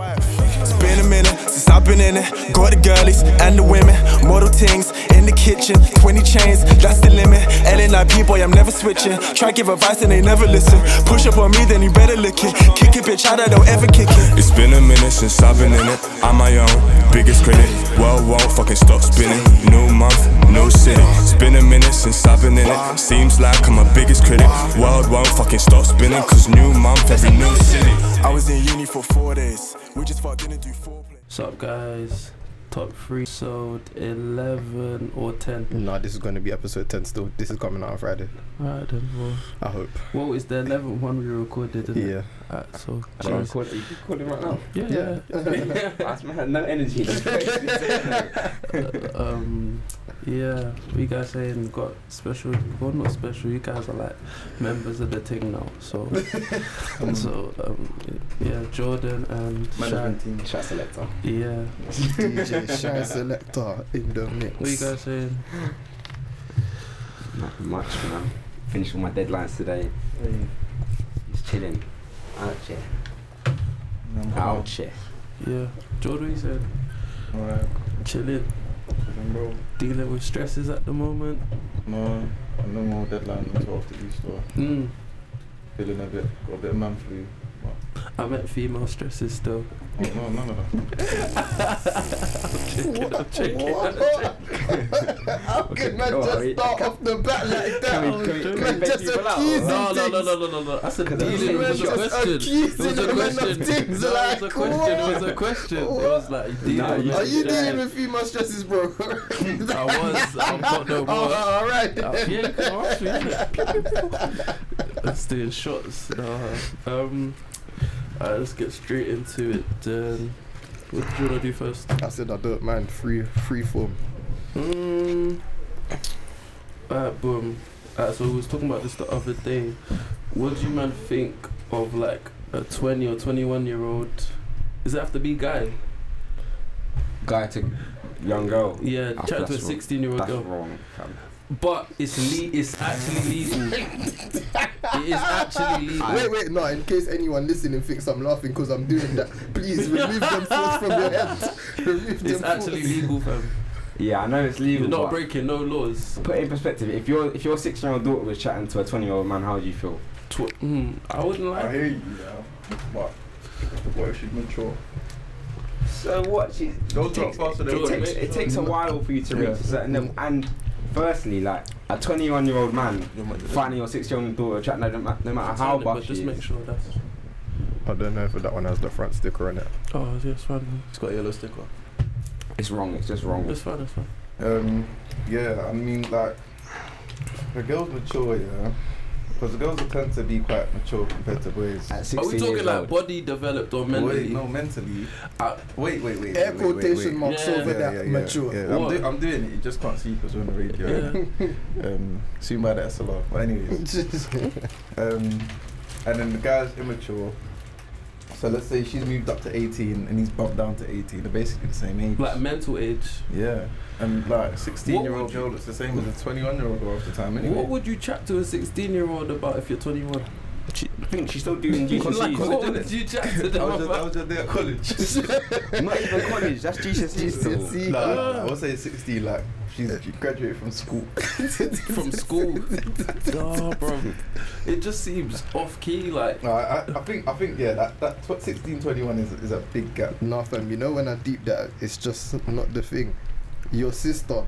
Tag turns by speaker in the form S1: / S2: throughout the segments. S1: It's been a minute since I've been in it. Got the girlies and the women, model things in the kitchen. 20 chains, that's the limit. LNIP boy, I'm never switching. Try give advice and they never listen. Push up on me, then you better lick it. Kick it, bitch, out I don't ever kick it.
S2: It's been a minute since I've been in it. I'm my own biggest critic. World won't fucking stop spinning. New month, new city. It's been a minute since I've been in it. Seems like I'm my biggest critic. World won't fucking stop spinning. Cause new month, every new city.
S1: I was in uni for four days. We just fucked, didn't do four play.
S3: What's up, guys? Top three sold 11 or 10.
S4: No, this is going to be episode 10 still. This is coming out on Friday.
S3: Right then, well,
S4: I hope.
S3: well, it's the 11th one we recorded, isn't it?
S4: Yeah.
S3: Alright, so,
S5: Should I
S3: cheers.
S5: record it? You can record it right now.
S3: Yeah,
S4: Yeah.
S3: yeah.
S5: That's man, no energy.
S3: Uh, um, yeah, what you guys saying got special? Well, not special. You guys are like members of the thing now. So, so um, yeah, Jordan and Shaq.
S5: team. Chat selector.
S3: Yeah,
S4: DJ Shy Selector in the mix.
S3: what you guys saying?
S5: Nothing much, man. Finished all my deadlines today. Just chilling. Out here. Out here.
S3: Yeah, Jordan, you said
S6: Alright,
S3: chilling,
S6: bro.
S3: dealing with stresses at the moment.
S6: No, no more deadline until after Easter.
S3: Mm.
S6: Feeling a bit, got a bit of man flu.
S3: I meant female stresses still.
S6: Oh, no, none of that.
S3: Chicken, I'm chicken.
S4: How could man
S5: no,
S4: just
S5: wait.
S4: start off the bat like that?
S5: Can we- can we- can we
S4: Man
S5: bait
S4: just
S5: people out, or-
S4: accusing
S3: No, no, no,
S4: things.
S3: no, no, no, no. That's a
S5: Because I'm
S3: dealing. It was a
S4: just
S3: question. It was
S4: accusing
S3: a
S4: the men of
S3: question.
S4: things,
S3: No,
S4: like,
S3: it was a question. It was a question. It was like dealing.
S5: No,
S3: with
S5: you
S4: Are you
S3: it.
S4: dealing with female stresses, bro?
S3: I was. I'm not no
S4: Oh,
S3: more.
S4: alright.
S3: Uh, yeah, you can ask me. innit? Let's do shots. Nah. Um, alright, let's get straight into it. Then, what do you wanna do first?
S4: I said I don't mind free free form.
S3: Mm. Alright, boom. Alright, so we was talking about this the other day. What do you man think of like a twenty or twenty-one year old? Does it have to be guy?
S5: Guy to young girl.
S3: Yeah,
S5: Ah,
S3: chat to a
S5: that's wrong.
S3: sixteen-year-old
S5: That's
S3: girl.
S5: wrong, fam.
S3: But it's le- It's actually legal. it is actually legal.
S4: Wait, wait, no, in case anyone listening thinks I'm laughing because I'm doing that, please remove them thoughts from your head. Remove them
S3: It's
S4: thoughts.
S3: actually legal, fam.
S5: Yeah, I know it's
S3: You're
S5: legal.
S3: not
S5: but
S3: breaking no laws.
S5: Put it in perspective. If your if your six year old daughter was chatting to a twenty year old man, how would you feel?
S3: Tw- mm, I wouldn't
S6: I
S3: like.
S6: hear you now, but what if she's mature?
S5: So what? She's,
S6: They'll
S5: it
S6: drop
S5: takes,
S6: faster
S5: it,
S6: than
S5: takes,
S3: women.
S5: it takes a while for you to reach
S6: Yeah.
S5: a certain level. And firstly, like a twenty-one year old man
S6: You're my
S5: finding your six-year-old daughter chatting, no, ma- no matter how
S3: Tell it, but
S5: buff
S3: just
S5: she
S3: make
S5: is.
S3: sure that's.
S4: I don't know if that one has the front sticker on it.
S3: Oh, yeah, it's fine.
S6: It's got a yellow sticker.
S5: It's wrong. It's just wrong.
S3: It's fine. It's fine.
S6: Um, yeah, I mean, like, the girls mature, yeah. Because the girls tend to be quite mature compared to boys.
S5: At
S3: Are we
S5: 16
S3: talking
S5: years
S3: like
S5: old.
S3: body developed or
S6: Wait,
S3: mentally?
S6: no, mentally.
S3: Uh,
S6: wait, wait, wait.
S4: Air
S6: wait, wait, wait,
S4: quotation
S6: wait.
S4: marks
S3: Yeah.
S4: over
S6: Yeah,
S4: that
S6: yeah, yeah,
S4: mature.
S6: yeah. I'm,
S3: What?
S6: do- I'm doing it. You just can't see because we're on the radio.
S3: yeah.
S6: um, soon by the SLR. But anyways, um, and then the guy's immature. So let's say she's moved up to 18 and he's bumped down to 18. They're basically the same age.
S3: Like mental age.
S6: yeah, and like 16
S3: What
S6: year old
S3: would you-
S6: girl looks the same as a 21 year old girl half the time. Anyway,
S3: What would you chat to a 16 year old about if you're 21?
S5: I think she's still doing
S6: Like,
S5: GCSEs.
S3: What
S6: College,
S3: would
S6: innit?
S3: you chat to
S6: I
S3: them
S6: was, just, I
S3: about?
S6: was just there at college.
S5: Not even college. That's GCSEs still.
S4: See,
S6: Nah, nah, I would say 60. Like she's she graduated from school.
S3: From school. nah, bro. It just seems off key. Like,
S6: No, I, I- I think I think yeah that that tw- 16 21 is is a big gap.
S4: nah, fam, you know when I deep that, it's just not the thing. Your sister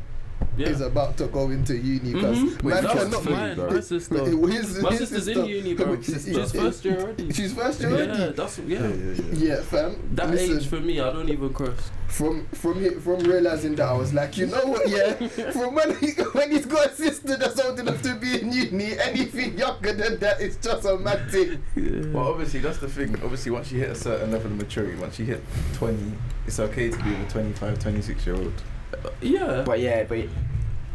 S3: yeah.
S4: is about to go into uni because
S3: Mhm.
S4: man
S3: That was
S4: cannot
S3: mine,
S4: be.
S3: my sister.
S4: His,
S3: My
S4: his
S3: sister's
S4: sister-
S3: in uni, bro.
S4: She's-
S3: She's first year already.
S4: She's first year already.
S3: Yeah, that's yeah.
S4: Yeah, fam.
S3: That
S4: listen,
S3: age for me, I don't even cross.
S4: from from he- from realizing that I was like, you know what, yeah. from when he, when he's got a sister that's old enough to be in uni, anything younger than that, it's just a mad thing.
S6: Well, obviously that's the thing. Obviously, once you hit a certain level of maturity, once you hit 20, it's okay to be with a 25, 26 year old.
S3: Yeah.
S5: But yeah, but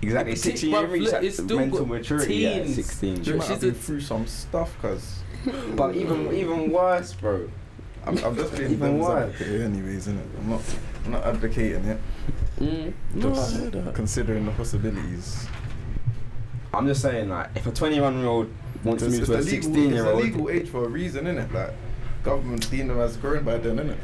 S5: exactly.
S3: But
S5: 16
S3: but
S5: year reach
S3: look,
S5: that
S3: it's still
S5: mental
S3: got
S5: maturity. Yeah, at
S3: teens.
S5: 16.
S3: She
S6: She
S3: Yeah,
S6: might
S3: she's
S6: have been
S3: a-
S6: through some stuff, cause
S5: But even even worse, bro.
S6: I'm, I'm just being
S5: Even
S6: devil's
S5: worse.
S6: advocate here, anyways, innit? I'm not I'm not advocating it.
S3: Mm. No, I
S6: Just
S3: hear that.
S6: considering the possibilities.
S5: I'm just saying, like, if a 21 year old wants to move to a
S6: the
S5: 16 year
S6: It's a legal
S5: old,
S6: age for a reason, innit? Like government's deemed them as grown by then, innit?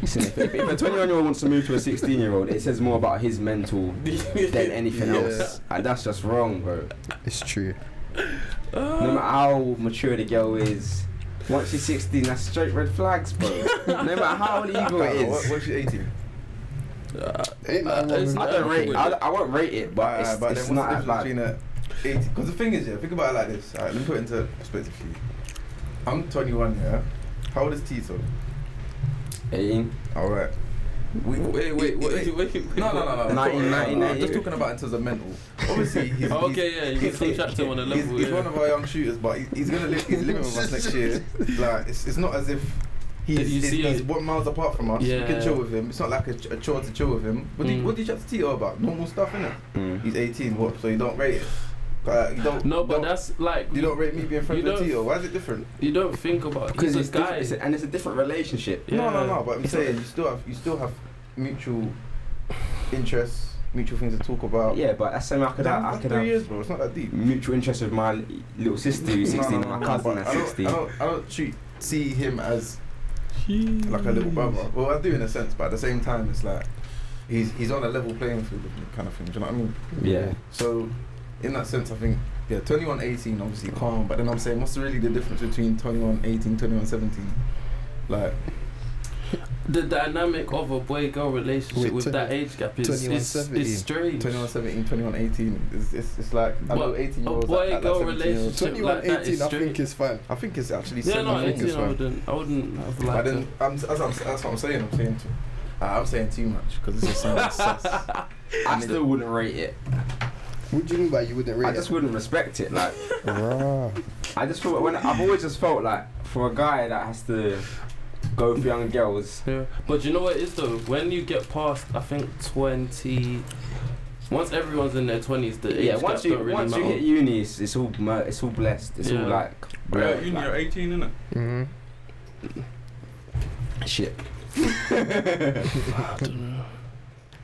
S5: Listen, if, if, if a 21 year old wants to move to a 16 year old, it says more about his mental than anything else. And that's just wrong, bro.
S4: It's true.
S5: No matter how mature the girl is, once she's 16, that's straight red flags, bro. no matter how evil it
S6: What,
S5: is.
S6: what's your 18?
S7: Ain't nothing wrong
S3: it's
S7: with
S5: I
S7: that.
S5: don't rate. I, I won't rate it, but
S6: Alright,
S5: it's,
S6: but
S5: it's
S6: then what's
S5: not as
S6: the difference
S5: like.
S6: between a 18? Because the thing is, yeah, think about it like this. Alright, let me put it into perspective for you. I'm 21, yeah. How old is Tito?
S5: 18.
S6: Alright. We,
S3: Wait, wait, what is it? Wait, wait,
S6: No, no, no,
S5: Nineteen,
S6: no. no, no,
S5: nineteen,
S6: no, I'm
S5: nineteen.
S6: just talking about in terms of mental. Obviously, he's.
S3: Oh,
S6: he's-
S3: okay, yeah, you can contract him on a
S6: He's,
S3: level.
S6: he's
S3: yeah.
S6: one of our young shooters, but he, he's gonna live. He's living with us next year. Like it's, it's not as if he's,
S3: you
S6: he's,
S3: see
S6: he's
S3: it-
S6: one miles apart from us. We
S3: Yeah.
S6: can chill with him. It's not like a, ch- a chore to chill with him. What do you,
S3: Mm.
S6: what do you chat to Tito about? Normal stuff, innit?
S5: Mm.
S6: He's 18. What? So you don't rate it? Uh, you don't.
S3: No, but
S6: don't-
S3: that's like
S6: you don't rate me being friends
S3: you
S6: with
S3: don't-
S6: Tito. Why is it different?
S3: you don't think about.
S5: Because
S3: Because
S5: it's
S3: a
S5: guy.
S3: guy.
S5: It's a, and it's a different relationship.
S6: No, no,
S3: Yeah.
S6: no. But I'm
S3: It's
S6: saying you still have you still have mutual interests, mutual things to talk about.
S5: Yeah, but that's something I could have.
S6: Damn,
S5: I
S6: that's
S5: could
S6: three
S5: have
S6: years, bro. It's not that deep.
S5: mutual interest with my little sister who's 16 and my cousin
S6: but
S5: that's
S6: I don't-
S5: 16.
S6: I don't, I don't treat, see him as like a little brother. Well, I do in a sense, but at the same time, it's like he's he's on a level playing field with me, kind of thing. Do you know what I mean?
S5: yeah.
S6: So, in that sense, I think yeah, 21, 18, obviously calm. But then I'm saying, what's really the difference between 21, 18, 21, 17? Like,
S3: the dynamic of a boy girl relationship
S4: Wait,
S3: with
S4: 20
S3: that age gap is
S4: 21,
S3: is,
S4: 17.
S3: is strange.
S6: 21, 17, 21, 18. It's it's, it's like I know
S3: But
S6: 18 year
S3: a
S6: olds.
S3: Oh, boy
S6: like,
S3: girl
S6: 17 year olds.
S3: relationship-
S4: 21,
S3: like that
S4: 18,
S3: is
S4: I
S3: straight.
S4: think it's fine.
S6: I think it's actually
S3: Yeah,
S6: seven,
S3: no,
S6: I think
S3: eighteen.
S6: it's
S3: I
S6: fine.
S3: wouldn't. I wouldn't have
S6: But
S3: liked
S6: then I'm, that's, what I'm, that's what I'm saying. I'm saying too, I'm saying too much because this is sounding sus.
S5: I still wouldn't rate it.
S7: What do you mean by you wouldn't rate
S5: I just wouldn't respect it. Like,
S4: Rah.
S5: I just feel when I've always just felt like for a guy that has to go for young girls,
S3: Yeah, but you know what it is though. When you get past, I think twenty, once everyone's in their twenties, the age
S5: yeah. Once
S3: gaps
S5: you
S3: don't really
S5: once
S3: matter.
S5: you hit uni, it's, it's all mer- it's all blessed. It's
S3: Yeah.
S5: all like,
S8: Bro,
S5: blurred,
S8: you near
S5: like
S8: 18, innit?
S4: Mhm.
S5: shit.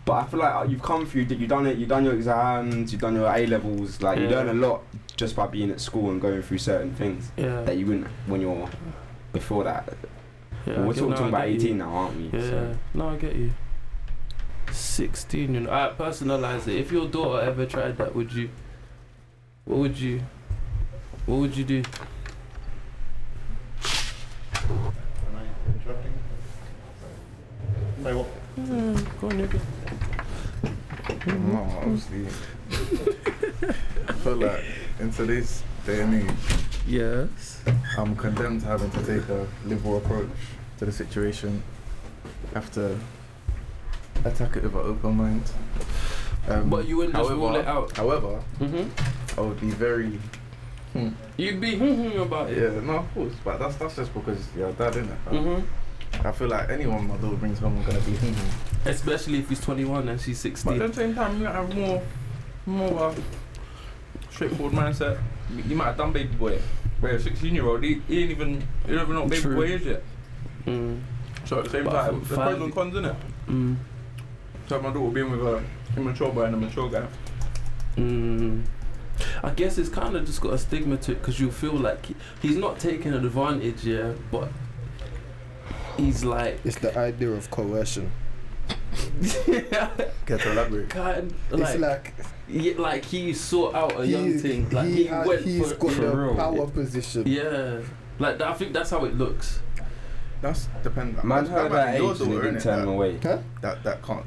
S5: But I feel like uh, you've come through. You done it. You done your exams. You done your A levels. Like you
S3: Yeah.
S5: learn a lot just by being at school and going through certain things
S3: yeah,
S5: that you wouldn't when you're before that.
S3: yeah.
S5: Well,
S3: I
S5: we're
S3: get-
S5: talking
S3: no, I
S5: about
S3: get you.
S5: 18 now, aren't we?
S3: Yeah,
S5: So-
S3: no, I get you. Sixteen, you know. I personalize it. If your daughter ever tried that, would you? What would you? What would you do?
S9: Am I interrupting? By what?
S3: Mm, Go on, nigga.
S6: No, obviously. I feel like in today's day and age,
S3: Yes.
S6: I'm condemned to having to take a liberal approach to the situation. Have to attack it with an open mind. Um,
S3: But you wouldn't just rule it out.
S6: However,
S3: hmm
S6: I would be very
S3: You'd be hmm about it.
S6: yeah no of course, but that's that's just because you're a dad, isn't it?
S3: hmm
S6: I feel like anyone my daughter brings home, I'm gonna be. hmm.
S3: Especially if he's 21 and she's 16.
S8: But at the same time, you might have more, more of a straightforward mindset. You might have done baby boy. Where a 16 year old, he, he ain't even, he don't even know what baby
S3: True.
S8: boy is yet.
S3: Mm.
S8: So at the same
S3: But
S8: time,
S3: for
S8: the pros
S3: five-
S8: and cons, innit?
S3: Mm.
S8: So my daughter being with a immature boy and a mature guy.
S3: Mm. I guess it's kind of just got a stigma to it because you feel like he- he's not taking advantage, yeah, but he's like
S4: It's the idea of coercion.
S6: Get to elaborate.
S3: kind
S4: It's
S3: like
S4: like
S3: yeah, like he sought out a young
S4: he,
S3: thing, like he,
S4: he, ha-
S3: went
S4: he's
S3: for
S4: got
S3: it.
S4: the
S5: real.
S4: power position.
S3: yeah, like that, I think that's how it looks.
S6: That's depend.
S5: Man
S6: that
S5: heard
S6: might
S5: that age
S6: be your
S5: and he
S6: daughter,
S5: didn't
S6: innit?
S5: turn away.
S6: that that can't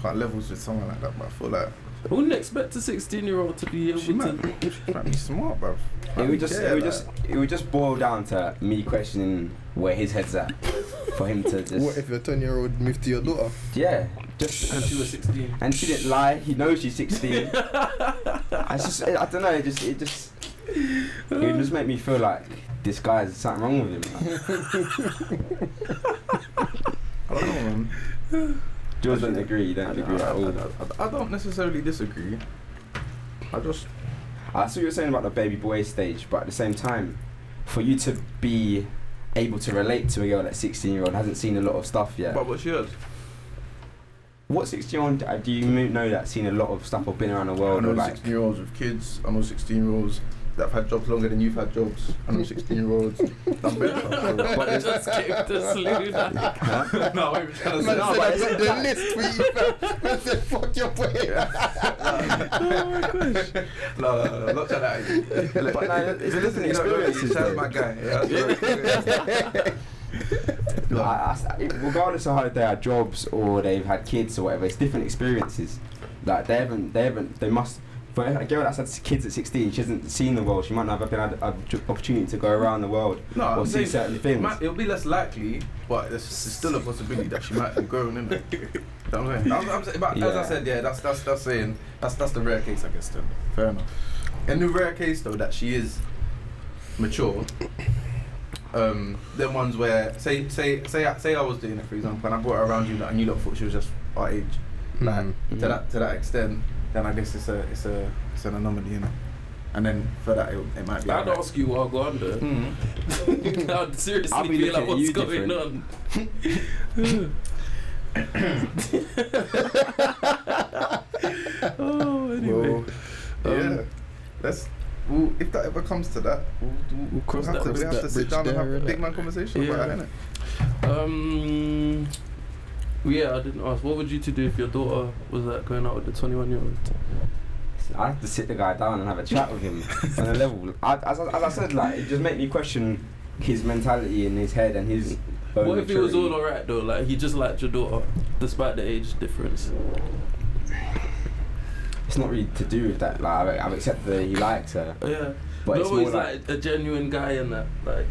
S6: can't levels with someone like that. But I feel like
S3: I wouldn't expect a 16 year old to be able
S6: she might,
S3: to.
S6: she might be smart, bro.
S5: It would just, it would just, it would just boil down to me questioning where his head's at for him to just,
S4: What if your 10 year old moved to your daughter?
S5: yeah,
S3: And
S5: just.
S3: she was 16.
S5: And she didn't lie. He knows she's 16. I just, I don't know. It just, it just, it would just make me feel like this guy's something wrong with him. Like,
S6: I don't know, man.
S5: Jules don't agree. You
S6: I,
S5: don't agree at
S6: I-
S5: all.
S6: I- I- I don't necessarily disagree. I just
S5: I see what you're saying about the baby boy stage, but at the same time, for you to be able to relate to a girl that's 16 year old hasn't seen a lot of stuff yet.
S8: But what's yours?
S5: What 16 year old uh, do you mo- know that's seen a lot of stuff or been around the
S6: I
S5: world
S6: know
S5: or like?
S6: sixteen year olds with kids. I know sixteen year olds that have had jobs longer than you've had jobs, and I'm 16 year olds. I'm better.
S5: But
S3: I
S5: there's-
S3: just skipped the slew now.
S6: no, we were trying to
S10: Man
S5: No,
S10: said
S5: but
S10: I
S5: it's-
S10: got the list for you, fam. Man said, fuck your boy.
S6: No, no, no, not trying to.
S5: But no, it's a listening
S6: You know,
S5: experience.
S6: You sound my guy. Yeah,
S5: I, I s- regardless of how they had jobs or they've had kids or whatever, it's different experiences. Like they haven't, they haven't, they must. For a girl that's had s- kids at 16, she hasn't seen the world. She might not have been had an opportunity to go around the world
S6: No,
S5: or
S6: I'm
S5: see
S6: saying
S5: certain
S6: it
S5: things.
S6: might, it'll be less likely, but there's, there's still a possibility that she might be grown, isn't it? I'm saying. I'm, I'm saying but as
S5: Yeah.
S6: I said, yeah, that's that's that's saying that's that's the rare case, I guess. Then fair enough. In the rare case though that she is mature, um, then ones where say say say I- say I was doing it for example, and I brought her around you, lot, and you lot thought she was just our age, like
S4: Mm.
S5: Mm-hmm.
S6: to that to that extent, then I guess it's a it's a it's an anomaly, you know. And then for that, it, it might be.
S3: I'd
S6: alright.
S3: ask you what I've gone to.
S6: Mm.
S3: I'd seriously
S5: I'll be
S3: be like,
S5: looking at
S3: what's
S5: you
S3: going
S5: different.
S3: on? oh, anyway.
S6: Well, yeah. That's well, if that ever comes to that, we'll, we'll, we'll
S3: cross
S6: have
S3: that-
S6: to, we
S3: cross
S6: have to
S4: that
S6: sit
S4: bridge
S6: down and
S4: there,
S6: have a
S4: innit?
S6: big man conversation about
S3: Yeah.
S6: that, innit?
S3: Um, yeah, I didn't ask. What would you two do if your daughter was like going out with the 21 year old?
S5: I have to sit the guy down and have a chat with him on a level. I, as, I, as I said, like it just made me question his mentality in his head and his. own
S3: What if it was all
S5: maturity.
S3: alright though? Like he just liked your daughter, despite the age difference.
S5: It's not really to do with that. Like I've, I've accepted that he likes her,
S3: Yeah,
S5: but
S3: no,
S5: it's more
S3: he's like, a genuine guy and that. Like,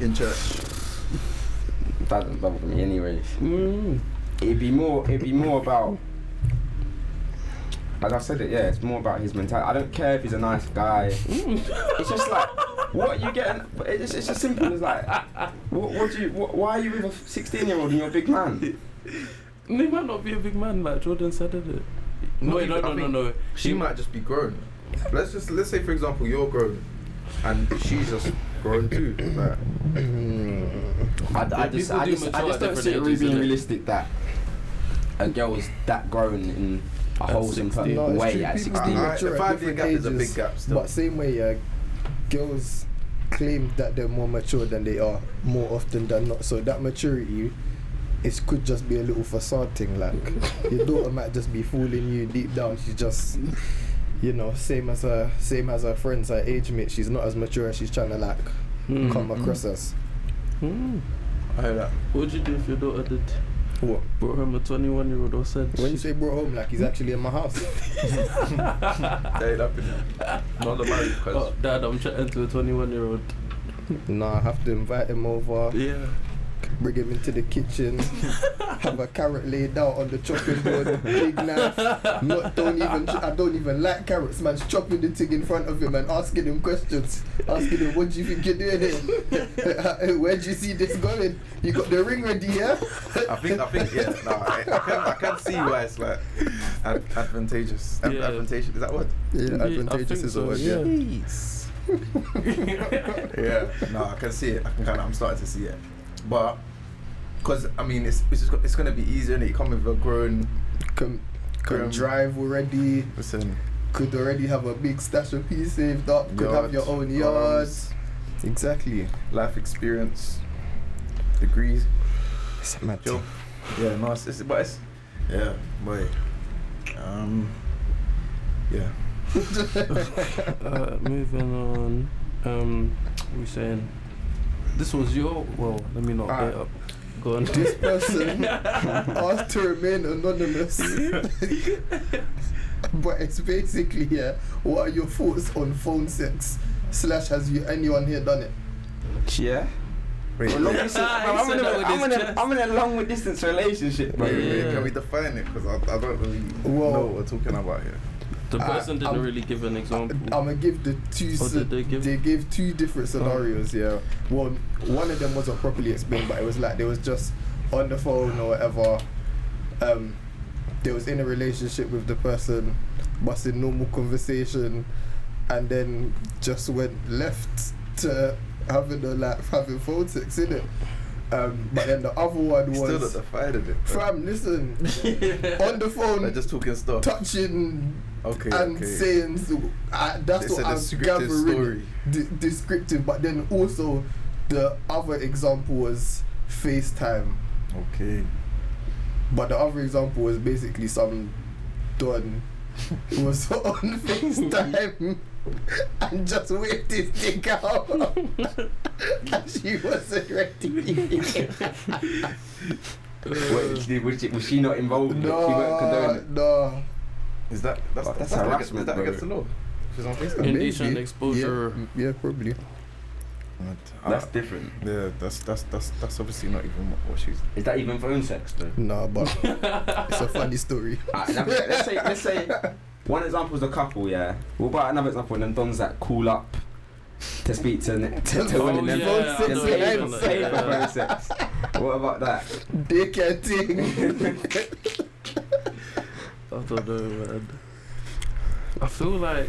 S6: In church.
S5: like that doesn't bother me anyway.
S3: mm.
S5: it'd be more it'd be more about like I said it, yeah, it's more about his mentality. I don't care if he's a nice guy. it's just like, what are you getting? but It's, it's as simple as like, what, what do you? What, why are you with a 16 year old and you're a big man?
S3: he might not be a big man like Jordan said, did it?
S6: Not
S3: No,
S6: even-
S3: no,
S6: I
S3: no, no,
S6: think
S3: no.
S6: She might just be grown. Let's just let's say for example you're grown, and she's just grown too. Like,
S5: I,
S3: Yeah,
S5: I just,
S3: people
S5: I
S3: do
S5: just, I
S3: mature at
S5: just don't see it
S3: different
S5: really
S3: ages,
S5: being
S3: innit?
S5: realistic that a girl is that grown in a wholesome
S4: 16. No,
S5: per-
S4: it's
S5: way
S4: true.
S5: at
S4: People
S5: 16.
S4: do
S6: I- I- the
S4: mature at
S6: five year
S4: different
S6: gap is a big
S4: ages,
S6: gap still.
S4: But same way, yeah, girls claim that they're more mature than they are more often than not. So that maturity, it could just be a little facade thing. Like your daughter might just be fooling you deep down. She's just, you know, same as her, same as her friends, her age mate. She's not as mature as she's trying to like
S3: Mm.
S4: come across as.
S3: Mm.
S6: I heard that.
S3: What would you do if your daughter did
S4: What?
S3: brought home a 21 year old or said?
S4: When you
S3: she-
S4: say brought home, like he's actually in my house.
S6: They up in Not the marriage
S3: oh,
S6: because
S3: Dad, I'm chatting to a 21 year old.
S4: nah, I have to invite him over.
S3: Yeah.
S4: bring him into the kitchen, have a carrot laid out on the chopping board, big knife. Not, don't even, I don't even like carrots, man. Just Chopping the thing in front of him and asking him questions, asking him, "What do you think you're doing here? Where do you see this going? You got the ring ready, yeah?"
S6: I think I think yeah. No, I, I can I can see why it's like ad- advantageous. Ad-
S3: Yeah.
S6: Advantageous is that what?
S4: Yeah,
S3: I think so, yeah.
S6: yeah, no, I can see it. I can kind of, I'm starting to see it, but because I mean, it's it's, just, go- it's gonna be easier, and it come with a grown.
S4: Can,
S6: Um,
S4: can drive already.
S6: Listen,
S4: Could already have a big stash of peas saved up. Could have your own yard.
S6: yards,
S4: Exactly.
S6: life experience, degrees,
S4: It's a mad
S6: job. Yeah, no, it's, it's but it's yeah, boy. Um, yeah.
S3: Uh, moving on. Um, what we saying Uh, this was your. Well, let me not
S4: Ah.
S3: get up. Go on.
S4: This person asked to remain anonymous. but it's basically, yeah, what are your thoughts on phone sex? Slash, has you anyone here done it?
S5: Yeah.
S6: Wait,
S5: Well,
S6: wait,
S5: long
S6: wait,
S5: distance,
S3: Ah,
S5: bro,
S3: he
S5: I'm,
S3: said
S5: in
S3: that
S5: a,
S3: with
S5: I'm,
S3: his
S5: in a,
S3: chest.
S5: I'm in a long distance relationship, bro.
S3: Yeah.
S6: Can we define it? Because I, I don't really
S4: Well-
S6: know what we're talking about here.
S3: The
S4: I-
S3: person didn't
S4: I'm-
S3: really give an example.
S4: I'm gonna give the two.
S3: Oh,
S4: s
S3: did they give- Oh.
S4: they gave two different scenarios. Yeah, one one of them wasn't properly explained, but it was like they was just on the phone or whatever. Um, they was in a relationship with the person, busting normal conversation, and then just went left to having a like having phone sex in it. Um, but then the other one
S6: He's still at
S4: was
S6: the fight of it. bro.
S4: fam. Listen, on the phone,
S6: Like just talking stuff.
S4: touching
S6: Okay.
S4: and
S6: okay.
S4: saying so, I, that's
S6: It's a
S4: what I'm
S6: descriptive
S4: gathering.
S6: story.
S4: D- descriptive, but then also the other example was FaceTime.
S6: Okay.
S4: But the other example was basically some done who was on FaceTime and just whipped his dick out. and she wasn't ready.
S5: Wait, she did- was, she, was she not involved? She weren't
S4: No,
S5: condoning
S4: no.
S6: Is that that's
S5: Wow, that's
S6: that's like-
S5: harassment,
S6: Is that
S5: bro.
S6: against the law? She's on Facebook.
S3: Indecent
S4: Maybe.
S3: exposure.
S4: Yeah, yeah, probably.
S5: it. That's different.
S6: yeah, that's that's that's that's obviously not even what, what she's.
S5: Is that even phone sex though?
S4: Nah, but it's a funny story.
S5: Alright, now, let's say let's say one example is a couple, yeah. What about another example? And then dons that call up to speak to to, to, to
S3: Oh,
S5: women and
S3: yeah,
S5: then
S3: I know
S5: pay
S3: what you
S5: for-
S3: mean.
S5: pay for
S3: Yeah.
S5: phone sex. What about that?
S4: Dick and thing.
S3: I don't know, man. I feel like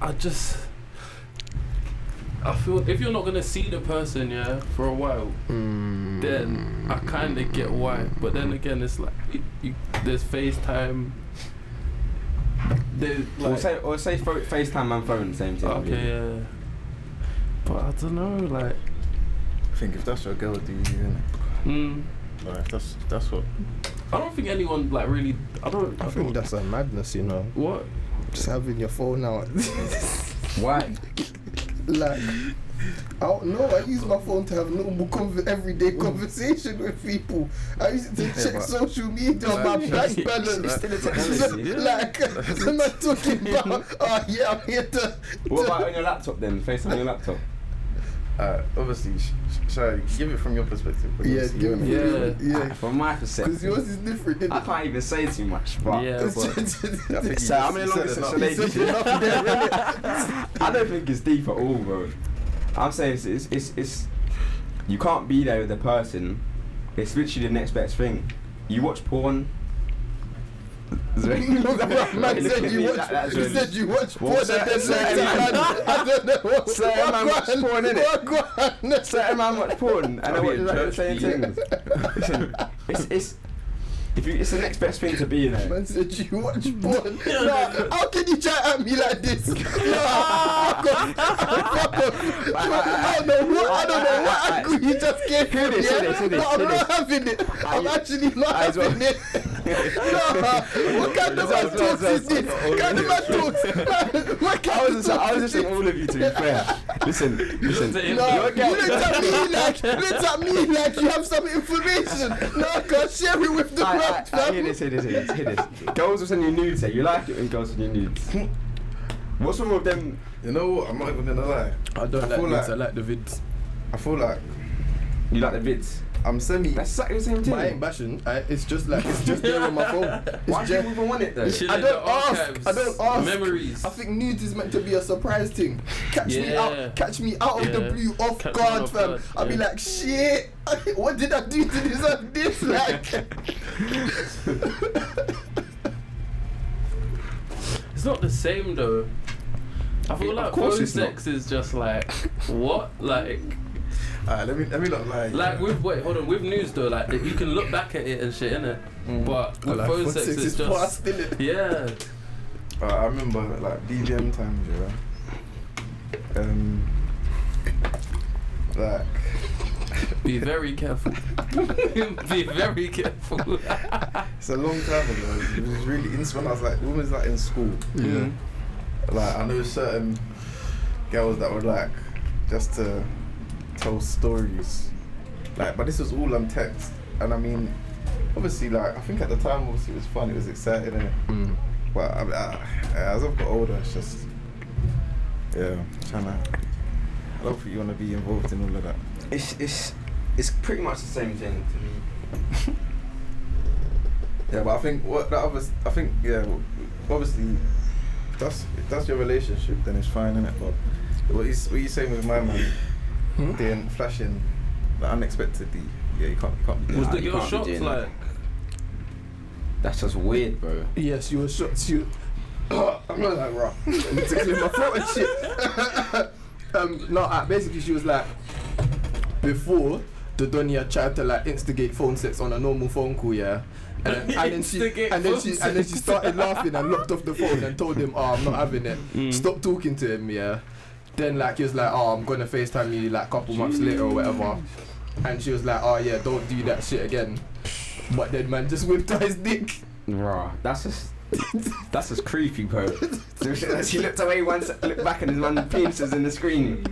S3: I just I feel if you're not gonna see the person, yeah, for a while, then I kind of get why. But then again, it's like you, you, there's FaceTime. There's
S5: or
S3: like
S5: say or say pho- FaceTime and phone same thing.
S3: okay, yeah. But I don't know, like,
S6: I think if that's your girl, do you?
S3: mm,
S6: Like if that's if that's what.
S3: I don't think anyone like really. I don't.
S4: I think that's a madness, you know.
S3: what.
S4: Just having your phone out.
S5: Why?
S4: like, I don't know. I use my phone to have normal conv- everyday conversation with people. I use it to check
S6: but-
S4: social media, my
S6: Like,
S4: bank
S5: It's
S4: balance.
S5: still a
S4: So,
S5: technology.
S4: like, I'm not talking about, oh yeah, I'm here to.
S5: what about on your laptop then? FaceTime on your laptop.
S6: Uh, obviously, sh- sh- sorry. Give it from your perspective. 'cause
S4: Yeah,
S6: obviously
S4: give
S6: you're
S4: me.
S6: not-
S3: Yeah.
S4: Yeah.
S5: From my
S4: Because
S5: perspective,
S4: yours is different, isn't
S5: I
S4: it?
S5: can't even say too much. But
S3: Yeah, but
S6: I think you
S5: So how
S6: just-
S5: many
S6: you
S5: long
S6: said
S5: is
S6: enough.
S5: it? Ladies.
S4: It's enough there, innit?
S5: I don't think it's deep at all, bro. I'm saying it's it's, it's it's you can't be there with the person. It's literally the next best thing. You watch porn.
S4: man said you watch. He said you watch porn.
S5: Well,
S4: and
S5: certain-
S4: then
S5: certain
S4: like,
S5: man-
S4: I don't know what.
S5: Certain man
S4: what
S5: watch
S4: go
S5: porn,
S4: on,
S5: innit?
S4: what go on?
S5: Certain man watch porn and
S6: I'll
S5: they
S6: be
S5: watch
S6: in
S5: exactly the
S6: church,
S5: same
S6: yeah.
S5: things. Listen, it's it's if you it's the next best thing to be in there.
S4: Man said you watch porn. Nah, how can you try at me like this? Nah, fuck off. Fuck off. I don't know what, I don't know what angle you just gave
S5: Hear
S4: me.
S5: this, hear
S4: Yeah?
S5: this, hear this,
S4: No, I'm
S5: hear
S4: not having it. I'm actually not
S5: Eyes well.
S4: having it. Nah, what kind of man
S5: Eyes well,
S4: talks
S5: eyes
S4: is
S5: well.
S4: this? kind of man talks? Man, What
S5: I
S4: kind
S5: was
S4: of
S5: just, I
S4: talks
S5: was
S4: is
S5: just saying
S4: this?
S5: all of you to be fair. Listen,
S3: Just-
S5: listen.
S4: No,
S5: Your
S4: you
S5: girl-
S4: looked at me like you looked at me like you have some information. No, God, share it with the
S5: I-
S4: world,
S5: I, I,
S4: fam.
S5: hear this, hear this, hear this, hear this. Girls will send you nudes, yeah. You like it when girls send you nudes. What's wrong with them?
S6: You know what? I'm not even gonna lie.
S3: I don't
S6: feel
S3: like this.
S6: like-
S3: I like the vids.
S6: I feel like
S5: You like the vids?
S6: I'm semi.
S5: That's exactly the same thing.
S4: But I ain't bashing. I, it's just like it's just there on my phone.
S5: Why
S4: It's
S5: do you
S4: just,
S5: even want it though?
S3: Shit
S4: I
S3: in
S4: don't
S3: the
S4: ask. I
S3: archives.
S4: don't ask.
S3: Memories.
S4: I think nudes is meant to be a surprise thing. Catch me
S3: Yeah.
S4: out. Catch me out of
S3: Yeah.
S4: the blue, off
S3: Catch me
S4: guard,
S3: off
S4: fam.
S3: guard,
S4: I'll be
S3: yeah.
S4: like, shit. what did I do to deserve this? Like,
S3: It's not the same though. I feel
S5: Of
S3: like
S5: course
S3: phone
S5: it's not.
S3: sex is just like what, like,
S6: Alright, let me let me not lie.
S3: like with wait, hold on, with news though, like you can look back at it and shit in it, but with uh, phone
S4: phone
S3: sex,
S4: sex
S3: is
S4: is
S3: just
S4: past, innit?
S3: yeah.
S6: Uh, I remember like DVM times, yeah. Um, like
S3: Be very careful. Be very careful.
S6: it's a long time ago. It was really in when I was like, when was that in school?
S5: Mhm.
S6: Like I know certain girls that would like just to tell stories. Like, but this was all on text, and I mean, obviously, like I think at the time, obviously, it was fun. It was exciting, and but I, I, as I've got older, it's just yeah, trying to. I don't think you want to be involved in all of that.
S5: It's it's it's pretty much the same thing to me.
S6: Yeah, but I think what that obvious, I think yeah, obviously, that's if that's your relationship, then it's fine, innit? But what you what you saying with my man, then flashing, like, unexpectedly, yeah, you can't you can't be doing
S3: Was
S5: Nah,
S3: the
S5: you
S3: girl
S5: can't be
S3: shocked?
S5: doing
S3: Like,
S5: that. That's just weird, bro.
S4: Yes, you were shocked. You
S6: that. I'm not like raw.
S4: to clear my throat and shit. um, no, uh, basically she was like, before the Donny had tried to like instigate phone sex on a normal phone call, yeah. And then, and then she
S3: Instigate
S4: and then
S3: phone
S4: she and then she
S3: sex.
S4: started laughing and locked off the phone and told him, "Oh, I'm not having it. Stop talking to him." Yeah. Then like he was like, "Oh, I'm gonna Facetime you like a couple months later or whatever," and she was like, "Oh yeah, don't do that shit again." But then man just whipped out his dick.
S5: Rah, that's just that's just creepy, bro. she looked away once, looked back, and his one penis is in the screen.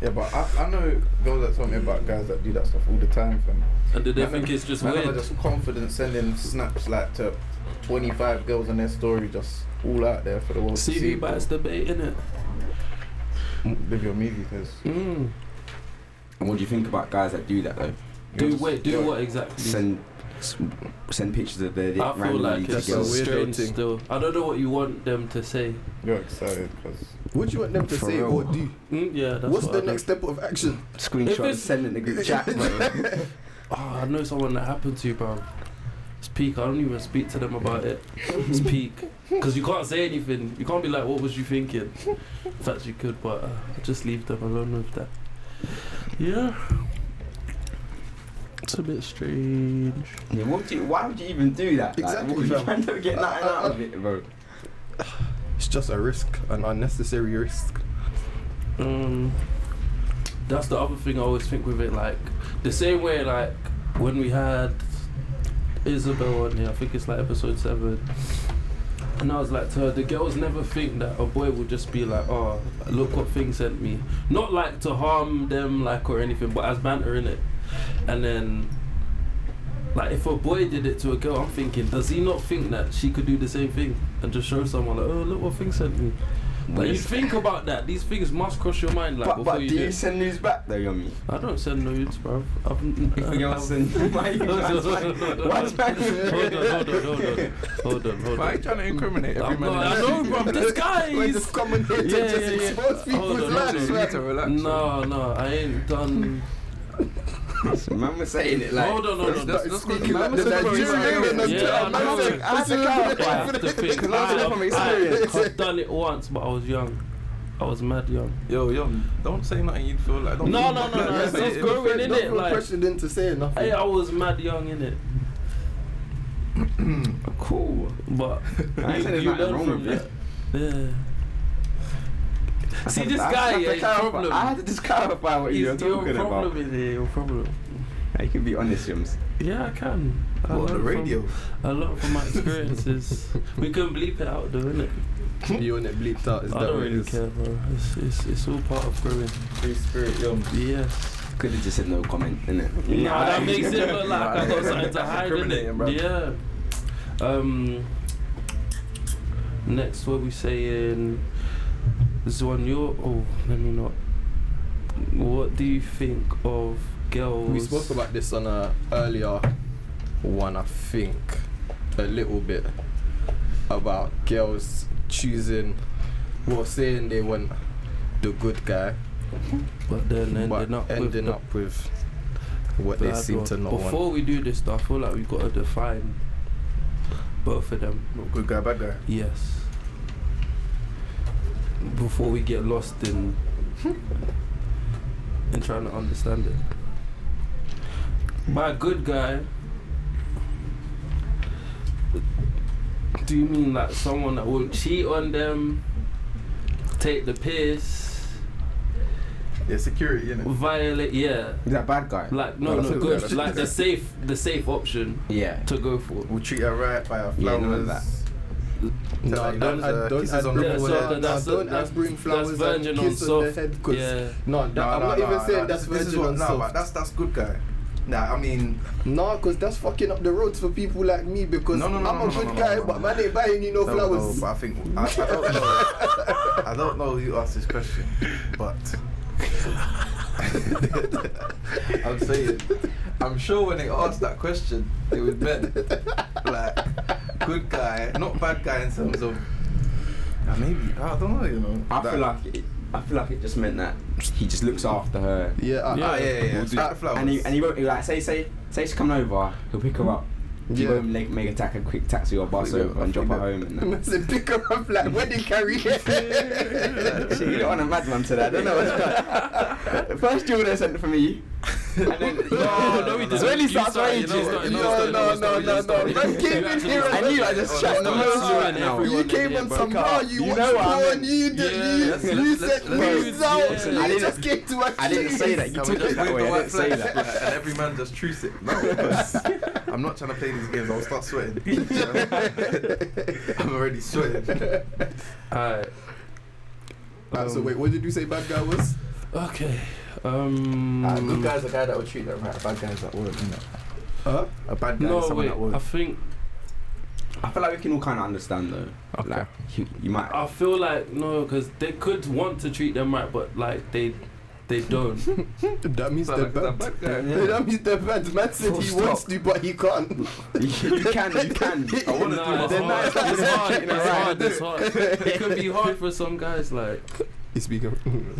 S6: Yeah, but I, I know girls that tell me about guys that do that stuff all the time, fam.
S3: And do they
S6: Man,
S3: think it's just
S6: Man, I'm
S3: weird?
S6: just confident sending snaps like to 25 girls on their story, just all out there for the world to see.
S3: CV bites the bait, innit?
S6: Live your movie, cause
S3: Mm.
S5: And what do you think about guys that do that though?
S3: Do wait, do
S6: you're-
S3: what exactly?
S5: Send s- send pictures of their dick
S3: I feel
S5: randomly
S3: like
S5: to
S3: it's
S4: a
S3: so
S5: girls.
S4: weird
S3: strange
S4: thing.
S3: still. I don't know what you want them to say.
S6: you're excited, cause
S4: What do you want them to
S5: For
S4: say
S5: real.
S4: or do?
S3: Mm, yeah, that's
S4: What's
S3: what
S4: the
S3: I
S4: next step of action?
S3: If
S5: Screenshot,
S3: it's-
S5: send it in the group chat, bro.
S3: Oh, I know someone that happened to, bro. It's peak. I don't even speak to them about it. It's peak. Because you can't say anything. You can't be like, what was you thinking? In fact, you could, but uh, I just leave them alone with that. Yeah. It's a bit strange.
S5: yeah, what do you, why would you even do that?
S4: Exactly,
S5: Like, what, you
S4: fam.
S5: trying to get
S4: I-
S5: nothing
S4: I-
S5: out of it, bro.
S4: It's just a risk, an unnecessary risk.
S3: Um, that's the other thing I always think with it. Like the same way, like when we had Isabel on here, I think it's like episode seven, and I was like to her, the girls never think that a boy will just be like, oh, look what thing sent me. Not like to harm them, like or anything, but as banter in it. And then, like if a boy did it to a girl, I'm thinking, does he not think that she could do the same thing and just show someone like, oh, look what thing sent me. Like you think about that. These things must cross your mind like
S5: but
S3: before
S5: but do
S3: you
S5: you
S3: do. it.
S5: send news back though, Yomi?
S3: I don't send nudes, bro. I've,
S5: If
S3: I've,
S5: we all send, why you
S3: Hold on, hold
S5: guys-
S3: on, hold on.
S5: why is man-
S3: Hold on, hold on, hold on, hold on, hold on.
S4: trying to incriminate
S3: I'm not- I know, bro. This guy
S4: Like
S3: is.
S4: just coming here to
S3: Yeah,
S4: just
S3: yeah, yeah.
S4: expose
S3: Hold
S4: people's
S3: on,
S4: lives.
S3: hold on.
S4: man.
S3: No, no, I ain't done.
S5: Man was saying it like.
S3: hold on, hold on.
S4: That's
S3: That's,
S4: not speaking like the
S5: Remember
S4: Nigerian
S5: Superman?
S4: and the-
S3: Yeah,
S4: I'm
S3: I
S4: not
S3: know.
S4: saying-
S5: I
S4: I'm
S5: had to clarify.
S4: saying-
S3: I have to think.
S5: Because I was there from experience.
S3: I've done it once, but I was young. I was mad young.
S11: Yo, yo, don't say nothing you feel like. Don't
S3: No, no, no, no. It's just growing in it.
S4: Don't feel
S3: Like,
S4: pressured into saying
S3: hey,
S4: nothing.
S3: I was mad young in it,
S5: Cool.
S3: but
S5: I ain't
S3: you,
S5: said there's
S3: you
S5: nothing
S3: learn
S5: wrong
S3: from
S5: with it.
S3: that. Yeah.
S5: I
S3: See,
S5: said-
S3: this
S5: I had
S3: guy,
S5: to
S3: yeah, he's
S5: clarify-
S3: problem.
S5: I had to just clarify what you were
S3: It's your
S5: talking
S3: problem
S5: about.
S3: in here, your problem.
S5: Hey, You can be honest, Yums.
S3: Yeah, I can. I
S6: what, the
S3: learn from-
S6: radio.
S3: I learn from my experiences. we can bleep it out, though, innit?
S4: You want it bleeped out? Is
S3: I
S4: that
S3: don't
S4: what it
S3: really
S4: is?
S3: care, bro. It's, it's, it's all part of growing.
S4: Free spirit, yo.
S3: Yes.
S5: Could have just said no comment, innit?
S3: nah, that makes it look like I got something to
S11: That's
S3: hide,
S11: incriminating, bro.
S3: innit? Yeah. Um. Next, what we saying? Zwan, you're. Oh, let me not. What do you think of girls?
S4: We spoke about this on a earlier one, I think, a little bit about girls choosing, well, saying they want the good guy,
S3: but then ending
S4: but
S3: up with
S4: ending
S3: the
S4: up with what they
S3: Bad
S4: seem
S3: one.
S4: to not
S3: Before
S4: want.
S3: we do this stuff, I feel like we've got to define both of them.
S6: Not good guy, bad guy.
S3: Yes. Before we get lost in in trying to understand it. By good guy, do you mean like someone that won't cheat on them, take the piss,
S6: Yeah, security, innit?
S3: violate? Yeah,
S5: Is that a bad guy?
S3: like no,
S6: That's
S3: no,
S6: it,
S3: good.
S6: that's it.
S3: Like the safe, the safe option
S5: Yeah.
S3: to go for.
S6: We'll treat her right by our
S5: Yeah, none of
S6: flowers.
S4: No, I don't, I don't, I
S6: Kisses
S4: don't,
S6: on the
S3: Yeah, so
S4: no,
S3: that- that's-
S4: I don't
S3: that's-
S4: ask bring flowers
S3: that's virgin
S4: and
S3: on
S4: kiss on the
S3: soft.
S4: head because
S3: yeah.
S4: no, that, I'm not even saying that's
S6: this,
S4: virgin
S6: this is what,
S4: on
S6: no,
S4: soft.
S6: but that's that's good guy. Nah, I mean,
S4: Nah, cause that's fucking up the roads for people like me because
S6: No, no, no,
S4: I'm
S6: no,
S4: a
S6: no,
S4: good
S6: no, no,
S4: guy,
S6: no, no.
S4: but man ain't buying you no
S6: I don't know,
S4: flowers.
S6: but I think I, I don't know. I don't know who asked this question, but
S11: I'm saying, I'm sure when they asked that question, it was meant like good guy, not bad guy in terms of.
S6: uh, maybe I don't know. You know,
S5: I
S6: That-
S5: feel like it, I feel like it just meant that he just looks after her.
S4: Yeah, I,
S6: Ah, yeah, yeah, yeah.
S5: We'll do-
S6: Straight flowers.
S5: And he, and he won't he like say say say she's coming over. He'll pick her up. He
S4: Yeah.
S5: won't make, make a tack a quick taxi or bus
S6: Think
S5: over
S6: that-
S5: and drop her
S6: think
S5: home. And that.
S4: Listen, pick her up like wedding carrier.
S5: Shit, you don't want a mad one today. I don't know. First jewel they sent for me. No, no, he doesn't. When he starts raging.
S12: No, no, no, no,
S6: Oh,
S12: no. Man came in here
S5: I knew I just shut the most right now.
S12: You came on some how you,
S5: You
S12: watched
S5: know what I
S12: porn,
S5: meant.
S12: you did,
S6: Yeah,
S12: you,
S6: let's-
S12: you
S6: let's-
S12: said
S6: let's-
S12: moves
S6: let's-
S12: out,
S5: listen, I
S12: you
S5: didn't-
S12: just came to us.
S5: I didn't say that. You
S6: Can we
S5: took
S6: just
S5: it that
S6: wave
S5: way.
S6: the
S5: I
S6: white
S5: didn't say
S6: flag
S5: that.
S6: and every man just truce it? No, because I'm not trying to play these games. I'll start sweating. I'm already sweating.
S3: Alright.
S12: Alright, so
S3: Um,
S12: wait, what did you say bad guy was?
S3: Okay. Um.
S13: Ah, good guy's a guy that would treat them right. A bad guy's that wouldn't. innit?
S12: Huh?
S13: A bad guy is
S3: no,
S13: someone
S3: wait.
S13: that would.
S3: I think.
S5: I feel like we can all kind of understand though. Like you, you
S6: Oh,
S5: might.
S3: I feel like no, because they could want to treat them right, but like they, they don't.
S12: That means
S6: Sound
S12: the
S6: like a
S12: bad.
S6: bad guy.
S12: That means the bad. Man said
S5: Full
S12: he
S5: stop.
S12: wants to, but he can't.
S5: you can, you can.
S6: I want to do
S3: Nah,
S6: my
S3: it's hard.
S6: thing.
S3: It's hard. It's hard. It's hard. It could be hard for some guys. Like
S12: He's speaking.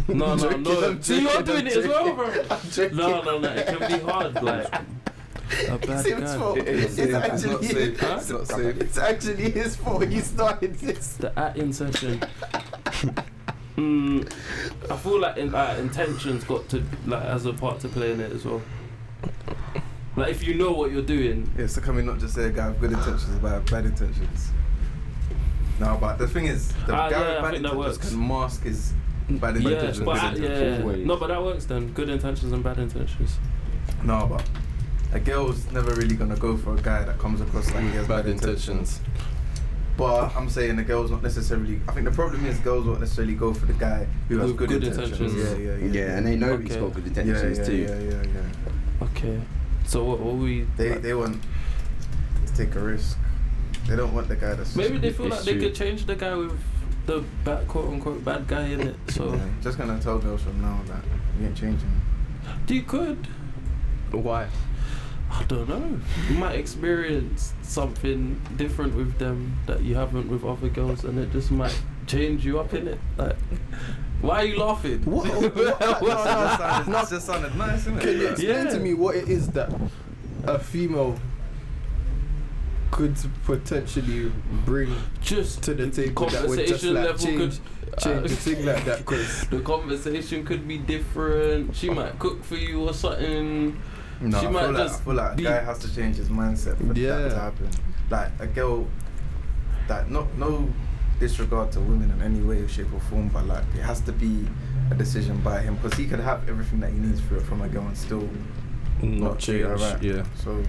S3: no, no,
S12: joking,
S3: no.
S12: I'm
S3: See, you're
S12: joking,
S3: doing
S12: I'm
S3: it as well,
S12: joking.
S3: bro.
S12: joking.
S3: No, no, no. It can be hard. Like a
S12: It's
S3: bad
S12: his
S3: guy.
S12: fault.
S6: It
S12: It's
S6: is, yeah. It's not
S12: actually.
S6: safe. It's not safe.
S12: It's actually his fault. He started this.
S3: The at-in session. mm, I feel like in, uh, intention's got to like as a part to play in it as well. Like if you know what you're doing,
S6: Yeah, so can we not just say a guy with good intentions about bad intentions? No, but the thing is, the
S3: Ah,
S6: guy
S3: yeah, I
S6: with bad
S3: think that
S6: intentions
S3: works.
S6: can mask his bad
S3: yeah,
S6: intentions.
S3: but I-
S6: with good
S3: yeah,
S6: intentions.
S3: no, but that works then. Good intentions and bad intentions.
S6: No, but a girl's never really gonna go for a guy that comes across like he has bad, intentions. But I'm saying the girl's not necessarily. I think the problem is girls won't necessarily go for the guy who has
S3: With
S6: good,
S3: good
S6: intentions.
S3: intentions.
S6: Yeah, yeah, yeah.
S5: Yeah, and they know he's
S3: Okay.
S5: got good
S6: yeah, yeah,
S5: intentions
S6: yeah,
S5: too.
S6: yeah, yeah, yeah.
S3: Okay. So what, what we?
S6: They
S3: like-
S6: they want to take a risk. They don't want the guy that's
S3: maybe they feel
S5: it's
S3: like they
S5: true.
S3: could change the guy with the bad quote unquote bad guy in it. So
S6: Yeah, just gonna tell girls from now that we ain't changing.
S3: you could.
S12: Why?
S3: I don't know. You might experience something different with them that you haven't with other girls, and it just might change you up in it. Like, why are you laughing?
S12: What? what?
S6: Well, that sounded, that just sounded nice, isn't
S12: Can you
S6: it?
S12: explain
S3: Yeah.
S12: to me what it is that a female could potentially bring
S3: Just
S12: to the table that would just
S3: conversation
S12: like
S3: level
S12: change,
S3: could
S12: change
S3: uh,
S12: the thing like that? Because
S3: The conversation could be different. She might cook for you or something.
S6: No,
S3: She
S6: I,
S3: might
S6: feel like, I
S3: just
S6: feel like a
S3: be-
S6: guy has to change his mindset for
S12: Yeah.
S6: that to happen. Like a girl that not no disregard to women in any way, shape or form, but like it has to be a decision by him because he could have everything that he needs for from a girl and still not treat her right.
S14: yeah.
S6: So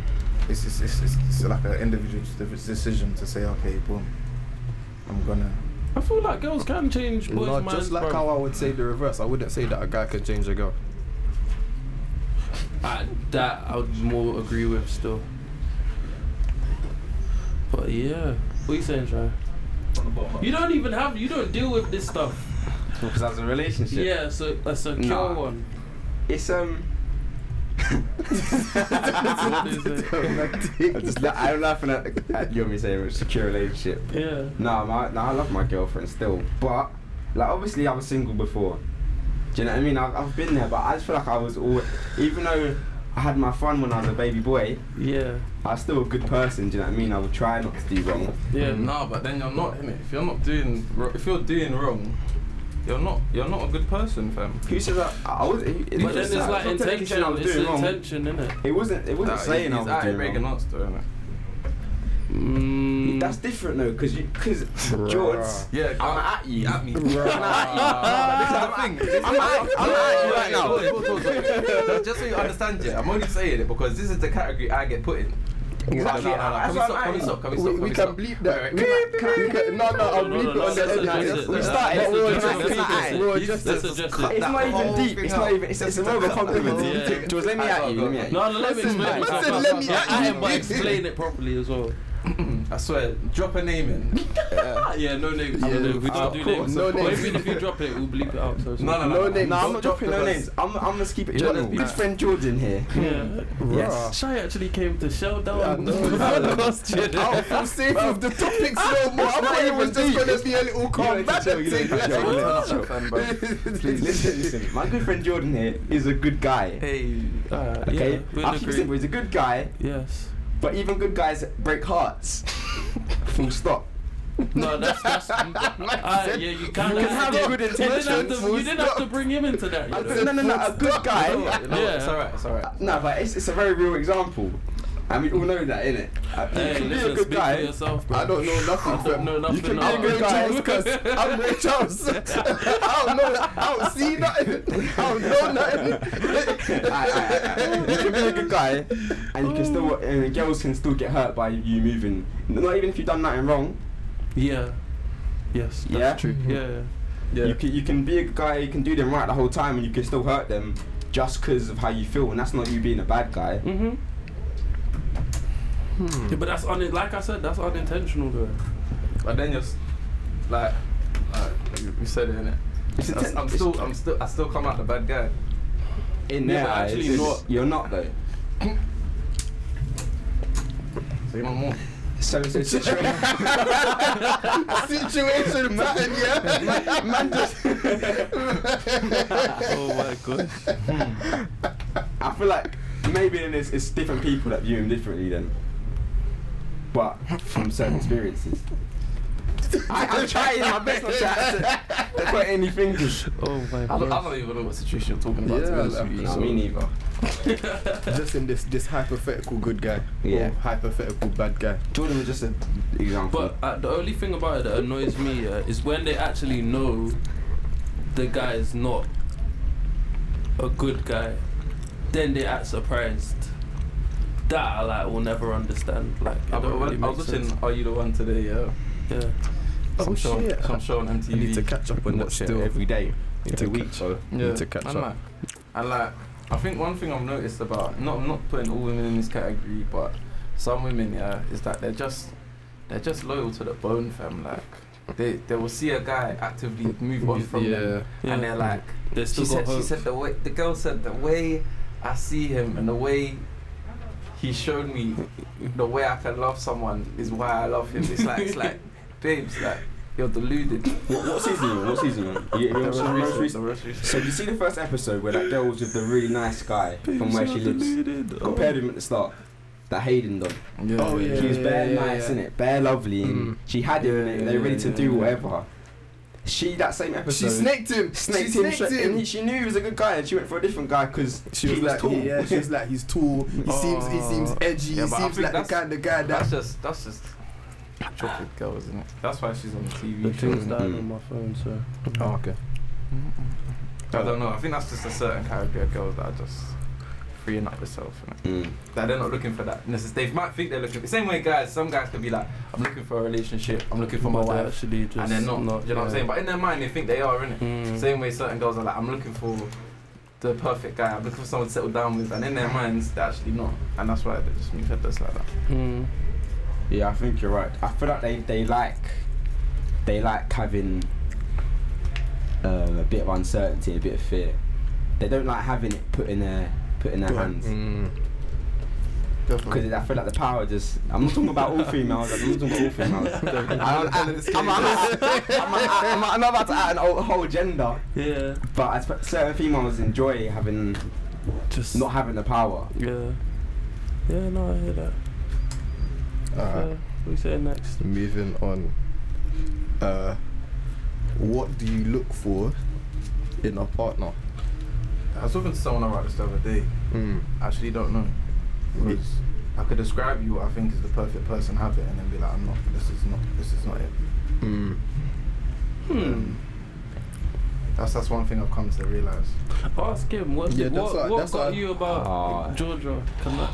S6: it's it's, it's, it's, it's like an individual decision to say, okay, boom, I'm gonna.
S3: I feel like girls can change boys'
S12: no,
S3: minds.
S12: just like
S3: bruv.
S12: how I would say the reverse. I wouldn't say that a guy can change a girl.
S3: I, that I would more agree with still. But yeah, what you saying, Try? You don't even have, you don't deal with this stuff.
S5: Because that's a relationship.
S3: Yeah, so a secure
S5: Nah.
S3: one.
S5: It's um.
S3: What is it?
S5: I'm just la- I'm laughing at, at you and me saying it's a secure relationship.
S3: Yeah.
S5: No, my, no, I love my girlfriend still, but like obviously I was single before. Do you know what I mean? I've, I've been there, but I just feel like I was all, even though I had my fun when I was a baby boy,
S3: Yeah.
S5: I was still a good person. Do you know what I mean? I would try not to do wrong.
S3: Yeah.
S6: No, but then you're not in it. If you're not doing, ro- if you're doing wrong, you're not you're not a good person, fam.
S5: Who said that? I was. It, it
S3: But
S5: wasn't
S3: then it's
S5: saying-
S3: like
S5: I'm not technically
S3: intention.
S5: saying I was
S3: It's
S5: doing wrong.
S3: intention, isn't it?
S5: It wasn't. It
S6: Oh,
S5: wasn't saying I was doing wrong.
S6: nuts, though, innit?
S3: Mm.
S5: That's different though, because you, because George,
S6: Yeah,
S5: I'm at you.
S6: at me.
S5: I'm
S6: This is the thing.
S5: I'm at I'm at you right now.
S6: Pause, pause, pause, pause. Just so you understand, yeah, I'm only saying it because this is the category I get put in.
S5: Exactly.
S6: No, no, no,
S5: That's
S6: Can we
S5: what
S6: stop?
S5: I'm
S6: Can we
S12: We,
S5: at.
S6: stop? Can we stop?
S12: we
S6: stop?
S12: can bleep that.
S6: Wait,
S12: We
S6: wait.
S12: can- we can- No, no, I'll
S3: No, no,
S12: bleep it
S3: no,
S12: on the
S3: that's-
S12: edit.
S3: that's-
S12: Just-
S5: that's-
S12: just-
S5: that's-
S12: but we'll just- we'll
S5: that's- that's- that's-
S3: that's-
S12: just-
S3: that's- that's-
S6: cut
S5: It's
S6: that
S5: not even
S6: whole
S5: deep.
S6: thing
S5: It's
S6: out.
S5: not even. It's, it's a word of
S3: Yeah.
S5: compliment. George, let me
S6: Alright,
S5: at you.
S6: go,
S5: Let me
S6: go,
S5: at you.
S3: No, no, let me
S12: Listen,
S3: explain
S12: man,
S3: myself.
S12: listen,
S3: I-
S12: let me-
S3: yeah, I am, but explain it properly as well.
S6: I swear, drop a name in.
S3: Ah, yeah, no names. Yeah, no, we don't do names.
S12: no
S3: Or
S12: names.
S3: even if you drop it, we'll bleep it out. So it's
S6: No, no, no.
S12: No names.
S5: No, I'm
S12: Don't
S5: not dropping no
S12: because-
S5: names. I'm, I'm gonna just keep it. You've
S12: General.
S5: got good friend George in here.
S3: Yeah.
S5: Yes.
S3: Shai actually came to shell
S12: I
S3: down the
S12: know.
S3: podcast. you know.
S12: I'll feel safe with the topics no more. I thought it was just going to be a little combat
S5: chill, you
S12: thing.
S5: don't need to chill, you don't need to
S12: Please
S5: Listen, listen. My good friend Jordan here is a good guy.
S6: Hey,
S3: Uh,
S5: Okay,
S3: Yeah, we'll
S5: I'll keep it
S3: agree.
S5: simple. He's a good guy,
S3: Yes.
S5: but even good guys break hearts. Full stop.
S3: No, that's that's. Ah, yeah, you can't.
S5: You can have
S3: you
S5: good
S3: didn't have
S5: intentions,
S3: to-
S5: full
S3: You didn't have to bring him into that. you know?
S5: No, no, no. A good guy.
S3: Yeah.
S6: It's alright, it's alright.
S5: No, but it's, it's a very real example. And we all know that, innit? Uh,
S3: Hey,
S5: you can be
S3: listen,
S5: a good
S3: speak
S5: guy.
S3: for yourself, bro.
S4: I don't know nothing.
S3: I don't know nothing.
S5: You can be
S3: about
S5: a good
S3: it.
S5: guy.
S4: Because I'm Ray Charles. I don't know. I don't see nothing. I don't know nothing.
S5: Aye, aye, aye, aye. You can be a good guy, and you can
S3: Oh.
S5: still, and girls can still get hurt by you moving. Not even if you've done nothing wrong.
S3: Yeah. Yes. That's
S5: Yeah?
S3: True. Yeah.
S5: Yeah. You can you can be a good guy, you can do them right the whole time, and you can still hurt them just because of how you feel, and that's not you being a bad guy.
S6: Mm-hmm.
S3: Mhm. Yeah, but that's un- like I said, that's unintentional though.
S6: But then just like, like you you said it innit?
S5: It's a
S6: I'm, I'm
S5: ten-
S6: still, I'm still, I still come out the bad guy.
S5: in
S3: Yeah,
S5: their
S3: but
S5: eyes,
S3: actually
S5: it's-
S3: not.
S5: You're not though.
S6: So you want more?
S5: So it's a situation.
S4: Situation man, yeah.
S3: oh my god.
S5: I feel like maybe then it's, it's different people that view him differently then. But from certain experiences. I, I'm trying my best not to have to put any fingers.
S3: Oh my
S6: I don't, I
S3: god.
S6: don't even know what situation you're talking about. to be honest with you,
S5: No,
S6: so-
S5: me neither.
S4: Just in this this hypothetical good guy.
S5: Yeah.
S4: Or hypothetical bad guy.
S5: Jordan was just an example.
S3: But uh, the only thing about it that annoys me yeah, is when they actually know the guy is not a good guy, then they act surprised. That I like will never understand. Like it
S6: I,
S3: don't
S6: was-
S3: really
S6: I was
S3: make
S6: watching
S3: sense.
S6: Are You the One today, yeah.
S3: Yeah.
S6: Some show,
S4: Oh, shit.
S6: some show on MTV.
S4: I need to catch up on that still.
S5: every day.
S4: Need
S5: It's
S4: to
S5: a week,
S4: catch-
S5: so
S6: yeah.
S4: need to catch
S6: and
S4: up.
S6: Like, and like, I think one thing I've noticed about not I'm not putting all women in this category, but some women, yeah, is that they're just they're just loyal to the bone, fam. Like, they they will see a guy actively move on from them,
S3: Yeah.
S6: and they're like,
S3: They still
S6: she
S3: got
S6: said, she
S3: hope.
S6: said the way the girl said the way I see him and the way he showed me the way I can love someone is why I love him. It's like it's like, babes, like you're deluded.
S5: what, what season you on? What season you on? You, you on some most recent- So you see the first episode where that girl was with the really nice guy from where she lives. Compared him at the start. That Hayden done.
S6: Yeah.
S4: Oh, yeah.
S5: She was bare
S4: yeah,
S5: nice,
S4: yeah.
S5: innit? Bare lovely. And
S3: Mm.
S5: She had him, and they're ready to
S6: yeah,
S5: do
S6: yeah.
S5: whatever. She, that same episode.
S4: She snaked him.
S5: snaked
S4: she
S5: him.
S4: snaked
S5: straight-
S4: him.
S5: And he, she knew he was a good guy, and she went for a different guy because
S4: She
S5: he
S4: was,
S5: was
S4: like,
S5: tall.
S4: yeah, she was like, he's tall. He seems, he seems edgy.
S6: Yeah,
S4: he
S6: but I
S4: seems like
S6: think
S4: the
S6: that's-
S4: kind of guy
S6: That's
S4: that.
S6: just that's just chocolate girl, isn't it? That's why she's on the
S3: The
S6: TV show.
S3: thing's
S6: isn't it?
S3: down on my phone, so.
S4: Oh, okay.
S6: I don't know. I think that's just a certain category of girls that are just freeing up themselves. innit?
S5: Mm.
S6: That they're not looking for that. necess- They might think they're looking. The same way, guys. Some guys could be like, I'm looking for a relationship. I'm looking for my
S3: But they
S6: wife,
S3: actually just.
S6: uh, and they're not. you know what I'm saying? But in their mind, they think they are, innit?
S3: Mm.
S6: Same way, certain girls are like, I'm looking for the perfect guy. I'm looking for someone to settle down with, and in their minds, they're actually not. And that's why they just move their dust like that.
S3: Mm.
S5: Yeah, I think you're right. I feel like they, they like they like having um, a bit of uncertainty, a bit of fear. They don't like having it put in their put in their hands. Because I feel like the power just. I'm not talking about all females. I'm not talking about all females. I'm, not- I'm, not- I'm not- I'm not- I'm not about to add an whole- whole gender,
S3: Yeah.
S5: but I sp- certain females enjoy having
S3: Just.
S5: not having the power.
S3: Yeah. Yeah, no, I hear that.
S4: Alright.
S3: Uh, we say next.
S4: Moving on. Uh, what do you look for in a partner?
S6: I was talking to someone about this the other day.
S4: Hmm.
S6: I actually don't know.
S4: Yeah.
S6: Because I could describe you what I think is the perfect person habit and then be like, I'm not this is not this is not it.
S4: Mm.
S3: Hmm.
S6: That's that's one thing I've come to realise.
S3: Ask him what
S4: Yeah, that's
S3: what,
S4: what-
S3: what
S4: that's
S3: got
S4: what I-
S3: you about
S5: Ah.
S3: Georgia. Can I-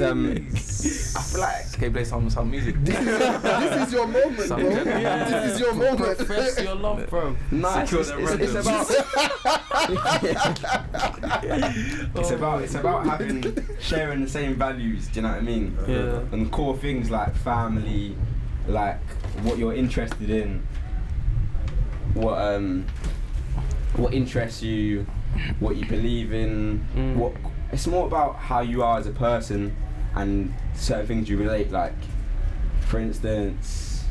S5: um.
S6: I feel like can you play some some music?
S4: this is your moment, bro.
S6: Something.
S4: This is your moment.
S3: Profess your love, bro.
S5: No, it's,
S6: Secure
S5: it's,
S6: the
S5: it's, it's about. it's about it's about having sharing the same values. Do you know what I mean?
S3: Yeah.
S5: And core things like family, like what you're interested in, what um, what interests you, what you believe in.
S3: Mm.
S5: What it's more about how you are as a person and certain things you relate. Like, for instance.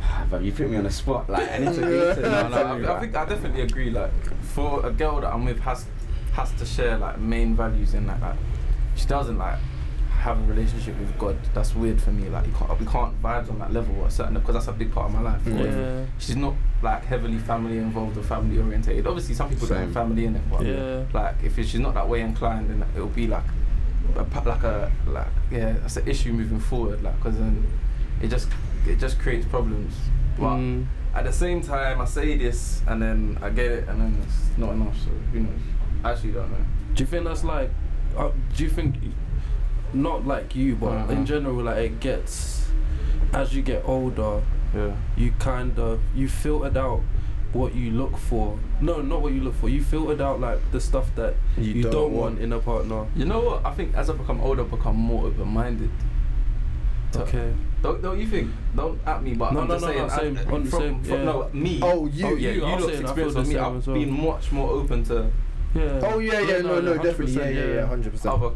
S5: Bruv, you put me on the spot, like, and it's a
S6: No, no, I, I think I definitely agree. Like for a girl that I'm with has has to share like main values in like, like she doesn't like have a relationship with God. That's weird for me. Like you can't, we can't vibe on that level or certain because that's a big part of my life.
S3: Yeah.
S6: She's not like heavily family involved or family orientated. Obviously, some people
S5: Same.
S6: don't have family in it, but
S3: Yeah.
S6: like if she's not that way inclined, then it'll be like a, pa- like a like yeah, that's an issue moving forward. Like because then it just it just creates problems. But
S3: Mm.
S6: at the same time, I say this and then I get it and then it's not enough. So who knows? I actually don't know.
S3: Do you think that's like? Uh, do you think, not like you, but
S6: Uh-huh.
S3: in general, like it gets, as you get older,
S6: Yeah.
S3: you kind of you filtered out what you look for. No, not what you look for. You filtered out like the stuff that you, don't, want in a partner.
S6: You know what? I think as I become older, I become more open-minded. So-
S3: Okay.
S6: Don't, don't you think? Don't at me, but
S3: No,
S6: I'm
S3: no,
S6: just
S3: no,
S6: saying.
S3: no,
S6: I-
S3: same,
S6: I-
S3: on the
S6: from,
S3: same,
S6: from-
S3: yeah.
S6: No, me.
S4: Oh, you-
S6: Oh, yeah.
S3: you,
S6: You,
S3: I'm
S6: looked
S3: saying I
S6: experienced
S3: feel
S6: with
S3: the
S6: me.
S3: same
S6: I've
S3: as well.
S6: been much more open to
S3: Yeah.
S4: Oh yeah, yeah, no, no, definitely, yeah,
S3: 100%,
S4: yeah, yeah, hundred percent.
S6: other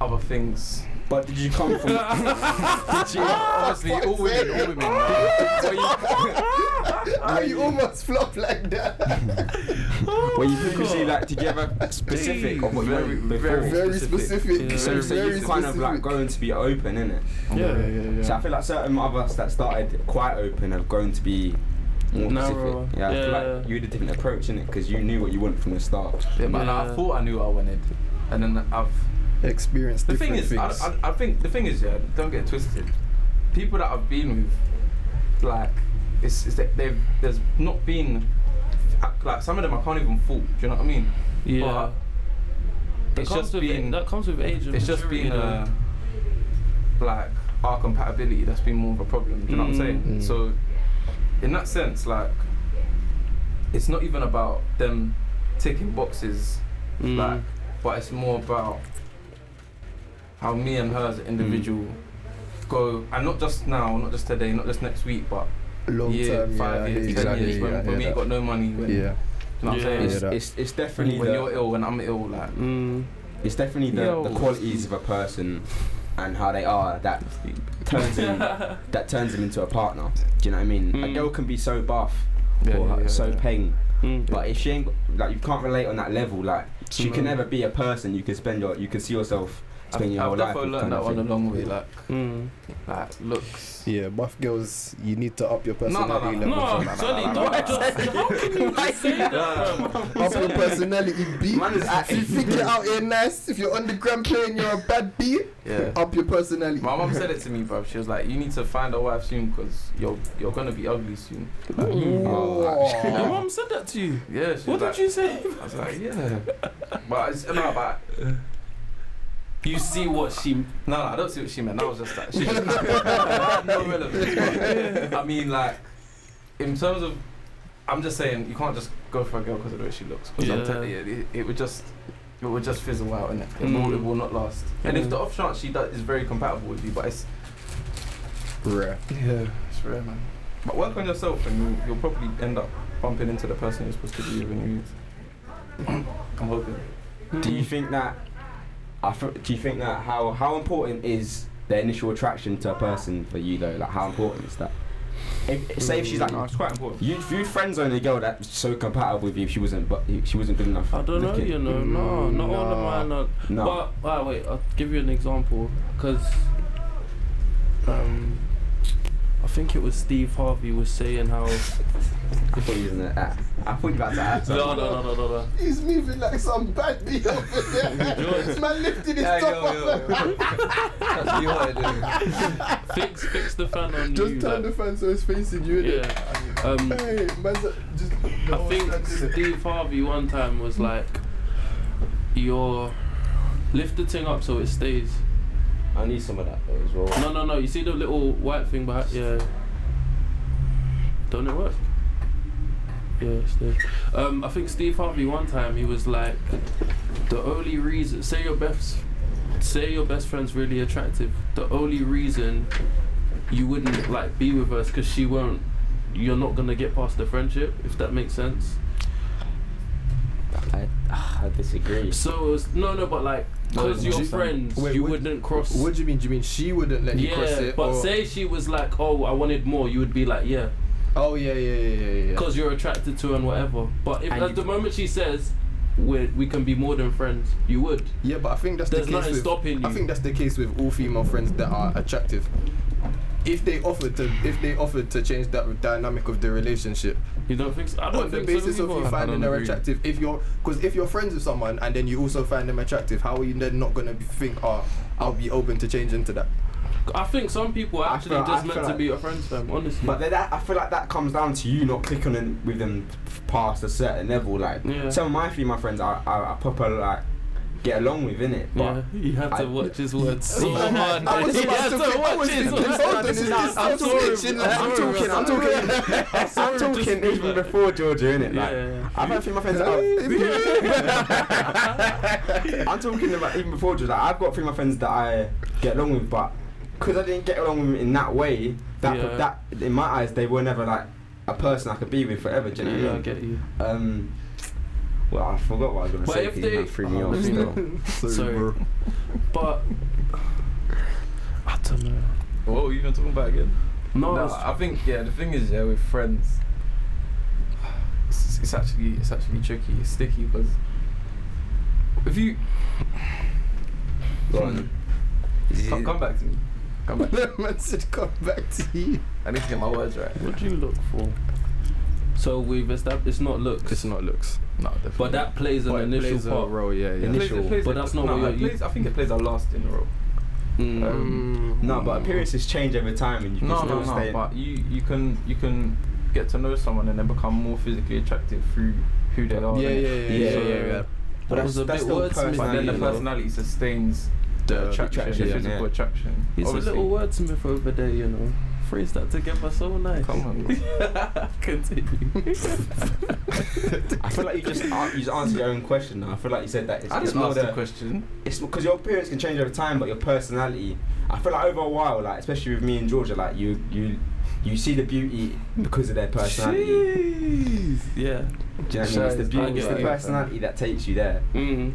S6: other things.
S5: But did you come from?
S6: Obviously, all women, all women. But you-
S15: How you almost flop like that?
S5: Were you previously like? Did you ever specific of what you
S6: Very,
S5: went before?
S6: very
S15: Very
S6: Specific.
S15: specific.
S3: Yeah.
S5: so, so
S15: Very
S5: you're kind of like
S15: specific.
S5: going to be open, innit?
S3: Yeah.
S5: So I feel like certain of us that started quite open have grown to be more
S3: Narrower.
S5: specific. Yeah, I feel
S3: Yeah.
S5: like you had a different approach in it because you knew what you wanted from the start.
S6: Yeah, but like,
S3: Yeah.
S6: I thought I knew what I wanted, and then I've
S4: Experience
S6: The
S4: different
S6: thing is, I,
S4: things.
S6: I, I think the thing is, yeah, don't get it twisted. People that I've been with, like, it's, it's that they've there's not been, like, some of them I can't even fault. Do you know what I mean?
S3: Yeah.
S6: But
S3: That
S6: it's
S3: comes
S6: just
S3: with a-
S6: been
S3: that comes with age. and
S6: it's just
S3: maturity,
S6: been uh, like our compatibility that's been more of a problem. Do you know what I'm saying?
S3: Mm.
S6: So, in that sense, like, it's not even about them ticking boxes
S3: though. Mm.
S6: like, but it's more about how me and her as an individual
S4: Mm.
S6: go, and not just now, not just today, not just next week, but
S4: Long
S6: year,
S4: term,
S6: five
S4: yeah,
S6: years,
S4: exactly,
S6: ten years, when,
S4: yeah,
S6: when we
S4: yeah,
S6: ain't got no money, when,
S4: yeah.
S6: you know what I'm
S3: Yeah.
S6: saying?
S4: Yeah,
S5: It's,
S4: that-
S5: it's, it's
S6: when
S5: definitely
S6: you're
S5: the,
S6: ill, when I'm ill, like,
S3: Mm.
S5: it's definitely the, the
S3: Yo.
S5: qualities of a person and how they are that turns them that turns them into a partner. Do you know what I mean? A
S3: Mm.
S5: girl can be so buff
S6: Yeah,
S5: or
S6: yeah, yeah,
S5: so
S6: yeah.
S5: peng,
S3: Mm.
S5: but if she ain't like you can't relate on that level. Like she can
S3: No.
S5: never be a person you can spend your you can see yourself
S6: I've,
S5: spending your
S6: I've
S5: whole life.
S6: definitely
S5: with
S6: learned
S5: kind
S6: that
S5: of
S6: one
S5: thing.
S6: along the way, like,
S3: Mm.
S6: like looks.
S4: Yeah, buff girls, you need to up your
S6: No, no, no,
S4: personality
S6: no,
S4: level.
S3: No, Johnny, don't just. How can you just say that? bro?
S4: Up your personality, B.
S5: Man is acting.
S4: If you think you're out here nice, if you're on the gram playing, you're a bad B.
S6: Yeah.
S4: Up your personality.
S6: My mum said it to me, bro. She was like, "You need to find a wife soon, cause you're you're gonna be ugly soon."
S3: Your
S4: Whoa.
S3: mum said that to you.
S6: Yeah. She
S3: What
S6: was
S3: did you say?
S6: I was like, "Yeah," but it's, no, but Mm.
S3: You see what she.
S6: No, no, I don't see what she meant. That was just that. She no relevance. But, I mean, like, in terms of, I'm just saying, you can't just go for a girl because of the way she looks. Because
S3: Yeah.
S6: I'm telling you, it, it would just, it would just fizzle out, innit? It,
S3: Mm.
S6: will, it will not last. And
S3: Yeah.
S6: if the off chance she does, is very compatible with you, but it's
S4: Rare.
S6: yeah, it's rare, man. But work on yourself, and you, you'll probably end up bumping into the person you're supposed to be with in your youth. I'm hoping.
S5: Do you think that? I fr- do you think that how how important is the initial attraction to a person for you though? Like how important is that? If, say if she's like
S6: No, it's quite important.
S5: you, if you friend zone a girl that's so compatible with you, if she wasn't but if she wasn't good enough.
S3: I don't know,
S5: looking. Mm-hmm.
S3: you know. No, not all
S4: Nah.
S3: of mine are.
S5: No.
S3: But ah, wait, I'll give you an example because um, I think it was Steve Harvey was saying how
S5: I thought you was gonna add. I thought you were about to add.
S3: no no
S5: something.
S3: no no no no.
S15: He's moving like some bad B over there. This man lifted his
S16: Hey,
S15: top
S16: yo,
S15: up.
S16: yo, yo. That's you what I do.
S3: fix fix the fan on
S15: Just
S3: you.
S15: turn the
S3: like,
S15: fan so it's facing you. innit?
S3: yeah. Um,
S15: Hey, man's a- just.
S3: I think Steve Harvey one time was like, "Your lift the thing up so it stays."
S5: I need some of that though as well.
S3: No no no. You see the little white thing behind? Yeah. Don't it work? Yeah, it stays. Um, I think Steve Harvey one time he was like, the only reason say your best say your best friend's really attractive. The only reason you wouldn't like be with us because she won't. You're not gonna get past the friendship if that makes sense.
S5: I, ah, I disagree.
S3: So it was, no, no, but like because
S6: No,
S3: you're
S6: just-
S3: friends,
S4: Wait,
S3: you
S4: would-
S3: wouldn't cross.
S4: What do you mean? Do you mean she wouldn't let you
S3: yeah,
S4: cross it? Oh.
S3: but
S4: or-
S3: say she was like, "Oh, I wanted more," you would be like, "Yeah,"
S4: Oh yeah, yeah, yeah, yeah, yeah.
S3: because you're attracted to her and whatever. But if
S5: And
S3: at
S5: you-
S3: the moment she says, we're, we can be more than friends, you would.
S4: Yeah, but I think that's
S3: There's
S4: the case.
S3: nothing
S4: With,
S3: stopping
S4: I
S3: you.
S4: think that's the case with all female friends that are attractive. If they offered to, if they offered to change that dynamic of the relationship
S3: You don't think so? I
S4: on
S3: don't
S4: the
S3: think
S4: basis
S3: so
S4: of
S3: either.
S4: you finding
S6: don't
S4: her
S6: agree.
S4: attractive, if you're, because if you're friends with someone and then you also find them attractive, how are you then not gonna be- think, oh, I'll be open to changing to that?
S3: I think some people are
S5: I
S3: actually
S5: feel- I
S3: just meant
S5: feel
S3: to
S5: like-
S3: be your friends, fam. Honestly.
S5: But then that, I feel like that comes down to you not clicking in with them past a certain level. Like
S3: Yeah.
S5: some of my female friends, I, I, I proper like get along with in it. But
S3: yeah, he had to
S5: I-
S3: watch his words so hard.
S4: I was
S3: He
S4: about
S3: had
S4: to
S3: to
S4: think- I
S3: watch
S4: was
S3: his
S4: thinking,
S3: words.
S4: hold on, is this
S5: I'm
S4: some
S5: talking,
S4: snitching? Like,
S5: I'm
S4: I'm
S5: talking,
S4: sorry,
S5: I'm talking, I'm talking even before Georgia, innit?
S3: Yeah,
S5: Like,
S3: yeah, yeah.
S5: I've had female friends. that I- I'm talking about even before Georgia. Like, I've got female friends that I get along with, but because I didn't get along with them in that way, that
S3: Yeah.
S5: that in my eyes they were never like a person I could be with forever. Do you know
S3: Yeah, I
S5: what I
S3: get you.
S5: mean? Um, well, I forgot what I was gonna
S3: But
S5: say.
S3: if
S5: 'cause you
S3: they-
S5: kinda threw me
S3: Oh,
S5: off
S3: no.
S5: still.
S3: Sorry. But I don't know.
S6: What were you even talking about again?
S3: No,
S6: No,
S3: it's-
S6: I think yeah. The thing is yeah, with friends, it's, it's actually it's actually tricky. It's sticky because if you
S5: Go on.
S6: come, Hmm. come back to me, come back.
S4: That man said, come back to you.
S6: I need to get my words right.
S3: what do you look for? So we've established it's not looks,
S4: It's not looks.
S6: No, definitely.
S3: but that plays an
S6: But it
S3: initial
S6: plays a
S3: part.
S4: Bro, yeah,
S6: It plays- it
S5: initial-
S6: plays
S3: but
S6: a-
S3: that's not
S6: no,
S3: what
S6: it
S3: you-
S6: plays, I think it plays a last in a row.
S3: Mm.
S6: Um,
S5: No, but appearances change over time, and you can
S6: No,
S5: still
S6: no,
S5: stay.
S6: no. But you you can you can get to know someone and then become more physically attractive through who they are.
S4: Yeah, yeah,
S6: innit?
S4: yeah,
S5: Yeah,
S4: yeah,
S6: So-
S4: yeah, yeah.
S3: That
S5: that's-
S3: was a bit
S5: that's still
S3: wordsmithy.
S6: But then the
S5: you know.
S6: personality sustains
S5: The
S6: the attraction,
S5: attraction,
S6: the
S5: yeah.
S6: physical
S5: Yeah.
S6: attraction. Oh,
S3: He's
S6: Obviously.
S3: a little wordsmith over there, you know. Phrase that together so nice.
S6: Come on.
S3: Continue.
S5: I feel like you just uh, you just answered your own question. Now. I feel like you said that it's,
S6: I
S5: it's
S6: just
S5: more
S6: asked the
S5: the
S6: question.
S5: it's because your appearance can change over time, but your personality. I feel like over a while, like especially with me and Georgia, like you you you see the beauty because of their personality.
S3: Jeez. Yeah.
S5: Do you know what I mean? It's the
S6: Jeez,
S3: I
S5: beauty,
S3: get
S5: it's the
S3: what you're
S5: personality that takes you there.
S3: Mm.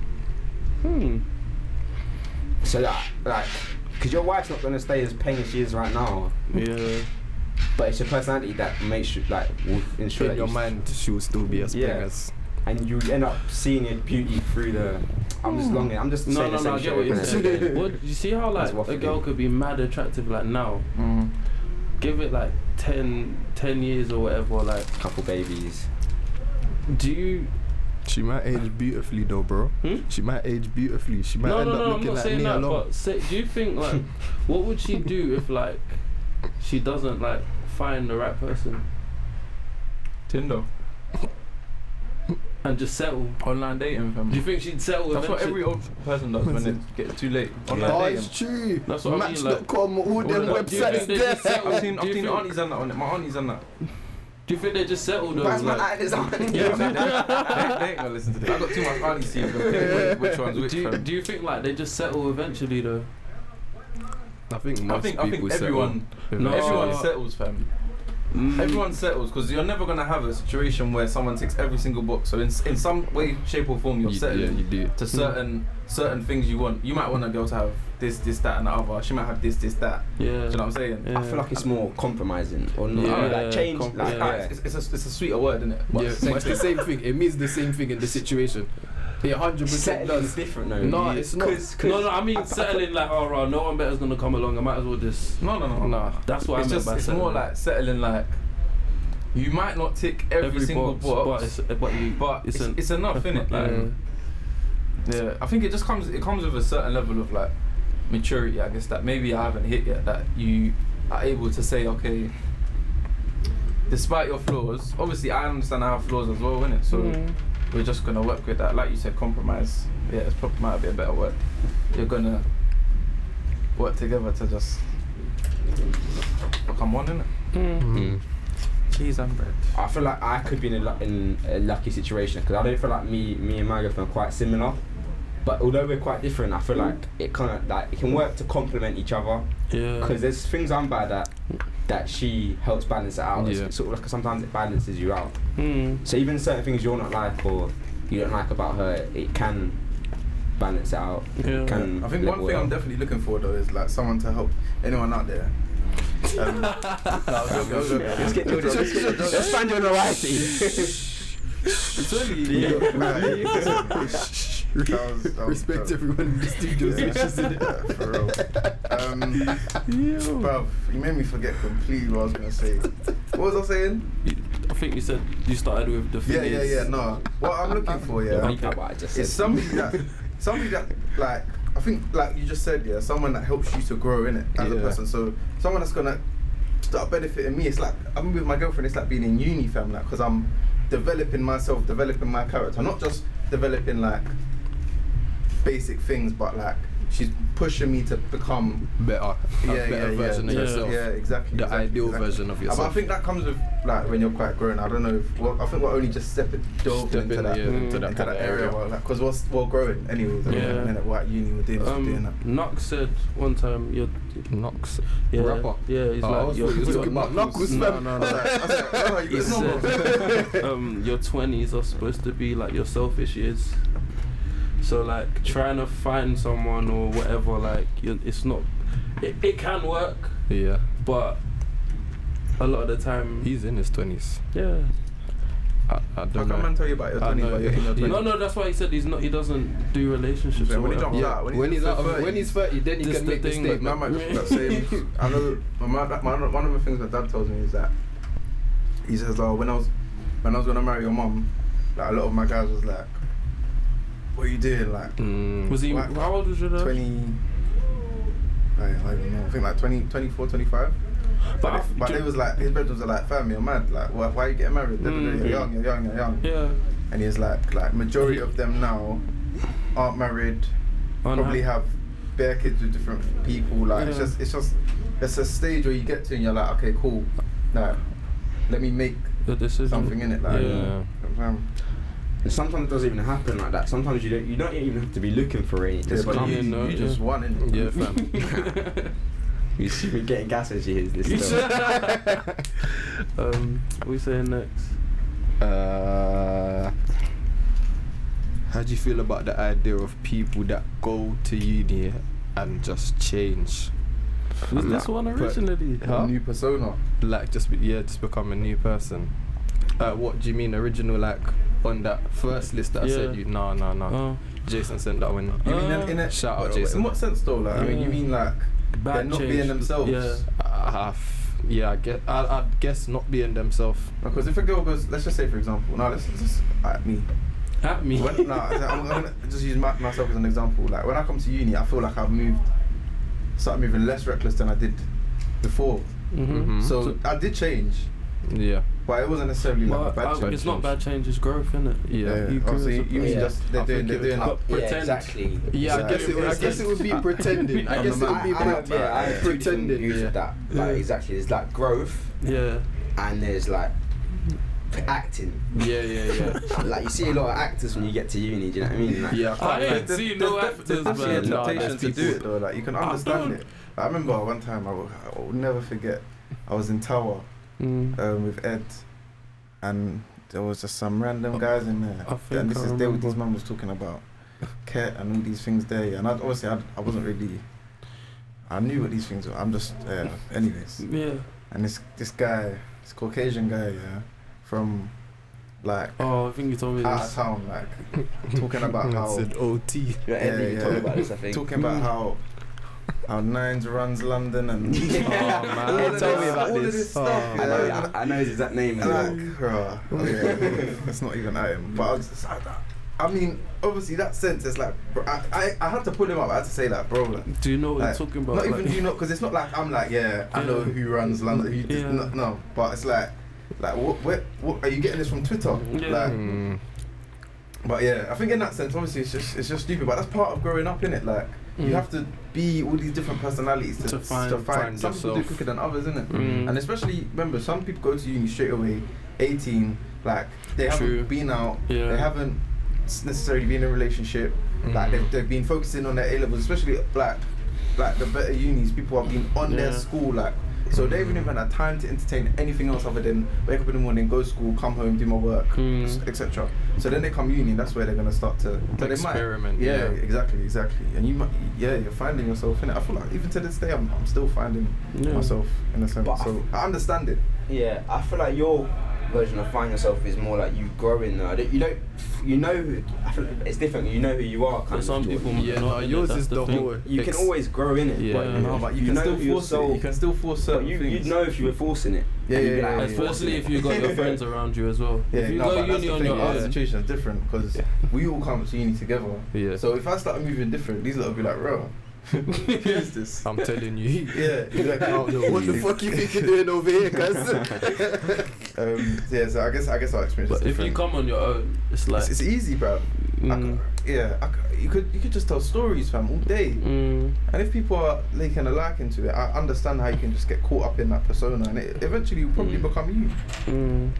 S3: Hmm.
S5: So that like, because your wife's not gonna stay as paying as she is right now,
S3: Yeah.
S5: but it's your personality that makes you like will ensure
S4: In
S5: that
S4: your
S5: you-
S4: mind, she will still be as big
S5: Yeah.
S4: as.
S5: and you end up seeing your beauty through the. I'm just longing. I'm just
S3: No,
S5: saying
S3: no,
S5: the
S3: no.
S5: same
S3: I
S5: shit
S3: get what you're
S5: innit?
S3: saying. What you see how like
S5: That's
S3: a
S5: waffling.
S3: girl could be mad attractive like now.
S6: Mm.
S3: Give it like 10, 10 years or whatever. Like,
S5: Couple babies.
S3: do you?
S17: She might age beautifully though, bro.
S3: Hmm?
S17: She might age beautifully. She might
S3: No,
S17: end
S3: no,
S17: up
S3: no. I'm
S17: looking
S3: not
S17: like
S3: saying
S17: Nia
S3: that.
S17: Long.
S3: But say, do you think like, what would she do if like, she doesn't like find the right person
S6: Tinder.
S3: and just settle?
S6: Online dating, fam.
S3: Do you think she'd settle?
S6: That's what
S3: eventually?
S6: every old person does when it gets too late. Online
S4: Oh,
S6: dating.
S4: it's true.
S3: That's what I mean, like-
S4: Match.com, all them
S3: But do you think
S4: websites
S3: they just
S4: there.
S3: settle?
S6: I've seen,
S3: Do
S6: I've
S3: you
S6: seen
S3: think-
S6: aunties and that on it. My aunties and that.
S3: Do you think they just settle though?
S5: Why's my
S3: like-
S5: light is on?
S6: Yeah, they, they, they ain't gonna listen to this. I got too much aunties here. I'm gonna pick which- Which one's which?
S3: do, you,
S6: fam.
S3: do you think like they just settle eventually though?
S4: I think
S6: I think I think everyone
S3: No.
S6: everyone settles, fam.
S3: Mm.
S6: Everyone settles because you're never gonna have a situation where someone ticks every single box. So in in some way, shape or form, you're settling
S4: do.
S6: to certain certain things you want. You might want a girl to have this, this, that, and the other. She might have this, this, that.
S3: Yeah.
S6: Do you know what I'm saying?
S3: yeah.
S5: I feel like it's more compromising or not.
S3: Yeah,
S5: like change.
S3: comp-
S5: like,
S3: yeah.
S5: alright,
S6: It's, it's, a, it's a sweeter word, isn't it?
S4: Yeah, but it's the same thing. It means the same thing in the situation. It hundred percent
S5: Settling is
S4: does.
S5: different though.
S4: No, it's not.
S5: Cause, 'cause-
S3: No, no, I mean settling like, all right, no one better's gonna come along. I might as well just.
S6: No, no, no, no.
S3: That's what
S6: it's
S3: I meant
S6: just
S3: by
S6: it's
S3: settling.
S6: more like settling. Like you might not tick every, single box,
S3: but it's, but you,
S6: but it's,
S3: an-
S6: it's enough, innit? Mm. Like,
S3: yeah.
S6: Yeah, I think it just comes. It comes with a certain level of like maturity, I guess. That maybe I haven't hit yet. That you are able to say, okay, despite your flaws, obviously I understand I have flaws as well, innit? So we're just gonna work with that. Like you said, compromise. Yeah, it's probably might be a better word. You're gonna work together to just become one, innit?
S5: Mm.
S6: Cheese and bread.
S5: I feel like I could be in a, lu- in a lucky situation because I don't feel like me, me and my girlfriend are quite similar. But although we're quite different, I feel
S3: Mm.
S5: like it kind of like it can work to complement each other.
S3: yeah.
S5: because there's things I'm bad at that she helps balance it out. It's sort of like sometimes it balances you out.
S3: Mm.
S5: So even certain things you're not like or you don't like about her, it can balance it out.
S3: Yeah.
S5: It can
S18: I think one
S5: level
S18: thing
S5: it
S18: I'm
S5: out.
S18: definitely looking for though is like someone to help anyone out there. Um, no, I was joking, I was joking.
S5: Let's get Georgia. Let's find your variety.
S3: It's only
S6: That was- that was
S4: Respect
S6: dope.
S4: everyone in the studios.
S6: Yeah.
S4: which is in it.
S6: Yeah, for real. Um, bruv, you made me forget completely what I was gonna say. What was I saying?
S3: I think you said you started with the
S6: Yeah,
S3: thing
S6: yeah,
S3: is-
S6: yeah. No, what I'm looking for,
S5: Yeah,
S6: yeah,
S5: I know what I just said.
S6: it's somebody that, somebody that, like, I think, like you just said, yeah, someone that helps you to grow in it as a
S3: Yeah.
S6: person. So someone that's gonna start benefiting me. It's like I'm with my girlfriend. It's like being in uni, fam, like, cause I'm developing myself, developing my character, not just developing like basic things, but like she's pushing me to become
S4: Better. A
S6: Yeah,
S4: better
S6: yeah,
S4: version of
S3: yeah.
S4: yourself.
S6: yeah, exactly.
S4: The
S6: exactly,
S4: ideal
S6: exactly.
S4: version of
S6: Uh, but I
S4: yourself.
S6: think that comes with like when you're quite grown. I don't know. If, well, I think we're only just stepping delving
S4: Step
S6: into,
S4: in,
S6: that,
S4: yeah,
S6: into
S4: into
S6: that
S4: that
S6: into that
S4: kinda
S6: area
S4: area.
S6: because we're s- we're growing anyways. Yeah.
S3: Yeah.
S6: And then at we're at uni, we're doing, this, we're doing
S3: Um,
S6: that.
S3: Knox said one time, "You're
S13: Knox.
S3: yeah,
S5: Rapper.
S3: yeah." He's
S4: Oh, I
S3: like,
S4: was
S3: "You're,
S4: thought you was
S3: you're
S4: talking about knuckles,
S3: no,
S4: fam.
S3: no,
S6: I was
S3: no."
S6: like, I was like, oh, you
S3: He
S6: got
S3: said,
S4: uh,
S3: um, your twenties are supposed to be like your selfish years. So like trying to find someone or whatever, like you it's not. It, it can work,
S13: Yeah.
S3: but a lot of the time,
S13: He's in his twenties.
S3: yeah.
S13: I, I
S6: How
S13: don't
S6: can man
S13: know.
S6: tell you about your
S13: I
S6: twenties,
S13: know,
S6: but you're in your
S13: yeah.
S6: twenties?
S3: No, no, that's why he said he's not. He doesn't do relationships.
S6: Yeah,
S3: or
S6: when he
S3: whatever.
S6: jumps out, when he's,
S4: When he's out of,
S6: 30,
S4: when he's 30, then he
S3: This
S4: can
S3: the
S4: make the
S3: thing,
S4: statement.
S3: like,
S6: My man just saying, I know. My, my, my, one of the things my dad tells me is that he says, "Oh, when I was when I was gonna marry your mum, like a lot of my guys was like, what are you doing? Like
S4: Hmm.
S13: Mm,
S3: Was he?
S6: Like,
S3: how old was your dad?
S6: 20." I, I don't know. I think like 20, 24, 25. But,
S3: But,
S6: if- but it was like his bedrooms are like, fam, you're mad. Like, why, why are you getting married? Da, da, da, You're
S3: Mm.
S6: young, you're young, you're young.
S3: yeah.
S6: And he's like, like majority of them now aren't married, probably
S3: unhappy.
S6: have bare kids with different people. Like it's
S3: Yeah.
S6: just it's just it's a stage where you get to and you're like, okay, cool. Like, let me make
S3: the decision.
S6: something in it. Like,
S3: yeah.
S6: um,
S5: And sometimes it doesn't even happen like that. Sometimes you don't you don't even have to be looking for it. It
S6: yeah,
S5: just
S6: but
S5: comes.
S6: you,
S3: yeah, no,
S6: you just
S3: yeah.
S6: won it.
S3: Yeah, fam.
S5: You see me getting gas as you hear this stuff.
S3: um, what we saying next?
S4: Uh, how do you feel about the idea of people that go to uni and just change?
S3: Was
S4: And
S3: this
S4: that-
S3: one
S4: but-
S3: originally?
S4: Huh?
S6: New persona.
S4: Like just be, yeah, just become a new person. Uh, what do you mean original? Like on that first list that I
S3: Yeah.
S4: said you no no no.
S3: Oh,
S4: Jason sent that one.
S6: You mean in, in a,
S4: Shout out
S6: but
S4: Jason.
S6: In what sense though? Like, I mean,
S3: Yeah.
S6: you mean like
S3: bad
S6: they're not
S3: change.
S6: being themselves.
S3: Yeah.
S4: I have Ah, yeah I guess I, I guess not being themselves.
S6: Because if a girl goes, let's just say for example, now let's just at me.
S3: At me. Mm-hmm.
S6: When, nah, I'm, I'm gonna just use my, myself as an example. Like when I come to uni, I feel like I've moved, started moving less reckless than I did before.
S3: Mm-hmm.
S4: Mhm.
S6: Hmm? So,
S3: So-
S6: I did change,
S4: yeah.
S6: but it wasn't necessarily like a
S3: But
S6: bad
S3: I-
S6: change.
S3: it's not bad change, it's growth, isn't it?
S4: Yeah.
S6: Yeah,
S3: You
S6: oh,
S3: grew
S6: so
S3: as
S6: you,
S3: a
S6: you mean
S5: person.
S6: just they're
S4: I
S6: doing
S4: think
S6: they're
S4: it
S3: would-
S6: doing like
S3: Yeah,
S5: Yeah,
S3: pretend.
S5: exactly.
S4: Yeah, I
S6: Exactly.
S4: guess it. would- I guess it would be pretending. I
S6: I'm
S4: guess
S6: a
S4: it would
S6: man.
S4: be
S6: I'm a-
S4: pre-
S6: yeah, I
S5: two different
S4: pretending,
S5: views
S4: yeah.
S5: of that. Like,
S3: Yeah.
S5: exactly. There's like growth
S3: Yeah.
S5: and there's like p- acting.
S4: Yeah, yeah, yeah.
S5: like you see a lot of actors when you get to uni. Do you know what I mean? Like,
S4: Yeah, I
S3: I
S4: can't lie.
S3: ain't seen no actors,
S6: There's actually a
S3: man.
S4: no,
S6: temptation
S4: there's
S6: to do
S4: people-
S6: it though. Like you can
S3: I
S6: understand
S3: don't-
S6: it. I remember one time I will, I will never forget. I was in Tower
S3: Mm.
S6: um, with Ed, and there was just some random guys in there.
S3: Oh, I think
S6: and this
S3: I
S6: is there.
S3: remember.
S6: This man was talking about cat and all these things there, and I, obviously I, I wasn't really. I knew what these things were. I'm just, uh, anyways.
S3: Yeah.
S6: And this this guy, this Caucasian guy, yeah, from like
S3: Oh, I think you told me
S6: out of
S3: this.
S6: town, like talking about how
S4: said OT.
S5: yeah,
S6: yeah,
S5: Eddie, you told me
S6: yeah.
S5: about this, I think.
S6: talking about how how Nines runs London and
S5: Yeah.
S6: all
S4: man.
S6: of
S5: Tell me
S6: this-
S5: about
S6: all of
S5: this.
S6: this stuff.
S4: Oh,
S5: I know,
S6: yeah.
S5: I know his exact name. as
S6: And
S5: well.
S6: I'm like, bruh, okay, it's not even at him. But I was just like, that- I mean, obviously that sense is like, bro, I, I I had to pull him up. I had to say like, bro, like,
S3: Do you know what
S6: Like,
S3: you're talking about?
S6: not
S3: Like-
S6: even you know, because it's not like I'm like, yeah, I know
S3: Yeah.
S6: who runs London. Who does,
S3: Yeah.
S6: no, no, but it's like, like what, where, what are you getting this from Twitter?
S3: Yeah.
S6: Like,
S13: mm,
S6: But yeah, I think in that sense, obviously, it's just it's just stupid. But that's part of growing up, in it. Like you
S3: Mm.
S6: have to be all these different personalities to,
S3: To find-
S4: find
S6: Some people do
S4: yourself.
S6: quicker than others, isn't it?
S3: Mm.
S6: And especially remember, some people go to uni straight away, eighteen. Like they
S3: True.
S6: haven't been out.
S3: Yeah. Mm.
S6: They haven't s- necessarily been in a relationship. Like they've, they've been focusing on their A levels, especially like like the better unis. People have been on their
S3: Yeah.
S6: school like. So they haven't even had time to entertain anything else other than wake up in the morning, go to school, come home, do my work,
S3: Mm.
S6: s- etc. So then they come uni, that's where they're gonna start to so they might-
S13: Experiment,
S6: yeah,
S13: yeah.
S6: exactly, exactly. And you, might, yeah, you're finding yourself in it. I feel like even to this day, I'm, I'm still finding
S3: Yeah.
S6: myself in a sense.
S5: But I-
S6: so I understand it.
S5: Yeah, I feel like you're version of find yourself is more like you growing now. That You don't, you know, who- I feel like it's different. You know who you are. Kind
S3: For
S5: of
S3: some
S5: Jordan.
S3: people,
S14: Yeah,
S3: might
S14: no,
S3: not,
S14: yours
S3: that's
S14: is the
S3: thing.
S14: whole-
S5: you can
S3: Ex-
S5: always grow in it.
S3: Yeah.
S5: but,
S3: No,
S5: but
S6: but
S5: you,
S6: you can
S5: know
S6: still
S5: who your
S6: force it.
S5: soul.
S6: You can still force
S5: but
S6: certain
S5: you,
S6: things.
S5: you'd know if you were forcing it.
S6: Yeah,
S5: And you'd be
S6: yeah,
S5: like,
S6: yeah,
S5: "I'm
S6: yeah.
S5: forcing
S3: Especially
S5: it."
S3: if you got your friends around you as well.
S6: Yeah,
S3: if you
S6: no,
S3: go
S6: but that's
S3: uni
S6: the
S3: on
S6: thing.
S3: your
S6: Our
S3: own,
S6: situation is different because we all come to uni together.
S3: yeah.
S6: So if I start moving different, these lot will be like, bro, what is this?
S3: I'm telling you.
S6: Yeah, exactly.
S12: Oh, no, what the fuck you think you're doing over here, cuz?
S6: Um, yeah, so I guess I guess our experience.
S3: But
S6: is
S3: if you
S6: different.
S3: come on your own, it's like.
S6: it's, it's easy, bro. I c
S3: mm,
S6: yeah, I c you could you could just tell stories, fam, all day.
S3: mm,
S6: And if people are liking a like into it, I understand how you can just get caught up in that persona, and it eventually will probably
S3: Mm.
S6: become you.
S3: mm.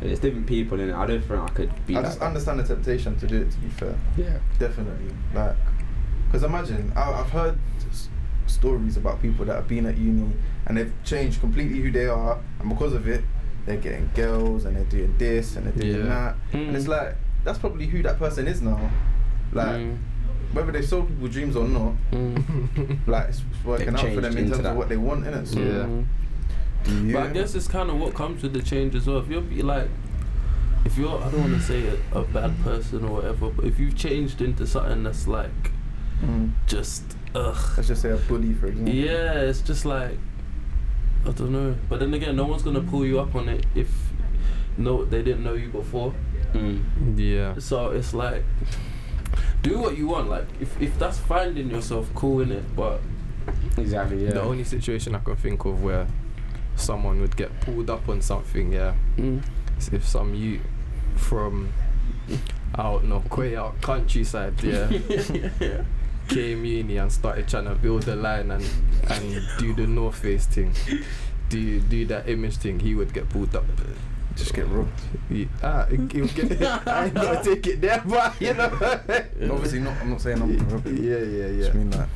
S5: There's different people in it. I don't think I could be.
S6: I
S5: like
S6: just
S5: that.
S6: understand the temptation to do it. To be fair,
S5: Yeah.
S6: definitely. Like, because imagine I, I've heard s- stories about people that have been at uni and they've changed completely who they are, and because of it, they're getting girls and they're doing this and they're doing
S3: Yeah.
S6: that, and it's like that's probably who that person is now. Like,
S3: Mm,
S6: whether they've sold people dreams or not,
S3: mm,
S6: like it's working
S5: They've
S6: out for
S5: changed
S6: them in
S5: into
S6: terms
S5: that.
S6: of what they want, innit? So,
S3: mm.
S6: yeah.
S3: But I guess it's kind of what comes with the change as well. If you're be like, if you're, I don't want to say a, a bad person or whatever, but if you've changed into something that's like
S6: Mm.
S3: just ugh,
S6: let's just say a bully, for example.
S3: yeah, it's just like I don't know. But then again, no one's gonna pull you up on it if no they didn't know you before.
S5: Mm.
S13: Yeah.
S3: So it's like do what you want. Like if if that's finding yourself, cool in it. But
S5: Exactly. Yeah.
S13: The only situation I can think of where someone would get pulled up on something, yeah, is if some you from I don't know, way out countryside, yeah, came uni and started trying to build a line and and do the North Face thing, do do that image thing, he would get pulled up.
S6: Just get robbed.
S13: He, ah, he would get. I ain't gonna take it there, but you know.
S6: Obviously, not. I'm not saying I'm robbed.
S13: yeah, yeah,
S6: Just
S13: yeah.
S6: mean like,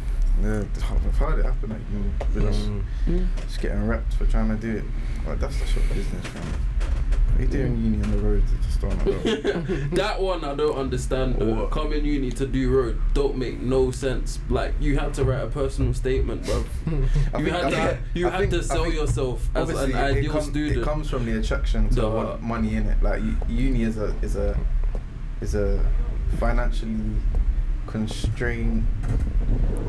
S6: yeah, I've heard it happen. Like, you know, with us
S13: Mm,
S6: just getting wrapped for trying to do it. Like, that's the short business, man. What are you doing uni on the road to just don't know.
S3: that one I don't understand. Though.
S6: What?
S3: Coming uni to do road don't make no sense. Like you had to write a personal statement, bro.
S6: I
S3: You
S6: think- I
S3: had to
S6: think-
S3: you
S6: I
S3: had
S6: think-
S3: to
S6: I
S3: sell
S6: think
S3: yourself as
S6: Obviously,
S3: an
S6: it,
S3: ideal
S6: come, it
S3: student.
S6: comes from the attraction to
S3: The-
S6: want money in it. Like, u- uni is a is a is a financially constrained.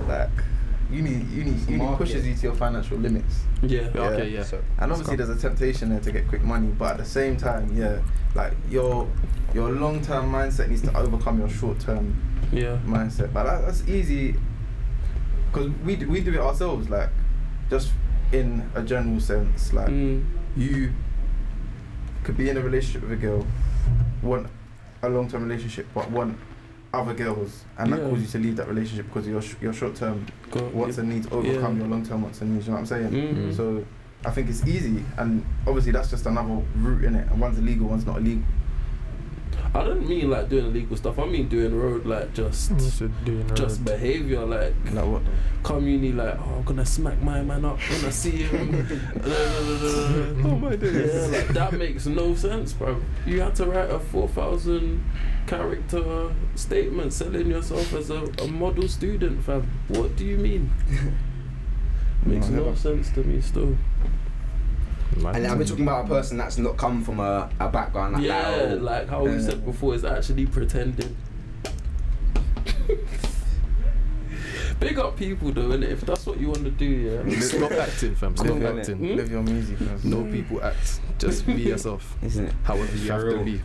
S6: Like, uni uni uni
S5: Market.
S6: pushes you to your financial limits.
S3: Yeah.
S13: Yeah, okay, yeah.
S6: So, and obviously, there's a temptation there to get quick money, but at the same time, yeah, like your your long term mindset needs to overcome your short term
S3: Yeah.
S6: mindset. But that, that's easy because we do, we do it ourselves, like just in a general sense. Like
S3: Mm.
S6: you could be in a relationship with a girl, want a long term relationship, but want other girls, and that
S3: Yeah.
S6: causes you to leave that relationship because your sh- your short term
S3: Go-
S6: wants and needs overcome
S3: Yeah.
S6: your long term wants and needs. You know what I'm saying?
S3: Mhm.
S6: So I think it's easy, and obviously that's just another route in it. And one's illegal, one's not illegal.
S3: I don't mean like doing illegal stuff. I mean doing road like just
S4: Mm.
S3: just behavior like
S6: Like what?
S3: community like oh I'm gonna smack my man up when I see him. oh my
S6: days.
S3: Yeah, like that makes no sense, bro. You had to write a four thousand character statement selling yourself as a, a model student, fam. What do you mean? makes
S6: No,
S3: no,
S6: never.
S3: sense to me still.
S5: And I'm talking about a person that's not come from a, a background like that.
S3: yeah,
S5: or-
S3: like how we
S6: Yeah.
S3: said before, it's actually pretending. Big up people though, innit? If that's what you want to do, yeah.
S13: Stop acting, fam. Stop
S6: Live,
S13: acting.
S3: Hmm?
S6: live your music.
S4: Hmm?
S6: man.
S13: No people act. Just be yourself.
S5: isn't it?
S13: However you
S5: For
S13: have
S5: real.
S13: to be.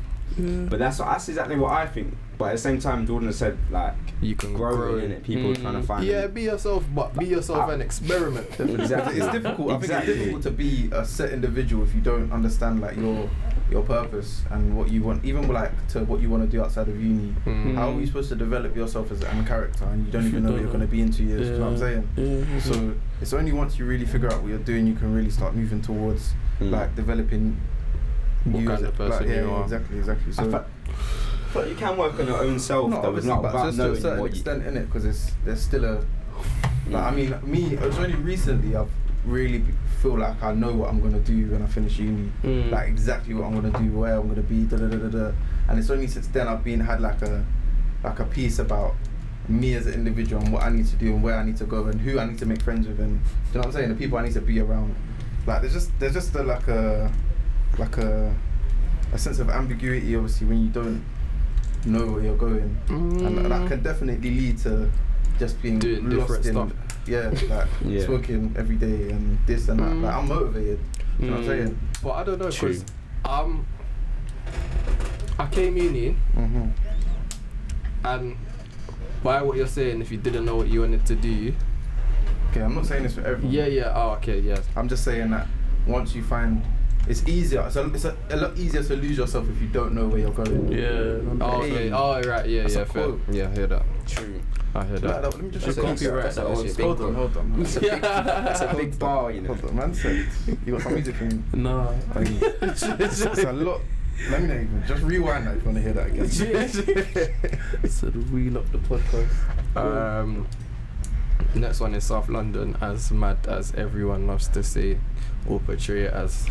S5: But that's what, that's exactly what I think. But at the same time, Jordan has said like
S13: You can
S5: growing
S13: grow
S5: in
S13: in
S5: it, people
S3: Mm.
S5: trying to find.
S14: Yeah, be yourself, but be yourself and experiment.
S5: exactly.
S6: It's difficult. I think
S5: Exactly.
S6: it's difficult to be a set individual if you don't understand like your your purpose and what you want, even like to what you want to do outside of uni.
S4: Hmm.
S13: Mm.
S6: How are you supposed to develop yourself as a character and you don't
S3: If you
S6: even know what
S3: don't
S6: you're
S3: know.
S6: going to be in two years? You know what I'm
S3: Yeah.
S6: saying?
S3: Yeah.
S6: So it's only once you really figure out what you're doing, you can really start moving towards
S5: Mm.
S6: like developing
S13: What
S6: you
S13: kind
S6: as a-
S13: of person
S6: like, yeah,
S13: you
S6: yeah,
S13: are.
S6: Exactly, exactly. So
S5: I fe- but you can work on your own self.
S6: not
S5: though. It's
S6: obviously,
S5: not
S6: but
S5: about
S6: just to a
S5: knowing
S6: certain
S5: what you. Mm.
S6: extent in it because it's there's still a. Like, I mean, me. It's only recently I've really be- feel like I know what I'm gonna do when I finish uni.
S3: Mm.
S6: Like exactly what I'm gonna do, where I'm gonna be, da da da da da. And it's only since then I've been had like a like a piece about me as an individual and what I need to do and where I need to go and who I need to make friends with and do you know what I'm saying? The people I need to be around. Like there's just there's just a, like a like a a sense of ambiguity obviously when you don't know where you're going and that- that can definitely lead to just being
S4: Doing
S6: lost
S4: Mm. different
S6: in
S4: stuff.
S6: yeah like
S5: Yeah.
S6: smoking every day and this and that like I'm motivated you know what I'm saying
S4: But I don't know
S19: True.
S4: because um, I came uni
S6: mm-hmm.
S4: and by what you're saying, if you didn't know what you wanted to do,
S6: okay I'm not saying this for everyone
S4: yeah, yeah, oh, okay, yes,
S6: I'm just saying that once you find it's easier it's, a, it's a, a lot easier to lose yourself if you don't know where you're going
S4: yeah, oh, okay,
S6: Hey.
S4: oh, right, yeah,
S6: That's a
S4: yeah, fair,
S6: quote.
S4: yeah, I hear that,
S5: True.
S4: I hear
S6: Like,
S4: that.
S6: let me just
S5: That's
S6: check
S5: a-
S6: on-
S5: that's a- that's a
S6: hold on,
S5: big
S6: hold on, hold on.
S5: That's a big bar, you know.
S6: Hold on, man said you got some music for me.
S4: No,
S6: it's a lot. Let me know. Even. Just rewind that if you want to hear that again.
S4: so to wheel up the podcast. Um, next one is South London, as mad as everyone loves to say or portray it as,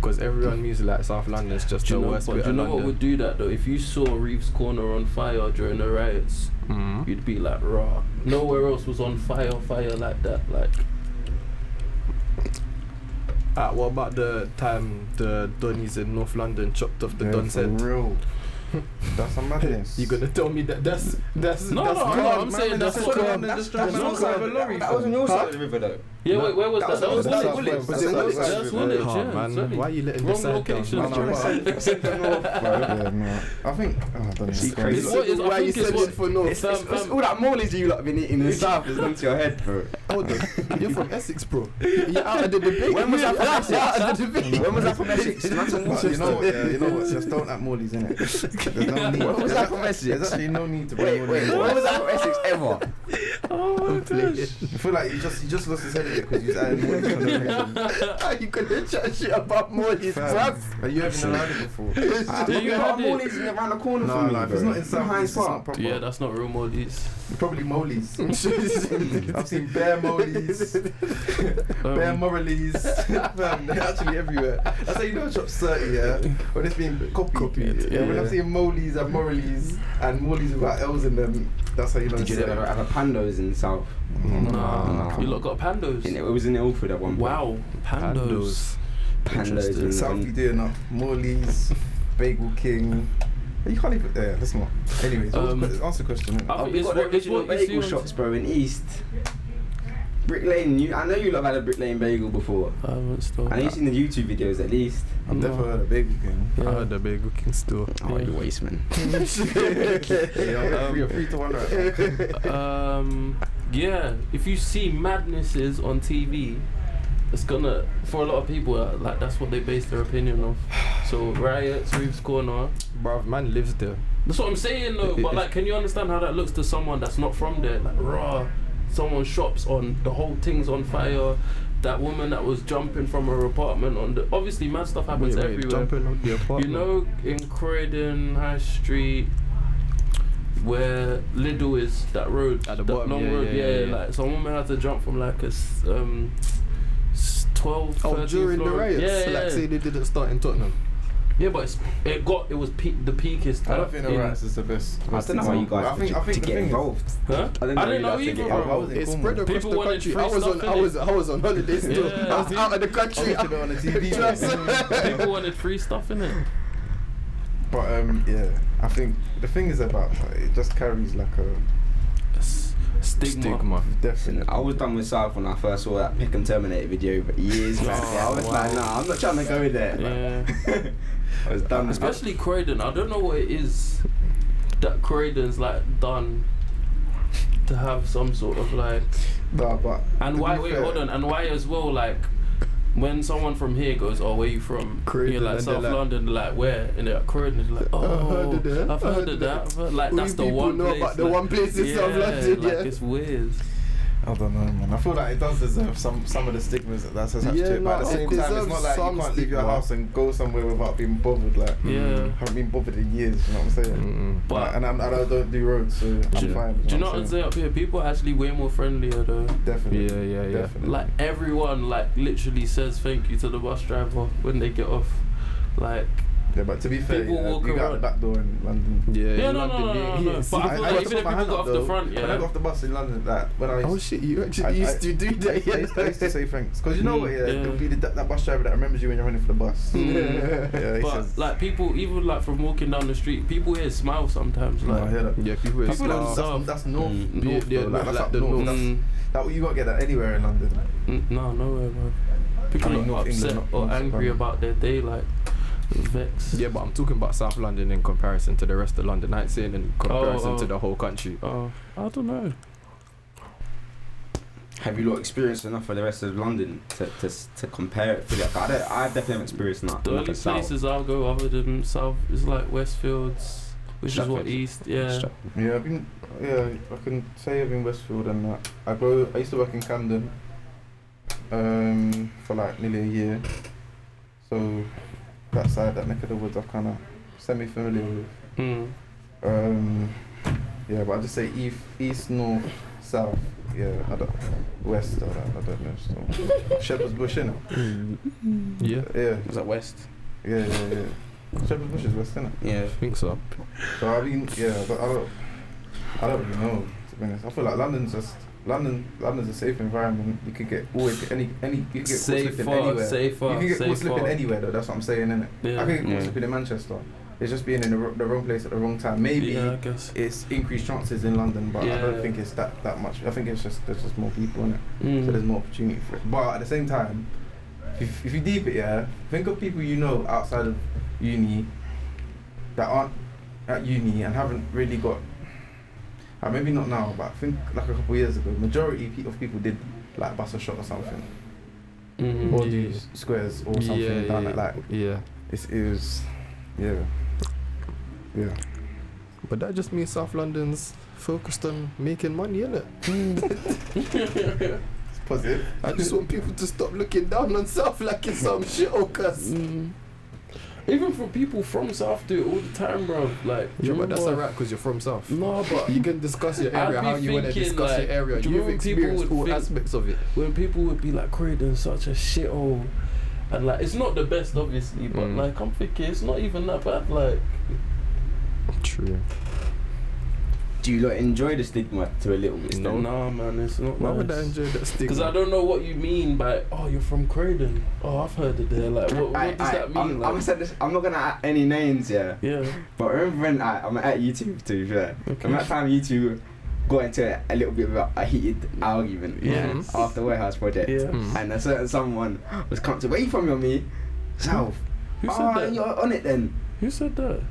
S4: because everyone music like South London is just
S3: Do
S4: the
S3: you, know,
S4: worst
S3: but
S4: bit
S3: do you
S4: of
S3: know what
S4: London.
S3: would do that though? If you saw Reeves Corner on fire during the riots,
S4: Mhm.
S3: you'd be like, raw. Nowhere else was on fire, fire like that. Like,
S4: Uh, what about the time the Donnies in North London chopped off the
S6: Yeah,
S4: Don
S6: for
S4: said?
S6: real. That's a madness.
S4: You gonna tell me that that's that's
S3: No,
S4: that's
S3: no,
S4: calm.
S3: no, I'm saying that's
S6: that's
S3: what-
S6: calm.
S3: that's-
S6: Just drive
S3: that's
S6: man
S3: not
S6: outside of a
S3: calm.
S6: lorry.
S5: That was on your side of the river, though.
S3: yeah,
S6: No,
S3: wait, where was
S6: that
S3: that?
S6: was
S3: That was
S6: on the
S3: Woolwich.
S6: south
S3: Woolwich. That's
S6: west. That's
S3: Woolwich.
S6: on the
S3: That's Woolwich.
S6: south
S4: Calm,
S3: Yeah,
S4: man.
S3: exactly.
S4: Why you letting
S3: Wrong
S4: the side
S3: location.
S4: down?
S6: No, no, but- Yeah, no. I think. Oh, I don't know.
S5: She crazy.
S6: It's crazy.
S3: What is- I
S5: Why
S3: think
S5: you
S3: it's
S5: said
S3: what-
S5: it for no?
S3: it's-
S5: Fam,
S3: it's-
S5: fam. All that mileage you lot been eating in the south has gone to your head, bro.
S20: Hold on, you're from Essex, bro. You're out of the debate.
S5: When was I from
S20: You're
S5: Essex?
S20: Out of the debate.
S5: When was I from Essex? Not in
S6: But you know what?
S5: Worcester.
S6: Yeah, you know what? Just don't at Morley's in it. There's no need.
S5: What was
S6: There's
S5: that from
S6: a-
S5: Essex?
S6: There's actually no need to bring
S5: Wait,
S6: Morley's
S5: wait.
S6: in.
S5: When was I from Essex ever?
S6: I feel like you just you just lost his head because you was adding Morley's for no reason.
S20: How you gonna chat shit about Morley's,
S6: Fam,
S20: bruv?
S6: Are you haven't allowed it before? Ah,
S5: Do you
S3: had
S5: have
S3: it?
S5: Morley's in around the corner
S6: No,
S5: from me,
S6: no, if
S5: bro.
S6: it's not in South
S5: Hines
S6: East, it's not
S5: Park.
S6: proper.
S3: Yeah, that's not real Maldives.
S6: Probably Molly's. I've seen bear Molly's, bear
S3: Um,
S6: Morley's. Fam, they're actually everywhere. That's how you know shop's 30, yeah? When it's being copied. yeah, when
S4: yeah.
S6: I've seen Molly's and Morley's and Morley's without L's in them, that's how you know
S5: Did
S6: it's
S5: you ever
S6: 30.
S5: have a pandos in the south?
S3: nah, you lot got pandos.
S5: In- It was in Ilford at one point.
S3: Wow, pandos.
S5: Pandos
S3: Interesting.
S5: in
S6: Southie doing up Morley's, Bagel King. You can't even. Yeah, that's not. Anyways,
S3: Um,
S6: answer answer the question. innit?
S3: I think it's
S5: It's got
S3: what it's
S5: original
S3: what you see
S5: bagel
S3: on-
S5: shops, bro, in East. Brick Lane, you, I know you lot have had a Brick Lane bagel before.
S4: I haven't stopped.
S5: I know you've seen the YouTube videos at least.
S6: I've never heard of Bagel King.
S4: I heard the big looking store.
S5: Oh, you waste, man.
S6: Yeah,
S3: Um,
S6: you're free to wonder. It's
S3: Um, yeah, if you see madnesses on TV, it's gonna for a lot of people uh, like that's what they base their opinion off. So riots, Reeves Corner.
S4: Bruv, man lives there.
S3: That's what I'm saying though. But like, can you understand how that looks to someone that's not from there? Like, raw. Someone shops on the whole thing's on fire. That woman that was jumping from her apartment on the obviously mad stuff happens everywhere.
S4: jumping on the
S3: You
S4: apartment.
S3: know, in Croydon High Street, where Lidl is, that road,
S4: At the
S3: that
S4: bottom,
S3: long
S4: yeah,
S3: road,
S4: yeah,
S3: yeah,
S4: yeah, yeah.
S3: like some woman had to jump from like a s- um, s- 12,
S20: Oh,
S3: 13
S20: during the
S3: floor.
S20: riots,
S3: yeah, yeah,
S20: like say
S3: yeah.
S20: they didn't start in Tottenham.
S3: yeah, but it's, it got it was pe- the peakest.
S6: I
S3: uh,
S6: don't think the
S3: in-
S6: rats is the best.
S5: I don't know how you guys
S6: I think, I
S5: to,
S6: think
S5: to
S6: the
S5: get
S6: thing is-
S5: involved.
S3: Huh?
S5: I didn't know you
S3: know
S5: guys did
S3: either,
S5: get
S3: bro.
S6: involved.
S20: It
S6: Cool,
S20: spread
S6: man.
S20: across
S3: People
S20: the
S3: wanted
S20: country.
S3: free
S20: I was
S3: stuff,
S20: on, I
S3: innit?
S20: was, I was on holiday still.
S3: Yeah.
S20: I was out of the country.
S6: I watched it on the TV.
S20: Trust me.
S3: People wanted free stuff in it.
S6: But um, yeah, I think the thing is about like, it just carries like a
S3: Stigma.
S4: Stigma.
S6: definite.
S5: I was done with South when I first saw that Pick and Terminate video but years back. yeah, I was like, nah, I'm not trying to go there.
S3: Yeah.
S5: I was done with that.
S3: Especially Croydon. I don't know what it is that Croydon's like done to have some sort of like
S6: Nah, but
S3: and
S6: to
S3: why
S6: be
S3: wait
S6: fair,
S3: hold on and why as well like when someone from here goes, oh, where you from?
S20: Croydon,
S3: You're like
S20: and
S3: South
S20: they're like-
S3: London, like where? And they're like, Croydon. It's like, oh,
S20: heard of that,
S3: I've heard of that. I've heard-" Like
S20: Only
S3: that's the
S20: people
S3: one
S20: know
S3: place.
S20: about the
S3: like-
S20: one place in
S3: yeah,
S20: South London.
S3: like,
S20: yeah.
S3: it's weird.
S6: I don't know, man. I feel like it does deserve some some of the stigmas that that's attached
S20: Yeah,
S6: to it. But at
S20: no,
S6: the
S20: it
S6: same time, it's
S20: deserves
S6: not like you
S20: some
S6: can't leave your
S20: stigma.
S6: house and go somewhere without being bothered. Like, mm,
S3: Yeah. Mm,
S6: haven't been bothered in years. You know what I'm saying?
S3: But
S6: and, I'm, and I don't do roads, so I'm
S3: do, you-
S6: fine.
S3: do you know what I'm saying up here? People are actually way more friendlier though.
S6: Definitely.
S4: Yeah, yeah, yeah.
S6: Definitely.
S3: Like everyone, like literally says thank you to the bus driver when they get off. Like
S6: Yeah, but to be fair,
S21: People
S6: you, know,
S21: walk
S6: you got the
S21: around.
S6: back door in London.
S3: Yeah,
S21: Yeah,
S3: in
S21: no, no,
S3: London,
S21: no,
S3: yeah,
S21: no,
S3: yeah.
S21: no, no.
S3: See,
S21: But I feel
S6: I-
S21: like
S6: I
S21: even if
S6: got
S21: people
S6: my
S21: go
S6: hand
S21: off
S6: up,
S21: the
S6: though.
S21: front,
S6: When I got
S21: yeah.
S6: off the bus in London, that when I
S22: Oh
S6: was
S22: shit, you actually
S6: I-
S22: used
S6: I-
S22: to do
S6: I
S22: that, Mm.
S6: used, I used to, I used to say thanks because you know what, yeah,
S3: Yeah.
S6: it'll be the, that, that bus driver that remembers you when you're running for the bus.
S3: Mm.
S6: yeah, he
S3: But
S6: says,
S3: like people, even like from walking down the street, people here smile sometimes.
S6: "No, I
S3: Like,
S6: hear that.
S4: Yeah, people
S6: That's,
S4: is
S3: People don't
S4: like,
S6: that's,
S3: South.
S6: that's, that's north,
S4: Mm.
S3: Yeah,
S6: north,
S3: yeah,
S6: though, like, that's
S3: like
S6: up
S3: the
S6: north.
S3: north.
S6: That's,
S3: Mm.
S6: that you won't get that anywhere in London.
S3: Mm, No, nowhere, bro. People
S6: I mean,
S3: are
S6: North
S3: upset
S6: England, not
S3: or
S6: North
S3: angry
S6: London.
S3: about their day, like vexed.
S4: yeah, but I'm talking about South London in comparison to the rest of London. I ain't saying in comparison
S3: oh.
S4: to the whole country.
S3: Oh, I don't know.
S5: Have you lot experienced enough of the rest of London to, to, s- to compare it to that? I, don't- I definitely haven't experienced enough.
S3: The only
S5: enough of South.
S3: places I'll go other than South is like Westfields, which is uh, what
S5: Stratford.
S3: East. Yeah.
S4: Stra-
S6: Yeah, I've been. Yeah, I can say I've been Westfield and that. I go. I used to work in Camden. Um, for like nearly a year. So, that side, that neck of the woods, I'm kind of semi-familiar with.
S3: Mm.
S6: Um, yeah, but I just say east, east, north, south. Yeah, I don't, west. I don't, I don't know. So. Shepherd's Bush, innit?
S4: Yeah,
S6: Yeah,
S5: Was that West?
S6: yeah, yeah, yeah. Shepherd's Bush is west, innit?
S5: Yeah.
S4: I think so.
S6: So I mean, yeah, but I don't, I don't really know. To be honest, I feel like London's just London. London's a safe environment. You could get always get any any. You could get caught
S3: Safer,
S6: slipping anywhere. you
S3: safer,
S6: can get caught slipping
S3: safer.
S6: anywhere though. That's what I'm saying, innit?
S3: Yeah.
S6: I could get caught
S5: Yeah.
S6: slipping in Manchester. It's just being in the, wr- the wrong place at the wrong time. Maybe
S3: Yeah, I guess.
S6: it's increased chances in London, but I don't
S3: Yeah.
S6: think it's that that much. I think it's just there's just more people in it, so there's
S3: Mm.
S6: more opportunity for it. But at the same time, if, if you deep it, yeah, think of people you know outside of uni that aren't at uni and haven't really got. Uh, maybe not now, but I think like a couple of years ago, majority pe- of people did like bust a shot or something,
S3: Mm.
S6: or
S4: Yeah.
S6: do s- squares or something
S4: yeah,
S6: down
S4: yeah,
S6: at like
S4: yeah.
S6: it's, it was, yeah, yeah.
S4: But that just means South London's focused on making money, innit?
S6: It's positive.
S22: I just want people to stop looking down on self like it's some shit
S4: oh,
S22: or cuss.
S3: Mm. Even for people from South do it all the time, bro. Like, do
S4: Yeah,
S3: you
S4: but that's
S3: remember-
S4: alright because you're from South.
S3: No, but
S22: You can discuss your
S3: I'd
S22: area
S3: be
S22: how you want to
S3: thinking,
S22: discuss
S3: like,
S22: your area.
S3: do you
S22: You've
S3: remember people
S22: experienced
S3: would
S22: all
S3: think-
S22: aspects of it.
S3: when people would be like Croydon's such a shithole and like it's not the best obviously but
S4: Mm.
S3: like I'm thinking it's not even that bad like
S4: True.
S5: Do you lot enjoy the stigma to a little bit?
S4: No.
S5: still?
S3: nah man it's not
S4: Why would I enjoy that stigma?
S3: because I don't know what you mean by oh you're from Croydon oh I've heard it there like what, what
S5: I-
S3: does
S5: I-
S3: that mean
S5: I'm,
S3: like
S5: I'm, said this, I'm not gonna add any names, yeah.
S3: yeah
S5: But remember when I, I'm at YouTube too, yeah. And that time YouTube got into a little bit of a, a heated argument
S3: Yeah.
S5: after Warehouse Project.
S3: yeah
S4: Mm.
S5: And a certain someone was coming to where you from, your me? South.
S3: who said
S5: Oh,
S3: that
S5: you're on it then.
S3: who said that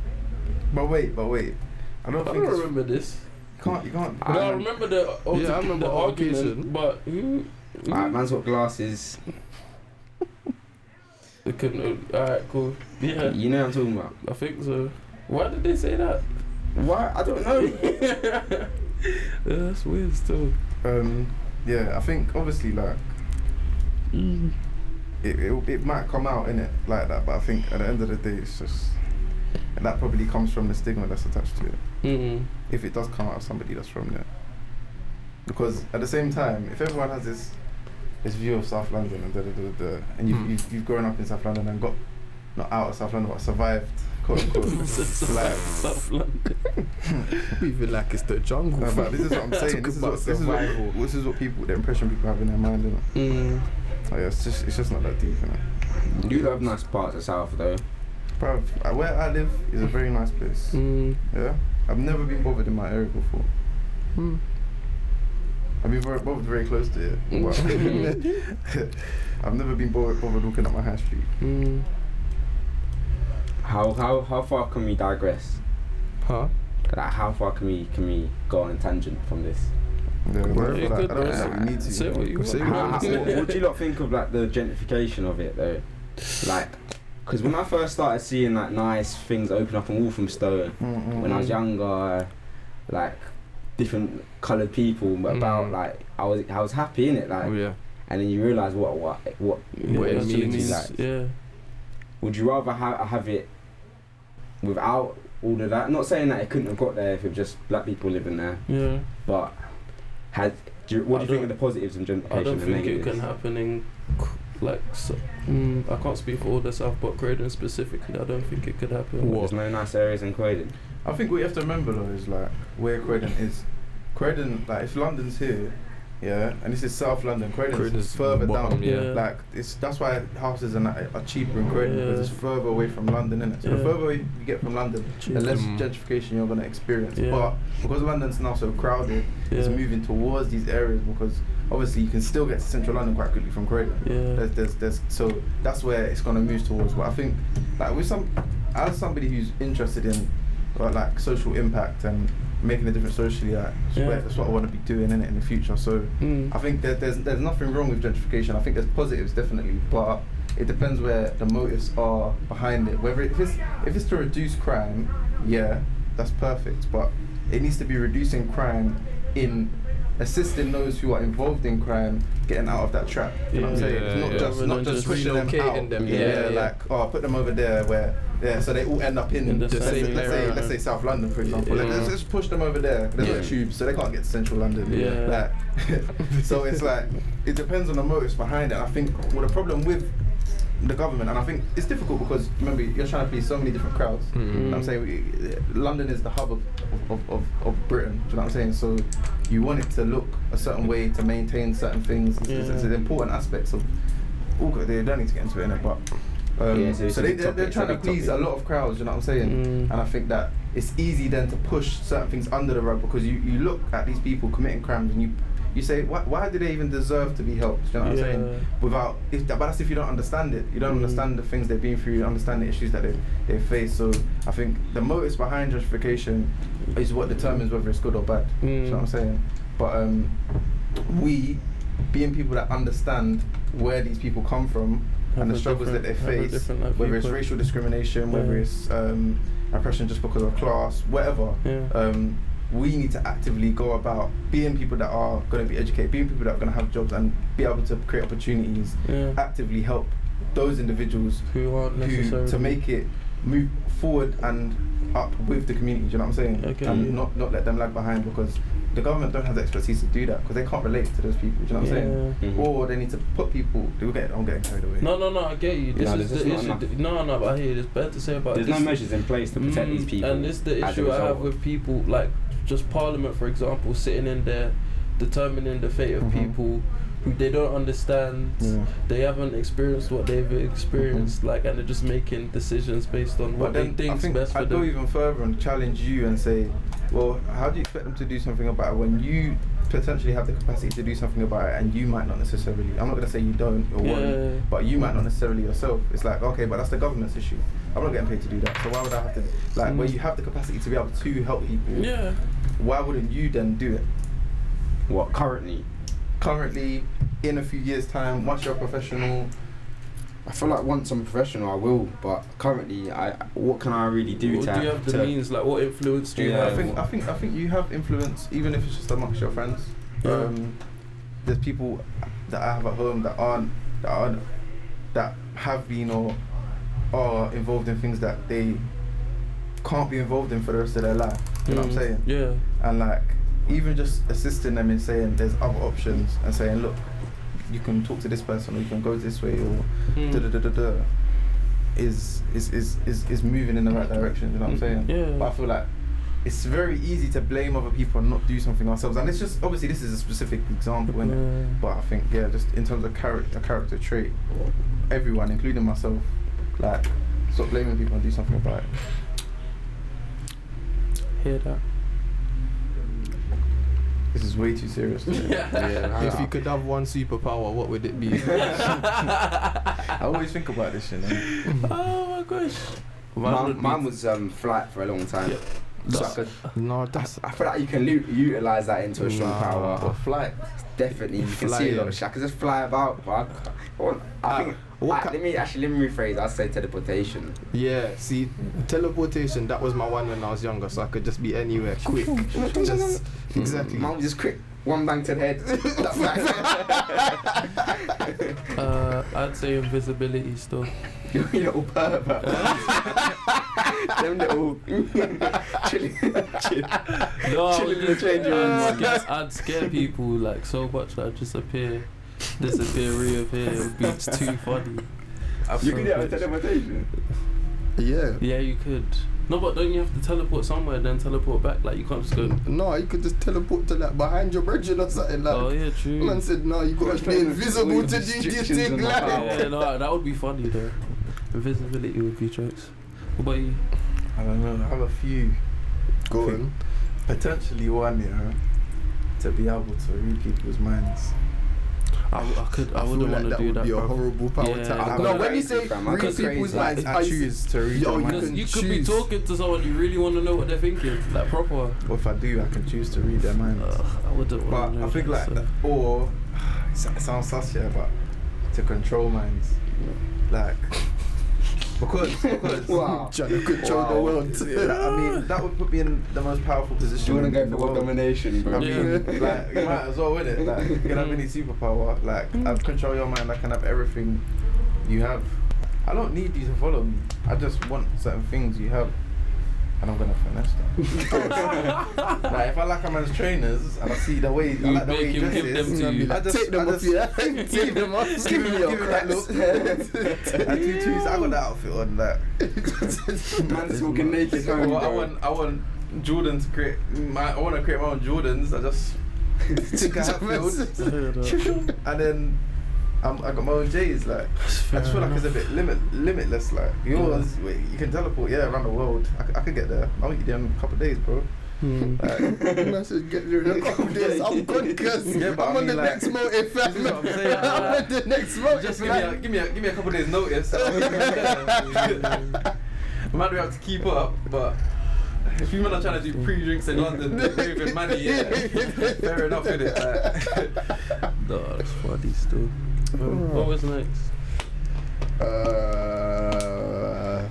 S6: But wait, but wait. I
S3: I
S6: don't
S3: don't
S6: think it's,
S3: remember this
S6: you can't you can't.
S3: no I remember the
S4: Yeah, I remember
S3: the
S4: our occasion.
S3: argument but who who-
S5: Alright, man's got glasses.
S3: it couldn't uh, alright cool yeah
S5: You know what I'm talking about.
S3: I think so why did they say that
S5: Why? I don't know.
S3: yeah, that's weird still.
S6: Um, yeah, I think obviously like
S3: Mm.
S6: it, it it might come out in it like that, but I think at the end of the day, it's just and that probably comes from the stigma that's attached to it.
S3: Mm.
S6: If it does come out of somebody that's from there, because at the same time, if everyone has this this view of South London and da da da da, and you've,
S4: Mm.
S6: you've you've grown up in South London and got not out of South London but survived, quote unquote, like.
S3: South London.
S4: even like it's the jungle.
S6: No, but this is what I'm
S4: Talk
S6: saying. This is
S4: about
S6: what, this, is what,
S4: survival.
S6: this is what people, the impression people have in their mind. Isn't it?
S3: Mm.
S6: Like, it's just, it's just not that deep. Innit?
S5: you love nice parts of South though.
S6: Bruv, uh, where I live is a very nice place.
S3: Mm.
S6: Yeah, I've never been bothered in my area before. I've been very bothered very close to it, but I've never been bothered, bothered looking at my high street.
S3: Mm.
S5: How how how far can we digress?
S4: Huh?
S5: Like how far can we can we go on a tangent from this?
S6: Yeah, I don't
S4: Word.
S6: feel
S3: Yeah,
S6: like-
S3: good,
S6: I don't
S3: man.
S6: feel like we need to.
S3: Say
S6: you know.
S3: what you
S4: Say
S5: How-
S3: want.
S5: how- what, what do you lot think of like the gentrification of it though? Like, because when I first started seeing like nice things open up in Walthamstow
S6: Mm, mm,
S5: when I was
S6: mm.
S5: younger, like different coloured people but about
S4: Mm.
S5: like I was I was happy in it like,
S4: Oh yeah.
S5: and then you realise what what what
S3: Yeah,
S5: what
S3: it
S5: it
S3: actually
S5: means.
S3: means.
S5: Like,
S3: Yeah.
S5: would you rather ha- have it without all of that? Not saying that it couldn't have got there if it was just black people living there,
S3: Yeah.
S5: but has do you, what
S3: I
S5: do you think
S3: don't-
S5: of the positives and gentrification?
S3: I don't
S5: and
S3: think it
S5: negatives?
S3: can happen in C- like so, mm, I can't speak for all the South, but Croydon specifically, I don't think it could happen.
S5: There's no nice areas in Croydon.
S6: I think what you have to remember though is like where Croydon is. Croydon, like if London's here, yeah, and this is South London, Croydon's,
S13: Croydon's
S6: further
S13: bottom,
S6: down.
S3: yeah.
S6: Like it's that's why houses are, not, are cheaper in Croydon because
S3: Yeah.
S6: it's further away from London, innit? So
S3: Yeah.
S6: the further away you get from London, the less
S13: Mm.
S6: gentrification you're gonna experience.
S3: Yeah.
S6: But because London's now so crowded, it's
S3: Yeah.
S6: moving towards these areas because obviously you can still get to central London quite quickly from Croydon.
S3: Yeah.
S6: There's, there's, there's, so that's where it's gonna move towards. But I think, like with some, as somebody who's interested in, uh, like social impact and making a difference socially, like, that's,
S3: Yeah.
S6: where, that's what I want to be doing in it in the future. So
S3: Mm.
S6: I think that there's, there's nothing wrong with gentrification. I think there's positives definitely, but it depends where the motives are behind it. Whether it, if it's if it's to reduce crime, yeah, that's perfect. But it needs to be reducing crime in assisting those who are involved in crime getting out of that trap. You know what I'm
S3: Yeah,
S6: saying?
S13: yeah,
S6: It's not
S13: yeah.
S6: just not
S3: Rather than
S6: just
S3: just
S6: pushing them
S13: relocating
S6: out.
S13: them,
S6: Yeah,
S13: yeah, yeah.
S6: like oh, put them over there where. Yeah, so they all end up in,
S3: In the
S6: let's,
S3: same
S6: say, let's,
S3: area.
S6: say, let's say South London, for example. Like,
S3: Yeah.
S6: let's just push them over there. There's no
S3: Yeah.
S6: tubes, so they can't get to central London.
S3: Yeah.
S6: Like, so it's like it depends on the motives behind it. I think well, the problem with the government, and I think it's difficult because remember you're trying to please so many different crowds.
S3: Mm.
S6: I'm saying we- London is the hub of, of, of, of Britain. Do you know what I'm saying? So you want it to look a certain way to maintain certain things. It's, it's, it's
S5: Mm.
S3: Yeah.
S6: an important aspect of. Oh, God, they don't need to get into it, innit? But um,
S5: Yeah, so it's
S6: so
S5: a
S6: they,
S5: big
S6: they're, they're
S5: topic,
S6: trying to
S5: it's a big
S6: please a
S5: topic.
S6: lot of crowds. You know what I'm saying?
S3: Mm.
S6: And I think that it's easy then to push certain things under the rug because you, you look at these people committing crimes and you you say why, why do they even deserve to be helped? Do you know what I'm saying?
S3: Yeah.
S6: Without if that, but that's if you don't understand it. You don't
S3: Mm.
S6: understand the things they've been through. You don't understand the issues that they they face. So I think the motives behind justification is what determines whether it's good or bad. Do you
S3: Mm.
S6: know what I'm saying? But um, we being people that understand where these people come from
S3: Have
S6: and the
S3: a
S6: struggles that they
S3: different- have a
S6: face,
S3: different, like,
S6: whether it's
S3: viewpoint.
S6: racial discrimination, whether
S3: Yeah.
S6: it's um, oppression just because of class, whatever,
S3: Yeah.
S6: um, we need to actively go about being people that are going to be educated, being people that are going to have jobs and be able to create opportunities,
S3: Yeah.
S6: actively help those individuals
S3: Who aren't
S6: uh, who,
S3: necessarily
S6: to make it move forward and up with the community. Do you know what I'm saying?
S3: Okay.
S6: And
S3: Yeah.
S6: not not let them lag behind because the government don't have the expertise to do that because they can't relate to those people. Do you know what I'm saying?
S3: Mm-hmm.
S5: Yeah. Mhm.
S6: Or they need to put people. They will get. I'm getting carried away.
S3: No, no, no. I get you. This
S5: No,
S3: is
S5: there's
S3: the
S5: just
S3: issue.
S5: not enough.
S3: No, no. But I hear you. There's better to say about
S5: There's
S3: this.
S5: no measures in place to protect these
S3: Mm,
S5: people.
S3: And it's the
S5: as a
S3: issue I
S5: result.
S3: have with people, like just Parliament, for example, sitting in there determining the fate of
S5: Mm-hmm.
S6: Mhm.
S3: people who they don't understand.
S6: Yeah.
S3: They haven't experienced what they've
S5: Mm-hmm.
S3: experienced, like, and they're just making decisions based on what
S6: But
S3: they
S6: then I
S3: think's
S6: think
S3: best for
S6: I'd
S3: them.
S6: go even further and challenge you and say, well, how do you expect them to do something about it when you potentially have the capacity to do something about it and you might not necessarily, I'm not going to say you don't or
S3: Yeah,
S6: want,
S3: yeah, yeah.
S6: but you might not necessarily yourself. It's like, okay, but that's the government's issue. I'm not getting paid to do that. So why would I have to, like, when
S3: Mm.
S6: you have the capacity to be able to help people,
S3: yeah.
S6: why wouldn't you then do it?
S5: What currently?
S6: Currently, in a few years' time, once you're a professional,
S5: I feel like once I'm professional, I will. But currently, I what can I really do
S3: Or
S5: to?
S3: do you have the
S5: to-
S3: means? Like, what influence do you
S5: Yeah.
S6: I
S3: have?
S6: think I think I think you have influence, even if it's just amongst your friends.
S3: Yeah.
S6: Um, there's people that I have at home that aren't that aren't that have been or are involved in things that they can't be involved in for the rest of their life. You know what I'm
S3: Mm,
S6: saying?
S3: Yeah.
S6: And like even just assisting them in saying there's other options and saying look, you can talk to this person or you can go this way or
S3: Mm.
S6: da da da da da is is, is, is is moving in the right direction, you know what I'm saying?
S3: Yeah.
S6: But I feel like it's very easy to blame other people and not do something ourselves. And it's just obviously this is a specific example, innit?
S3: Yeah.
S6: But I think yeah, just in terms of character a character trait, everyone, including myself, like stop blaming people and do something about it.
S3: Hear that?
S6: This is way too serious.
S23: If you could have one superpower, what would it be?
S6: I always think about this, you know.
S3: Oh my gosh. Mine would be-
S5: Mine, mine was um, flight for a long time.
S3: Yeah.
S5: So I,
S3: That's-
S5: could,
S23: no, that's
S5: I feel like you can lu- utilize that into a strong
S23: Nah.
S5: power.
S6: Or flight.
S5: Definitely, you can see a lot of shit. I could just fly about, but I, c- I want- I think.
S23: what?
S5: I-
S23: Ca-
S5: let me actually let me rephrase. I say teleportation.
S23: yeah, see, teleportation. That was my one when I was younger, so I could just be anywhere quick. just exactly.
S5: Mine was just quick, one bang to the head. That's nice.
S3: Uh, I'd say invisibility still.
S5: you little pervert. Them little chilling, chill,
S3: No, I
S5: chilling
S3: would
S5: in the
S3: just-
S5: change rooms.
S3: I'd scare- I'd scare people like so much that I'd just appear disappear, reappear. It would be it's too funny. I've
S5: You
S3: so
S5: could have a
S3: much-
S5: teleportation.
S4: Yeah.
S3: Yeah, you could. No, but don't you have to teleport somewhere then teleport back? Like you can't just go.
S4: No, you could just teleport to like behind your virgin or something like.
S3: oh yeah, true.
S4: Man said, no, you gotta be invisible to do this thing like.
S3: yeah, no, that would be funny though. Invisibility would be jokes. What about you?
S6: I don't know. I have a few.
S4: Go on.
S6: Potentially one, you know, to be able to read people's minds.
S3: I, I could. I,
S4: I feel
S3: wouldn't want
S4: like
S3: to
S4: that
S3: do
S4: would
S3: that.
S4: be a
S3: bro.
S4: horrible power
S3: Yeah,
S4: tap.
S3: I've
S4: No,
S3: got
S4: when you
S5: that
S4: say
S5: too, fam. I
S4: read
S3: could say
S4: people's
S5: that.
S4: minds,
S6: I
S4: I choose.
S6: choose to read
S4: Yo, you
S6: their
S3: Because
S6: minds.
S4: can
S3: you could be
S4: choose.
S3: talking to someone you really want to know what they're thinking, like proper.
S6: Or if I do, I can choose to read their minds.
S3: Ugh, I wouldn't want
S6: But
S3: to know.
S6: I think
S3: that,
S6: like,
S3: so.
S6: that, or it sa- it sounds sus, yeah, but to control minds, like because because
S5: Wow.
S4: Trying to control the
S5: Wow.
S4: world.
S6: Yeah, like, I mean that would put me in the most powerful position.
S5: Do you want
S6: in
S5: to go
S6: the
S5: for world
S6: world.
S5: domination, bro?
S6: I mean,
S3: Yeah.
S6: like you might as well, wouldn't it? Like you can have any superpower. Like I control your mind. I can have everything you have. I don't need you to follow me. I just want certain things you have, and I'm gonna finesse them. like if I like a man's trainers and I see the way I
S3: You
S6: like the way
S3: make
S6: he
S3: him give them
S6: dresses,
S3: to you.
S6: I just
S4: Take them
S6: I
S4: off,
S6: just-
S4: yeah. Take them off. Give me your
S6: give him that
S4: cracks.
S6: look. I do too. I got that outfit on. That.
S5: Man's walking naked
S6: I
S5: home,
S6: want, I
S5: bro.
S6: want, I want Jordan to create. My, I want to create my own Jordans. I just think I have fields.
S3: uh.
S6: and then um, I got my own J's. Like I just feel like it's a bit limit, limitless. Like yours, wait, you can teleport. Yeah, around the world. I, c- I could get there. I'll meet you there in a couple of days, bro.
S3: Hmm.
S6: Like,
S4: I said, get rid of all this. I'm good, cuz.
S6: Yeah, but
S4: I'm on
S6: I
S4: the
S6: mean, like-
S4: next motive, fam.
S6: This is what I'm saying,
S4: I'm
S6: like-
S4: on the next motive.
S6: just give me, a, give me a give me a couple of days notice. I'll meet you there. I might be able to keep up, but. If you men are trying to do pre-drinks in London, they're waving money, yeah. Fair enough with it. Like.
S3: No, that's funny still. Um, what was next?
S4: Uh,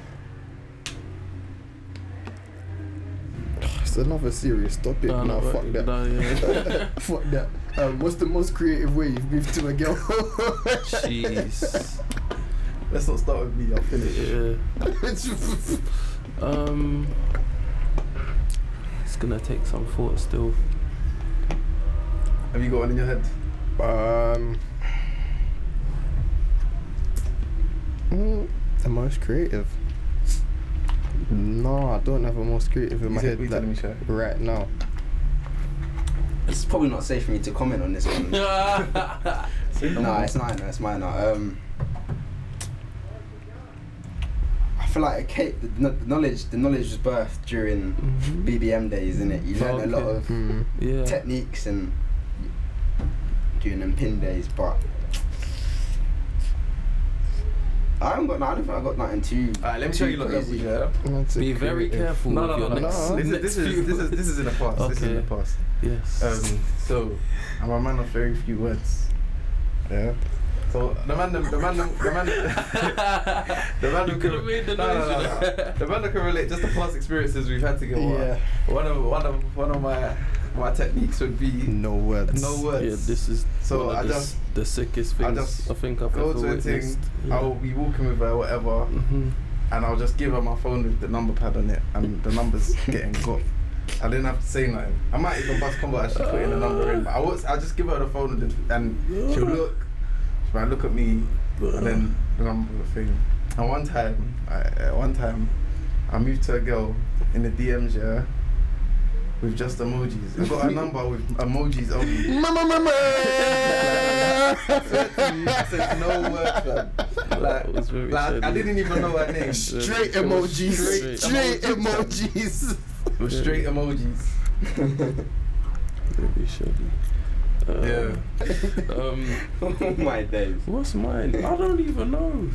S4: it's another serious topic.
S3: Nah,
S4: No,
S3: nah,
S4: fuck
S3: Uh, but- nah,
S4: that.
S3: yeah.
S4: fuck that. Um, what's the most creative way you've moved to a girl?
S3: Jeez.
S6: Let's not start with me. I'll finish.
S3: Yeah. Um, it's gonna take some thought still.
S6: Have you got one in your head?
S4: um, mm, the most creative. No, I don't have a most creative in my
S6: said-
S4: head
S6: you
S4: like,
S6: telling me, Shay?
S4: right now.
S5: It's probably not safe for me to comment on this one. no, it's not. No, it's minor. Um, I feel like it ca- the kno- the knowledge, the knowledge was birthed during BBM days, isn't it? You learn a lot
S3: Okay.
S5: of
S4: Hmm,
S3: yeah.
S5: techniques and doing them pin days, but I haven't got. no- I don't think I got nothing too.
S6: Alright, let me
S5: too
S6: show you lot
S5: crazy.
S6: easy, yeah?
S4: That's a
S3: Be very
S4: creative.
S3: careful
S6: No,
S3: with
S6: no,
S3: your
S6: no, no.
S3: next.
S6: This is this
S3: next
S6: is
S3: few
S6: this is this is in the past. This is in the
S3: Okay.
S6: past.
S3: Yes.
S6: Um, so I'm a man of very few words. Yeah. So the man, the, the man, the, the man, the man who
S3: You could've made the
S6: no, no, no,
S3: noise,
S6: no. the man who can relate just the past experiences we've had together.
S4: Yeah.
S6: One of one of one of my my techniques would be
S4: No words.
S6: no
S3: yeah,
S6: words.
S3: this is
S6: So
S3: one of
S6: I
S3: the, s-
S6: just-
S3: the sickest things I,
S6: just
S3: think
S4: Mm.
S3: I've
S6: go
S3: ever
S6: to a thing.
S3: witnessed. Yeah.
S6: I will be walking with her, whatever.
S3: Mhm.
S6: and I'll just give her my phone with the number pad on it, and the number's getting got. I didn't have to say nothing. I might even bust combo actually put in the number in, but I was, I'll just give her the phone and, the- and she'll look, she might look at me, and then the number of thing. And one time, I, at one time, I moved to a girl in the DMs, yeah, with just emojis. I got her number with emojis only.
S4: Mama, mama.
S6: I said no word, fam.
S3: That was very
S6: Like, like I
S3: silly.
S6: didn't even know her name.
S4: Straight
S3: It was
S4: emojis.
S3: straight
S4: Straight, emojis.
S6: It was straight emojis.
S3: Very shoddy.
S6: Yeah.
S3: Um, um,
S5: oh my days.
S3: what's mine? I don't even know.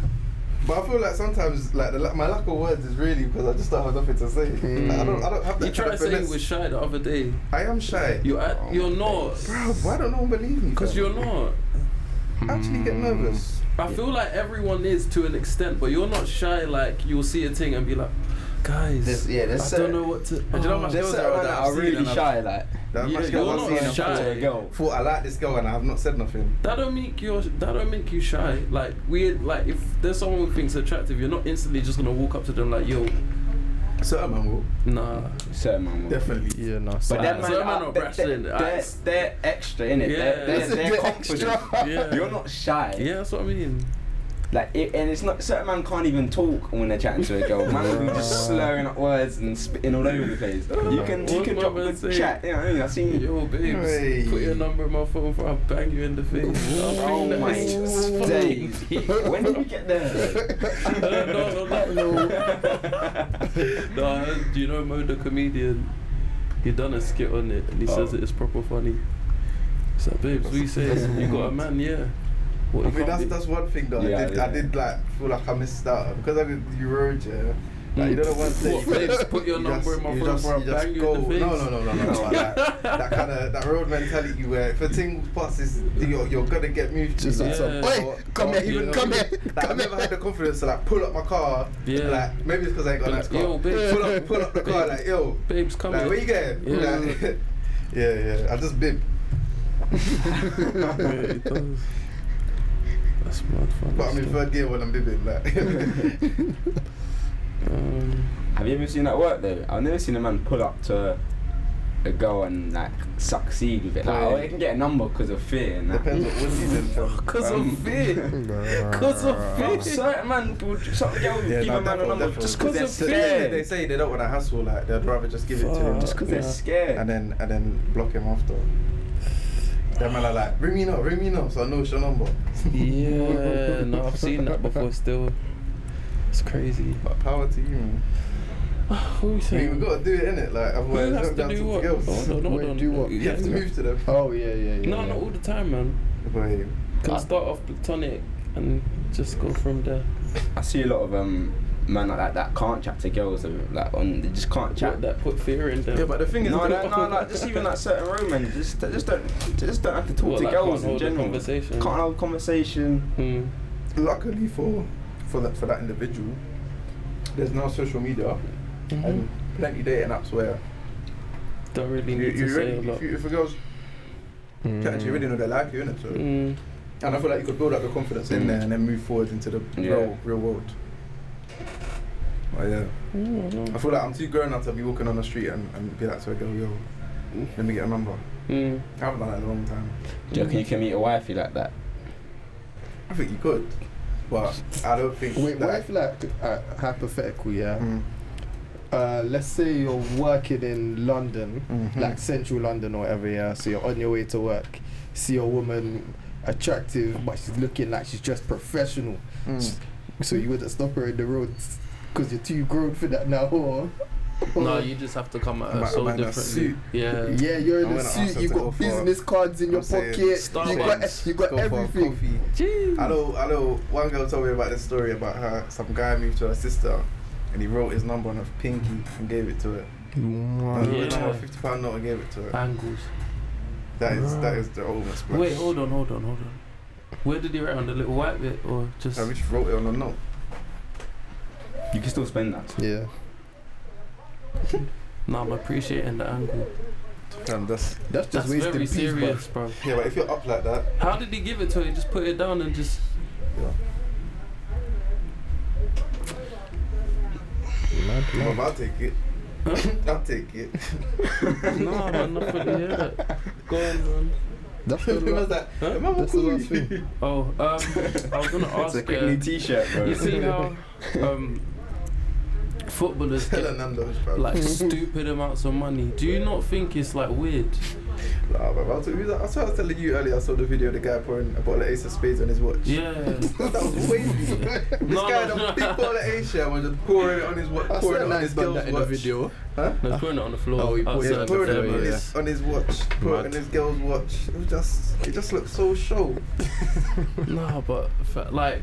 S6: But I feel like sometimes, like the, la- my lack of words is really because I just don't have nothing to say. Like, I don't, I don't have that.
S3: You tried
S6: kind
S3: to say
S6: of
S3: you
S6: finesse.
S3: were shy the other day.
S6: I Oh, am shy.
S3: You at, you're not.
S6: Bro, why don't no one believe me?
S3: Because
S6: fam?
S3: you're not.
S6: I actually get nervous.
S3: I feel like everyone is to an extent, but you're not shy. Like you'll see a thing and be like, guys,
S5: There's- yeah, there's
S3: I don't
S5: certain-
S3: know what to.
S6: you know how much
S5: There's
S6: girls
S5: certain
S6: out
S5: ones
S6: there
S5: that
S6: I've
S5: are
S6: seen
S5: really
S6: and I've-
S5: shy, like
S6: That
S3: Yeah,
S6: much
S3: you're
S6: girl I've
S3: not
S6: seen and
S3: shy.
S6: thought,
S5: to a girl.
S6: thought I like this girl and I've not said nothing.
S3: That don't make you. That don't make you shy. Like weird. Like if there's someone who thinks attractive, you're not instantly just gonna walk up to them like, yo,
S6: Certain man will.
S3: Nah.
S5: Certain man will.
S6: Definitely.
S24: Yeah, no.
S5: But that man,
S3: Certain man
S5: are-
S3: will
S5: they-
S3: brush
S5: they-
S3: in.
S5: They're, they're extra, innit?
S3: Yeah.
S5: They're, they're,
S3: That's
S5: they're
S25: bit
S5: confident.
S3: Yeah.
S5: You're not shy.
S3: Yeah, that's what I mean.
S5: Like, it, and it's not certain man can't even talk when they're chatting to a girl. Man will be just slurring up words and spitting all over the place. You can you
S3: What's
S5: can
S3: my
S5: drop
S3: man
S5: a
S3: saying?
S5: chat. You know what I mean? I've seen you.
S3: Yo, babes,
S6: Hey.
S3: put your number in my phone before I bang you in the face.
S5: Oh
S3: That
S5: my
S3: is just fucking
S5: days!
S3: deep.
S5: when did we get there?
S3: no, no, no, no. no, I heard, do you know Mo the comedian? He done a skit on it and he
S5: Oh.
S3: says it is proper funny. So, babes, we say you got a man, yeah. What
S6: I
S3: you
S6: mean,
S3: can't
S6: that's
S3: do-
S6: that's one thing though.
S5: Yeah,
S6: I did
S5: yeah.
S6: I did like feel like I missed out because I did you road yeah. Like you
S3: Mm.
S6: don't want to say.
S3: What, babes, put your
S6: you
S3: number
S6: just-
S3: in my
S6: you
S3: phone
S6: just-
S3: before I
S6: you just
S3: bang you
S6: go.
S3: in the face.
S6: No, no, no, no, no, no. like, that kind of that road mentality where if a thing passes, you're, you're gonna get moved.
S4: Just
S6: to.
S4: on some.
S3: Yeah.
S4: Oi, come here,
S3: Yeah.
S4: even come here,
S6: Like, I've
S4: come
S6: never
S4: here.
S6: had the confidence to like pull up my car.
S3: Yeah.
S6: Like maybe it's because I ain't got a nice car.
S3: Yo, bitch.
S6: Pull up, pull up the car. Like yo,
S3: Babes, come
S6: like,
S3: here.
S6: where you going?
S3: Yeah.
S6: Like, yeah, yeah. I just bib.
S3: Yeah, it does. That's mad fun.
S6: But I'm in
S3: stuff.
S6: third gear when I'm bibbing. Like.
S3: Um,
S5: Have you ever seen that work though? I've never seen a man pull up to a girl and like succeed with it. Like, oh, they can get a number because of fear. And that.
S6: Depends what wood he's in Um, from.
S5: Because of fear. Because of fear. Certain man would, certain girl would
S6: Yeah,
S5: give
S6: no,
S5: a man a
S6: definitely,
S5: number
S6: definitely.
S5: just because
S6: Because
S5: they're
S3: of fear.
S5: scared.
S6: They say they don't want to hassle. Like they'd rather just give it to him.
S3: Fuck.
S5: Just because they're
S3: Yeah.
S5: scared.
S6: and then and then block him after. Then man are like, ring me now, ring me now, so I know it's your number.
S3: yeah, no, I've seen that before still. It's crazy.
S6: But power to you, man.
S3: What are we
S6: I mean,
S3: saying?
S6: we gotta do it innit? Like
S3: Who has
S6: otherwise, don't
S3: to
S6: dance
S3: do
S6: with
S3: what? Oh,
S6: the girls.
S3: Hold on, hold
S4: Wait,
S3: on.
S4: do what?
S6: You have to move to them.
S4: Oh yeah, yeah, yeah.
S3: No,
S4: yeah.
S3: not all the time, man.
S6: Wait,
S3: Can
S4: Ah.
S3: start off platonic and just go from there.
S5: I see a lot of um men like that that can't chat to girls. though, Like on, they just can't chat.
S3: What, that put fear in them.
S26: Yeah, but the thing is,
S5: No, no, no, no, just even like certain Roman, just they just don't, they just don't have to talk
S3: What,
S5: to
S3: like, can't
S5: girls in
S3: hold a
S5: general.
S3: conversation?
S5: Can't hold a conversation.
S3: Hmm.
S6: luckily for for that for that individual, there's now social media
S3: Mm-hmm.
S6: and plenty dating apps where
S3: Don't really
S6: you,
S3: need to
S6: you
S3: say
S6: really,
S3: a lot.
S6: if, you, if a girl's chatting to you, you really know they like you, innit? So,
S3: Mm.
S6: and I feel like you could build up your confidence in
S5: Mm.
S6: there and then move forward into the
S5: Yeah.
S6: real real world. Oh yeah.
S3: Mm, I don't
S6: I feel like I'm too grown up to be walking on the street and, and be like to a girl, yo, let me get a number.
S3: Mm.
S6: I haven't done that in a long time.
S5: Do you reckon you can meet a wifey like that?
S6: I think you could, but I don't think.
S4: Hmm. Wait, what
S6: that-
S4: if like uh, hypothetical? Yeah.
S6: Mm,
S4: Uh, let's say you're working in London,
S6: mhm.
S4: like central London or whatever. Yeah. So you're on your way to work, see a woman attractive, but she's looking like she's just professional.
S6: Mm.
S4: So you wouldn't stop her in the road because you're too grown for that now, or?
S3: No,
S4: or-
S3: you just have to come at
S6: I'm
S3: her
S6: about-
S3: so
S6: I'm about to
S3: differently.
S6: sue.
S3: Yeah.
S4: Yeah, you're in
S6: I'm
S4: a
S6: gonna
S4: suit. You
S6: ask her to go
S4: got
S6: for-
S4: business cards in
S6: I'm
S4: your
S6: saying
S4: pocket.
S3: Starbucks.
S4: You got you got
S6: Go for a
S4: everything.
S6: coffee.
S3: Jeez.
S6: I know, I know. One girl told me about this story about her. Some guy moved to her sister, and he wrote his number on her pinky and gave it to her. And he wrote his
S3: Yeah.
S6: number on a fifty pound note and gave it to her.
S3: Angles.
S6: That is that is the ultimate splash.
S3: Wait, hold on, hold on, hold on. Where did he write on the little white bit or just?
S6: I just wrote it on a note.
S5: You can still spend that.
S4: Yeah.
S3: No, I'm appreciating the angle.
S6: And that's
S4: That's just
S3: That's
S4: wasting
S3: very
S4: peace, bruv.
S3: serious, bro.
S6: yeah. But if you're up like that,
S3: How did he give it to her? He just put it down and just.
S6: I'm about to take it. I'll take it.
S3: No, man, not for the hear Go on, man.
S4: That's the
S6: Remember
S4: last,
S6: that?
S3: Huh?
S6: Remember
S4: that's the
S6: cool
S4: last
S6: you-
S4: thing.
S3: Oh, um, I was gonna
S5: It's a
S3: ask.
S5: quick
S3: Uh,
S5: new T-shirt, bro.
S3: you see how um, footballers
S6: Tell her
S3: get
S6: Nando's, bro.
S3: like stupid amounts of money? Do you not think it's like weird?
S6: Nah, bro, I was, I was I was telling you earlier, I saw the video of the guy pouring a bottle of Ace of Spades on his watch.
S3: Yeah.
S6: That was wavy. this
S3: No,
S6: guy had
S3: no,
S6: a
S3: no.
S6: big bottle of Ace yeah, was just pouring it on his watch.
S4: I
S6: pouring
S4: swear
S6: it on
S4: Nice
S6: his
S4: done
S6: girl's
S4: that in the
S6: watch.
S4: video.
S3: No, he's pouring it on the floor.
S4: Oh, he poured
S3: outside
S4: it
S6: Yeah,
S4: on
S3: the
S6: pouring it
S3: fair,
S6: on
S4: floor,
S3: bro.
S4: yeah.
S6: his, on his watch. Pouring it on
S24: Mad.
S6: his girl's watch. It was just, it just looked so show.
S3: No, but fa- like,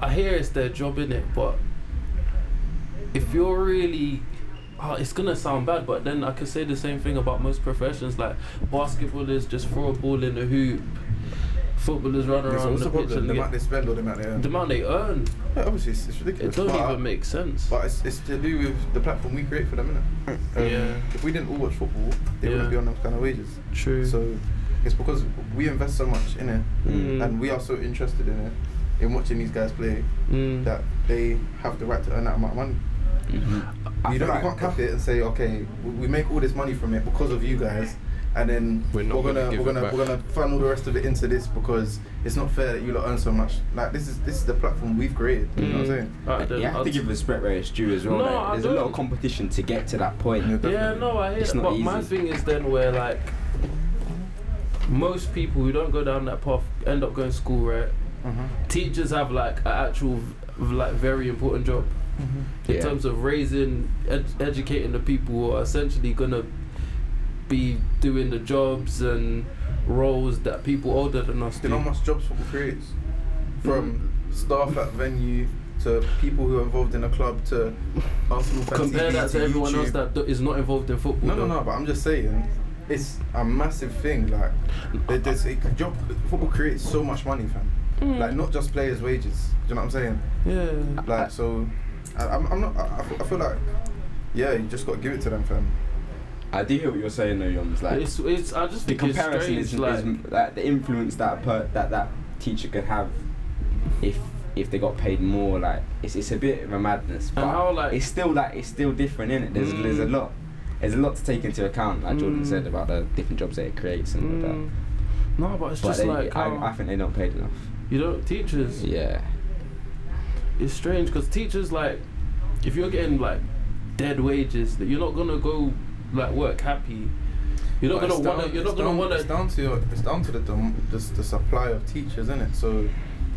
S3: I hear it's their job in it, but if you're really, oh, it's gonna sound bad, but then I could say the same thing about most professions. Like basketballers just throw a ball in the hoop, footballers run
S6: That's
S3: around
S6: what's
S3: the
S6: the
S3: pitch
S6: problem?
S3: and
S6: The amount
S3: get
S6: they spend or the amount they earn.
S3: the amount they earn.
S6: Yeah, obviously, it's, it's
S3: It
S6: ridiculous.
S3: don't
S6: but,
S3: even make sense.
S6: but it's, it's to do with the platform we create for them, innit? Um,
S3: Yeah.
S6: If we didn't all watch football, they
S3: Yeah.
S6: wouldn't be on those kind of wages.
S3: True.
S6: So it's because we invest so much in it
S3: Mm.
S6: and we are so interested in it, in watching these guys play,
S3: Mm.
S6: that they have the right to earn that amount of money.
S5: I
S6: You,
S5: feel
S6: don't, you
S5: like-
S6: can't cap it and say, okay, we- we make all this money from it because of you guys, and then
S23: We're
S6: we're,
S23: not gonna give
S6: gonna, we're
S23: it
S6: gonna
S23: back.
S6: we're gonna funnel the rest of it into this because it's not fair that you lot earn so much. Like this is this is the platform we've created. You
S23: Mm.
S6: know what I'm saying?
S3: Mm. Alright, then
S5: You have
S3: I'll-
S5: to give respect where it's due as well.
S3: No,
S5: like,
S3: I
S5: There's a lot
S3: don't.
S5: of competition to get to that point.
S3: Yeah, no, I hear
S5: It's
S3: that.
S5: not
S3: But my
S5: easy.
S3: thing is then where like most people who don't go down that path end up going to school, right?
S5: Mm-hmm.
S3: Teachers have like an actual, v- like very important job in
S5: Yeah.
S3: terms of raising, ed- educating the people who are essentially gonna be doing the jobs and roles that people older than us
S6: Do
S3: do.
S6: you know how much jobs football creates? From
S23: Mm.
S6: staff at venue to people who are involved in a club to Arsenal fans.
S3: Compare
S6: EB
S3: that to everyone
S6: YouTube.
S3: else that do- is not involved in football.
S6: No, no,
S3: though.
S6: no. But I'm just saying, it's a massive thing. Like, there- there's a job. Football creates so much money, fam. Like, not just players' wages. Do you know what I'm saying?
S3: Yeah.
S6: Like, so, I, I'm, I'm not. I, I feel- I feel like, yeah, you just got to give it to them, fam.
S5: I do hear what you're saying, though, Yums. Like
S3: it's, it's, I just
S5: the
S3: think it's
S5: comparison
S3: strange.
S5: is,
S3: like,
S5: is like the influence that per, that that teacher could have if if they got paid more. Like it's it's a bit of a madness. But
S3: and how like
S5: it's still like it's still different in it. There's there's a
S3: Mm.
S5: lot. There's a lot to take into account, like Jordan
S3: Mm.
S5: said about the different jobs that it creates and all that.
S3: Mm. No, but it's
S5: But
S3: just
S5: they,
S3: like how
S5: I, I think they're not paid enough.
S3: you know teachers.
S5: Yeah.
S3: It's strange because teachers like if you're getting like dead wages, that you're not gonna go like work happy. You're not
S6: But
S3: gonna
S6: it's
S3: wanna.
S6: down-
S3: you're not
S6: it's
S3: gonna
S6: down-
S3: wanna.
S6: It's down to your, it's down to the dom- the, the supply of teachers, isn't it? So,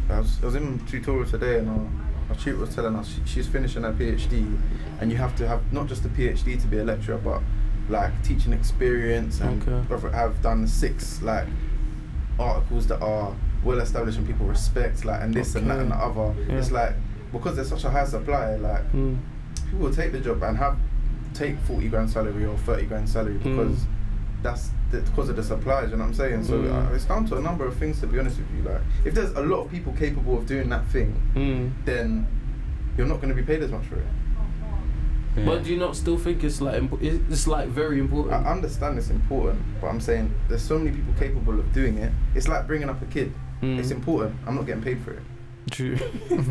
S6: I was, I was in tutorial today, and our, our tutor was telling us she, she's finishing her PhD, and you have to have not just a PhD to be a lecturer, but like teaching experience, and
S3: Okay.
S6: I've, I've done six like articles that are well established and people respect, like and this and that and the other. It's
S3: Mm. Yeah.
S6: like because there's such a high supply, like
S3: Mm.
S6: people will take the job and have take 40 grand salary or 30 grand salary
S23: Hmm.
S6: because
S3: Mm.
S6: that's the, because of the supplies you know what i'm saying so
S3: Mm.
S6: uh, it's down to a number of things to be honest with you like if there's a lot of people capable of doing that thing
S3: Mm.
S6: then you're not going to be paid as much for it
S3: But do you not still think it's like impo- it's it's, like very important?
S6: i understand it's important but i'm saying there's so many people capable of doing it it's like bringing up a kid
S3: Mm.
S6: it's important i'm not getting paid for it
S3: True. True.
S6: you know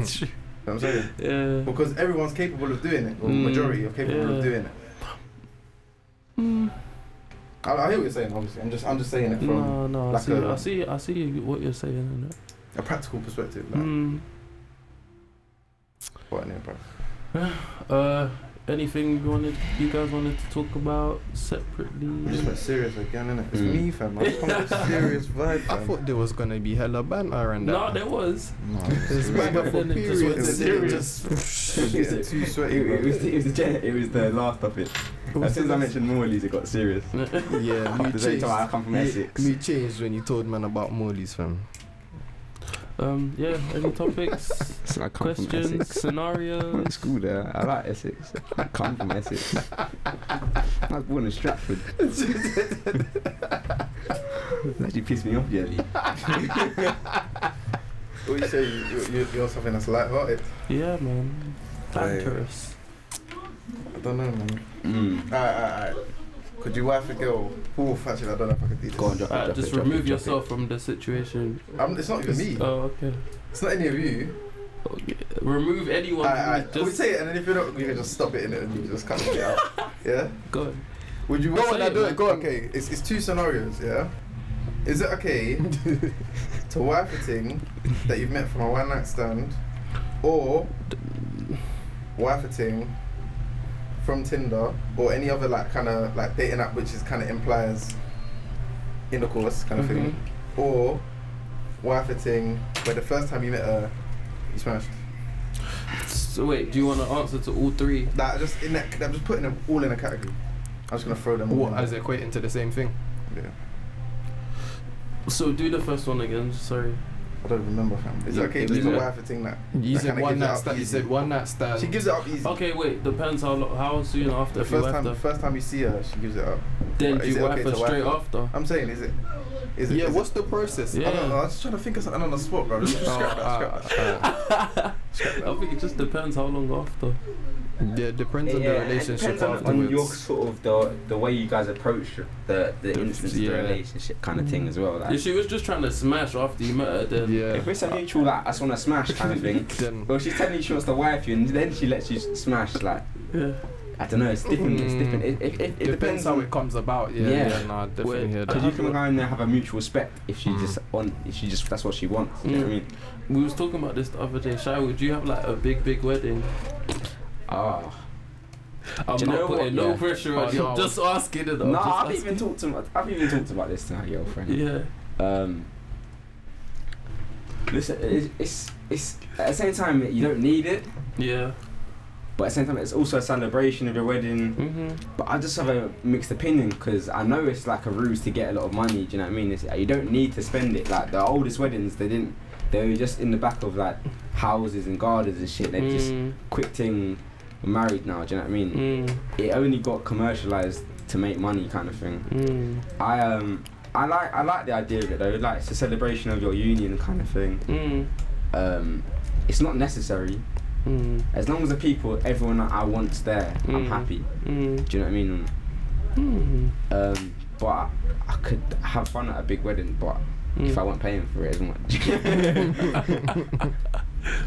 S6: what i'm saying
S3: Yeah.
S6: because everyone's capable of doing it
S23: Hmm.
S6: or
S3: Mm.
S6: majority are capable
S3: Yeah. Mm.
S6: of doing it I, I hear what you're saying obviously i'm just i'm just saying it from
S3: No, no. I
S6: like
S3: see.
S6: a-
S3: I see. I see what you're saying. innit?
S6: a practical perspective. Like,
S3: Mm.
S6: what an impact.
S3: Uh, anything you wanted, you guys wanted to talk about
S6: We
S3: separately?
S6: just went serious again, innit? It's
S5: Mm.
S6: me, fam. I just come with a serious vibe,
S23: I
S6: fam.
S23: thought there was gonna be hella banter and
S3: No,
S23: that.
S3: there was.
S6: No,
S23: It's
S6: it's
S23: back
S6: really-
S23: up for
S3: Then it just went
S23: periods.
S6: serious.
S23: It
S6: it's
S23: just-
S6: getting too sweaty,
S5: It, it was
S6: bro.
S5: the, it was the gen- it was the last topic. As soon as I mentioned Morley's, it got serious.
S23: Yeah, me
S5: Because every
S23: changed.
S5: time I come from
S23: Me,
S5: Essex.
S23: me changed when you told man about Morley's fam.
S3: Um, yeah, any topics,
S5: So I come from
S3: questions,
S5: Essex.
S3: scenarios?
S5: It's cool there. I like Essex. I come from Essex. I was born in Stratford. that actually pissed me off, Jelly.
S6: What you say? You, you, you're something that's light-hearted.
S3: Yeah, man.
S6: Aye.
S3: Banterous.
S6: I don't know, man.
S5: Mm.
S6: Alright, alright, alright. Could you wife a girl? Oof, actually, I don't know if I could do this.
S5: Go on, drop it.
S3: Alright,
S5: Drop
S3: Uh, just
S5: it, drop
S3: remove
S5: it, drop
S3: yourself from the situation.
S6: I'm, it's not even me.
S3: Oh, okay.
S6: It's not any of you.
S3: okay. Remove anyone.
S6: Alright,
S3: from
S6: alright.
S3: just
S6: We say it, and then if you're not, you can just stop it in it and you just cut it out. Yeah.
S3: go.
S6: Would you?
S3: Go on, now, do it,
S6: Go on. Okay, it's, it's two scenarios. Yeah. Is it okay to wife a thing that you've met from a one night stand, or wife a thing from Tinder or any other like kind of like dating app which is kind of implies intercourse kind of thing, or wife a thing where the first time you met her, you smashed.
S3: So wait, do you want to answer to all three?
S6: That just in that. I'm just putting them all in a category. I'm just gonna throw them. all
S23: What
S6: in.
S23: as equating to the same thing?
S6: Yeah.
S3: So do the first one again. Sorry.
S6: I don't remember, fam. Is
S3: Yeah,
S6: it okay
S3: it
S6: to
S3: is,
S6: use a
S3: yeah.
S6: wife a thing that?
S23: You
S6: That
S23: said
S6: kinda
S23: one
S6: gives it
S23: night
S6: up
S23: stand. You
S6: easy.
S23: said one night stand.
S6: She gives it up easy.
S3: Okay, wait. Depends how lo- how soon after
S6: The
S3: if you
S6: first
S3: wife
S6: time, the
S3: them.
S6: first time you see her, she gives it up.
S3: Then
S6: Is
S3: do you
S6: it
S3: wife her
S6: okay to wife
S3: straight
S6: her?
S3: after?
S6: I'm saying, is it? Is it?
S23: Yeah,
S6: is
S23: what's
S6: it,
S23: the process?
S6: I don't know. I
S3: Yeah.
S6: was just trying to think of something on the spot, bro. Just
S23: Oh,
S6: scrap that, scrap
S23: uh,
S6: that.
S23: uh,
S3: I think it just depends how long after.
S23: yeah, depends on the
S5: Yeah, it
S23: relationship
S5: depends on, on your
S23: afterwards.
S5: sort of the the way you guys approach the the,
S23: The-
S5: instance
S23: yeah.
S5: of the relationship kind of thing as well. Like,
S3: If she was just trying to smash after you met her, then
S23: Yeah.
S5: if it's a mutual like I just want to smash kind of thing,
S23: Then
S5: well she's telling you she wants to wife you and then she lets you s- smash like
S3: Yeah.
S5: I don't know. It's different. It's
S13: Mm.
S5: different. It, it, it, it
S13: depends
S5: depends
S13: how
S5: on
S13: it comes about. Yeah,
S5: Yeah.
S13: yeah, no, I definitely
S3: Wait,
S13: hear
S5: because you
S13: that.
S5: can go in there and have a mutual respect if she
S13: Mm.
S5: just on if she just that's what she wants. You know what I mean?
S3: We was talking about this the other day. Shai, would you have like a big, big wedding?
S5: Ah,
S3: I'm
S5: Do you know
S3: not putting
S5: what?
S3: no
S5: Yeah.
S3: pressure on
S13: Oh,
S3: you.
S13: no.
S3: Just asking it.
S5: no,
S3: I'm just
S5: I've
S3: asking.
S5: even talked to my, I've even talked about this to my girlfriend.
S3: Yeah.
S5: Um, listen, it's, it's it's at the same time you don't need it,
S3: Yeah.
S5: but at the same time it's also a celebration of your wedding.
S3: Mhm.
S5: But I just have a mixed opinion because I know it's like a ruse to get a lot of money. Do you know what I mean? It's, you don't need to spend it. Like the oldest weddings, they didn't. They were just in the back of like houses and gardens and shit. They just
S3: Mm,
S5: quick thing, married now. Do you know what I mean?
S3: mm,
S5: It only got commercialized to make money, kind of thing.
S3: mm,
S5: I um. I like I like the idea of it though, like it's a celebration of your union kind of thing.
S3: mm,
S5: Um, it's not necessary
S3: mm,
S5: as long as the people, everyone that I want's there, I'm
S3: Mm.
S5: happy.
S3: mm,
S5: Do you know what I mean?
S3: mm,
S5: Um, but I, I could have fun at a big wedding, but if I
S3: mm.
S5: weren't paying for it as much,
S3: Mm-hmm.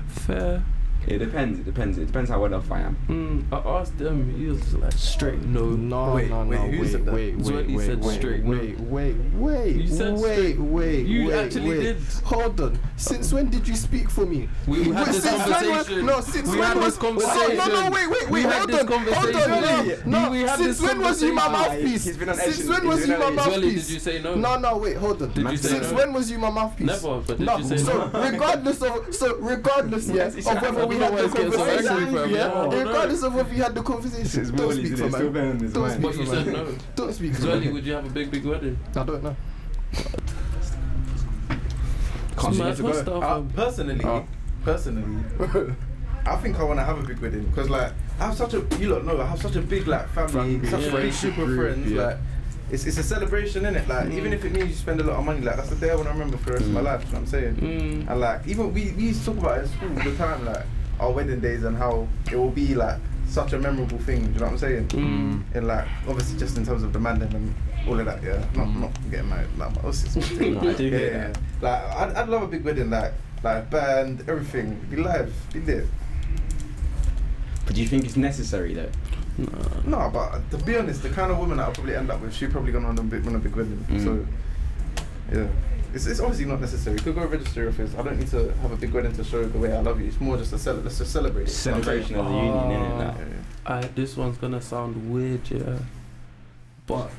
S3: Fair.
S5: it depends. It depends. It depends how well off I am.
S3: Mm, I asked them. He was like straight no.
S23: No,
S14: Wait,
S23: no, no,
S14: wait,
S23: wait,
S14: who
S23: wait,
S14: said that?
S23: wait, wait,
S3: Zwelly
S23: wait,
S3: said
S23: wait,
S3: straight no.
S23: wait, wait, wait,
S3: You said
S23: wait,
S3: straight.
S23: wait,
S3: You
S23: wait,
S3: actually
S23: wait.
S3: did.
S23: Hold on. Since when did you speak for me?
S3: We had this
S23: Since when was-
S3: conversation.
S23: no, since
S3: We
S23: when
S3: had
S23: was Oh,
S3: this conversation.
S23: No, no, no, wait, wait, wait.
S3: We had
S23: hold
S3: this
S23: on, hold on. No,
S3: conversation.
S23: no.
S3: We had
S23: since
S3: this
S23: when was you my
S3: conversation.
S23: mouthpiece?
S5: He's been on
S23: since
S5: edge.
S23: when
S5: He's
S23: was
S5: been
S23: you
S5: on
S23: my
S5: edge.
S23: mouthpiece?
S3: Zwelly, did you say no?
S23: No, no, wait, hold on.
S3: Oh. Did you say
S23: Since
S3: no?
S23: when was you my mouthpiece?
S3: Never, but did
S23: no,
S3: you say
S23: so
S3: no?
S23: regardless of so regardless yeah,
S5: Yes,
S23: of
S5: it's-
S23: whether we had
S3: I don't
S23: the
S3: know why it's getting so
S23: conversation,
S3: angry,
S23: yeah,
S3: bro. No.
S23: regardless of whether you had the conversation, don't speak for man. Don't speak
S3: But you said no.
S23: Don't speak for
S3: Zwelly,
S23: man.
S3: would you have a big, big wedding?
S23: I don't know.
S3: Can't
S5: see you to go.
S6: Uh, personally, personally, I think I want to have a big wedding because like I have such a you lot know I have such a big like family,
S23: Family,
S6: such
S3: yeah.
S6: a big
S3: friendship
S6: group of
S23: group,
S6: friends
S23: yeah.
S6: like. It's, it's a celebration, innit? Like,
S3: Mm.
S6: even if it means you spend a lot of money, like, that's the day I want to remember for the rest of my
S5: Mm.
S6: life, you know what I'm saying?
S3: Mm.
S6: And, like, even we, we used to talk about it at school all the time, like, our wedding days and how it will be, like, such a memorable thing, do you know what I'm saying?
S3: Mm.
S6: And, like, obviously, just in terms of the man and all of that, yeah. Not, not getting married, like, but obviously, it's a big
S5: No, I do
S6: yeah,
S5: hear
S6: yeah.
S5: that.
S6: Like I'd, I'd love a big wedding, like like band, everything, be live, be lit.
S5: But do you think it's necessary though?
S6: No, but to be honest, the kind of woman that I'll probably end up with, she probably gonna want a big, want a big wedding.
S5: Mm.
S6: So yeah, it's, it's obviously not necessary. You could go register your office. I don't need to have a big wedding to show the way I love you. It's more just a cele- let's just celebrate. It.
S5: Celebration of the union, innit?
S3: Ah.
S5: Like,
S6: Yeah, yeah.
S3: I, this one's gonna sound weird, yeah. But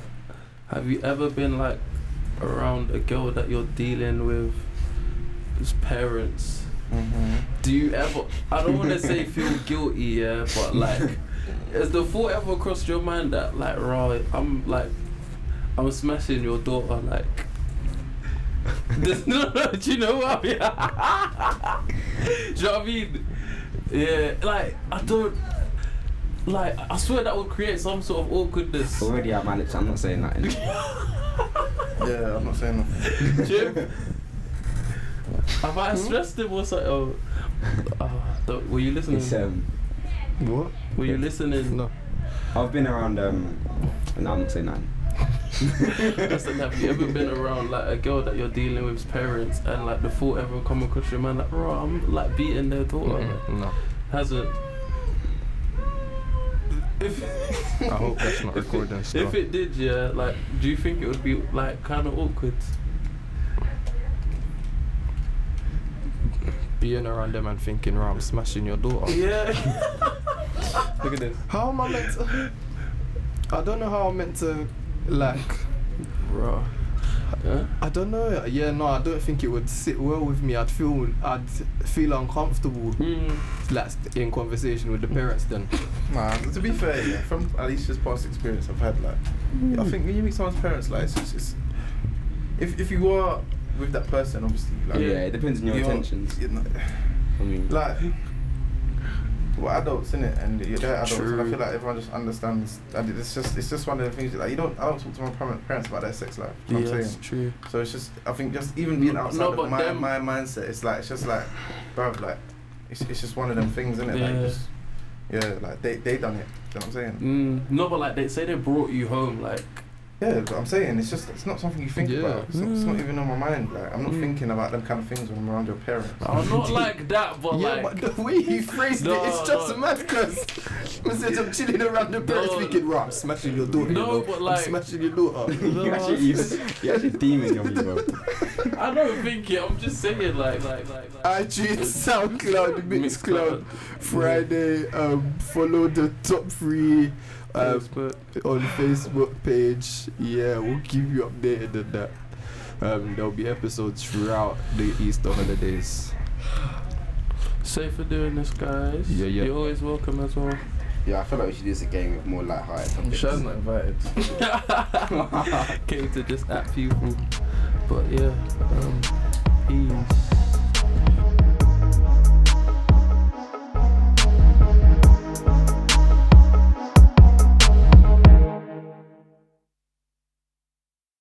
S3: have you ever been like around a girl that you're dealing with, whose parents?
S5: Mm-hmm.
S3: Do you ever? I don't want to say feel guilty, yeah, but like, has the thought ever crossed your mind that like, right, I'm like, I'm smashing your daughter, like. There's no, no, do you know what I mean? do you know what I mean? Yeah, like I don't, like I swear that would create some sort of awkwardness.
S5: Already out my lips. I'm not saying nothing.
S6: Yeah, I'm not saying nothing.
S3: Jim, have I stressed him or something? Oh, oh, don't- were you listening?
S5: it's um.
S23: What?
S3: Were you listening?
S23: No.
S5: I've been around um. No, I'm not saying nothing.
S3: Listen, have you ever been around like a girl that you're dealing with's parents and like the thought ever come across your mind like, bro, I'm like beating their daughter?
S23: Mm-hmm.
S13: No,
S3: Hasn't. If
S13: I hope that's not recording still.
S3: if it did, yeah, like, do you think it would be like kind of awkward?
S13: Being around them and thinking, right, I'm smashing your daughter.
S3: Yeah.
S13: Look at this.
S23: How am I meant to? I don't know how I'm meant to, like.
S3: Bro. Huh?
S23: I don't know. Yeah, no, I don't think it would sit well with me. I'd feel, I'd feel uncomfortable,
S3: Mm.
S23: like in conversation with the parents. Then
S6: Nah, to be fair, yeah, from at least just past experience I've had, like, I think when you meet someone's parents, like, it's, it's, it's if if you are with that person, obviously, like,
S5: yeah, it depends on your
S6: you're-
S5: intentions.
S6: you're not-
S5: I mean,
S6: like we're adults in it and you're they're adults and I
S3: True.
S6: feel like everyone just understands and it's just it's just one of the things that, like you don't I don't talk to my par- parents about their sex life
S3: Mm.
S6: you know what I'm saying
S3: true.
S6: so it's just I think just even being
S3: No,
S6: outside
S3: no,
S6: of
S3: but
S6: my,
S3: them-
S6: my mindset it's like it's just like bruv like it's, it's just one of them things in it
S3: Yeah.
S6: like just, yeah like they they done it you know what I'm saying
S3: Mm, no, but like they say they brought you home, like
S6: Yeah, but I'm saying it's just it's not something you think
S3: Yeah.
S6: about. It's not, it's
S3: Mm.
S6: not even on my mind. Like I'm not thinking about them kind of things when I'm around your parents.
S3: I'm not like that, but
S4: Yeah,
S3: like.
S4: but the way he phrased it,
S3: No,
S4: it's just
S3: no.
S4: mad because I said I'm chilling around the parents
S3: No.
S4: thinking, right, I'm smashing your daughter. you
S3: No,
S4: know,
S3: but
S4: I'm
S3: like-
S4: smashing your daughter.
S5: you actually, you, you actually demon on me, bro.
S3: I don't think it. I'm just saying, like, like, like, like.
S4: iTunes, SoundCloud, Mixcloud, Friday. Um, follow the top three
S13: uh,
S4: um,
S3: Facebook.
S4: on Facebook page. Yeah, we'll keep you updated on that. Um, there'll be episodes throughout the Easter holidays.
S3: Safe for doing this, guys.
S4: Yeah, yeah.
S3: You're always welcome as well.
S5: Yeah, I feel like we should do this again with more light-hearted topics.
S27: Shaz not invited.
S3: Came to just at people. But yeah, um, peace.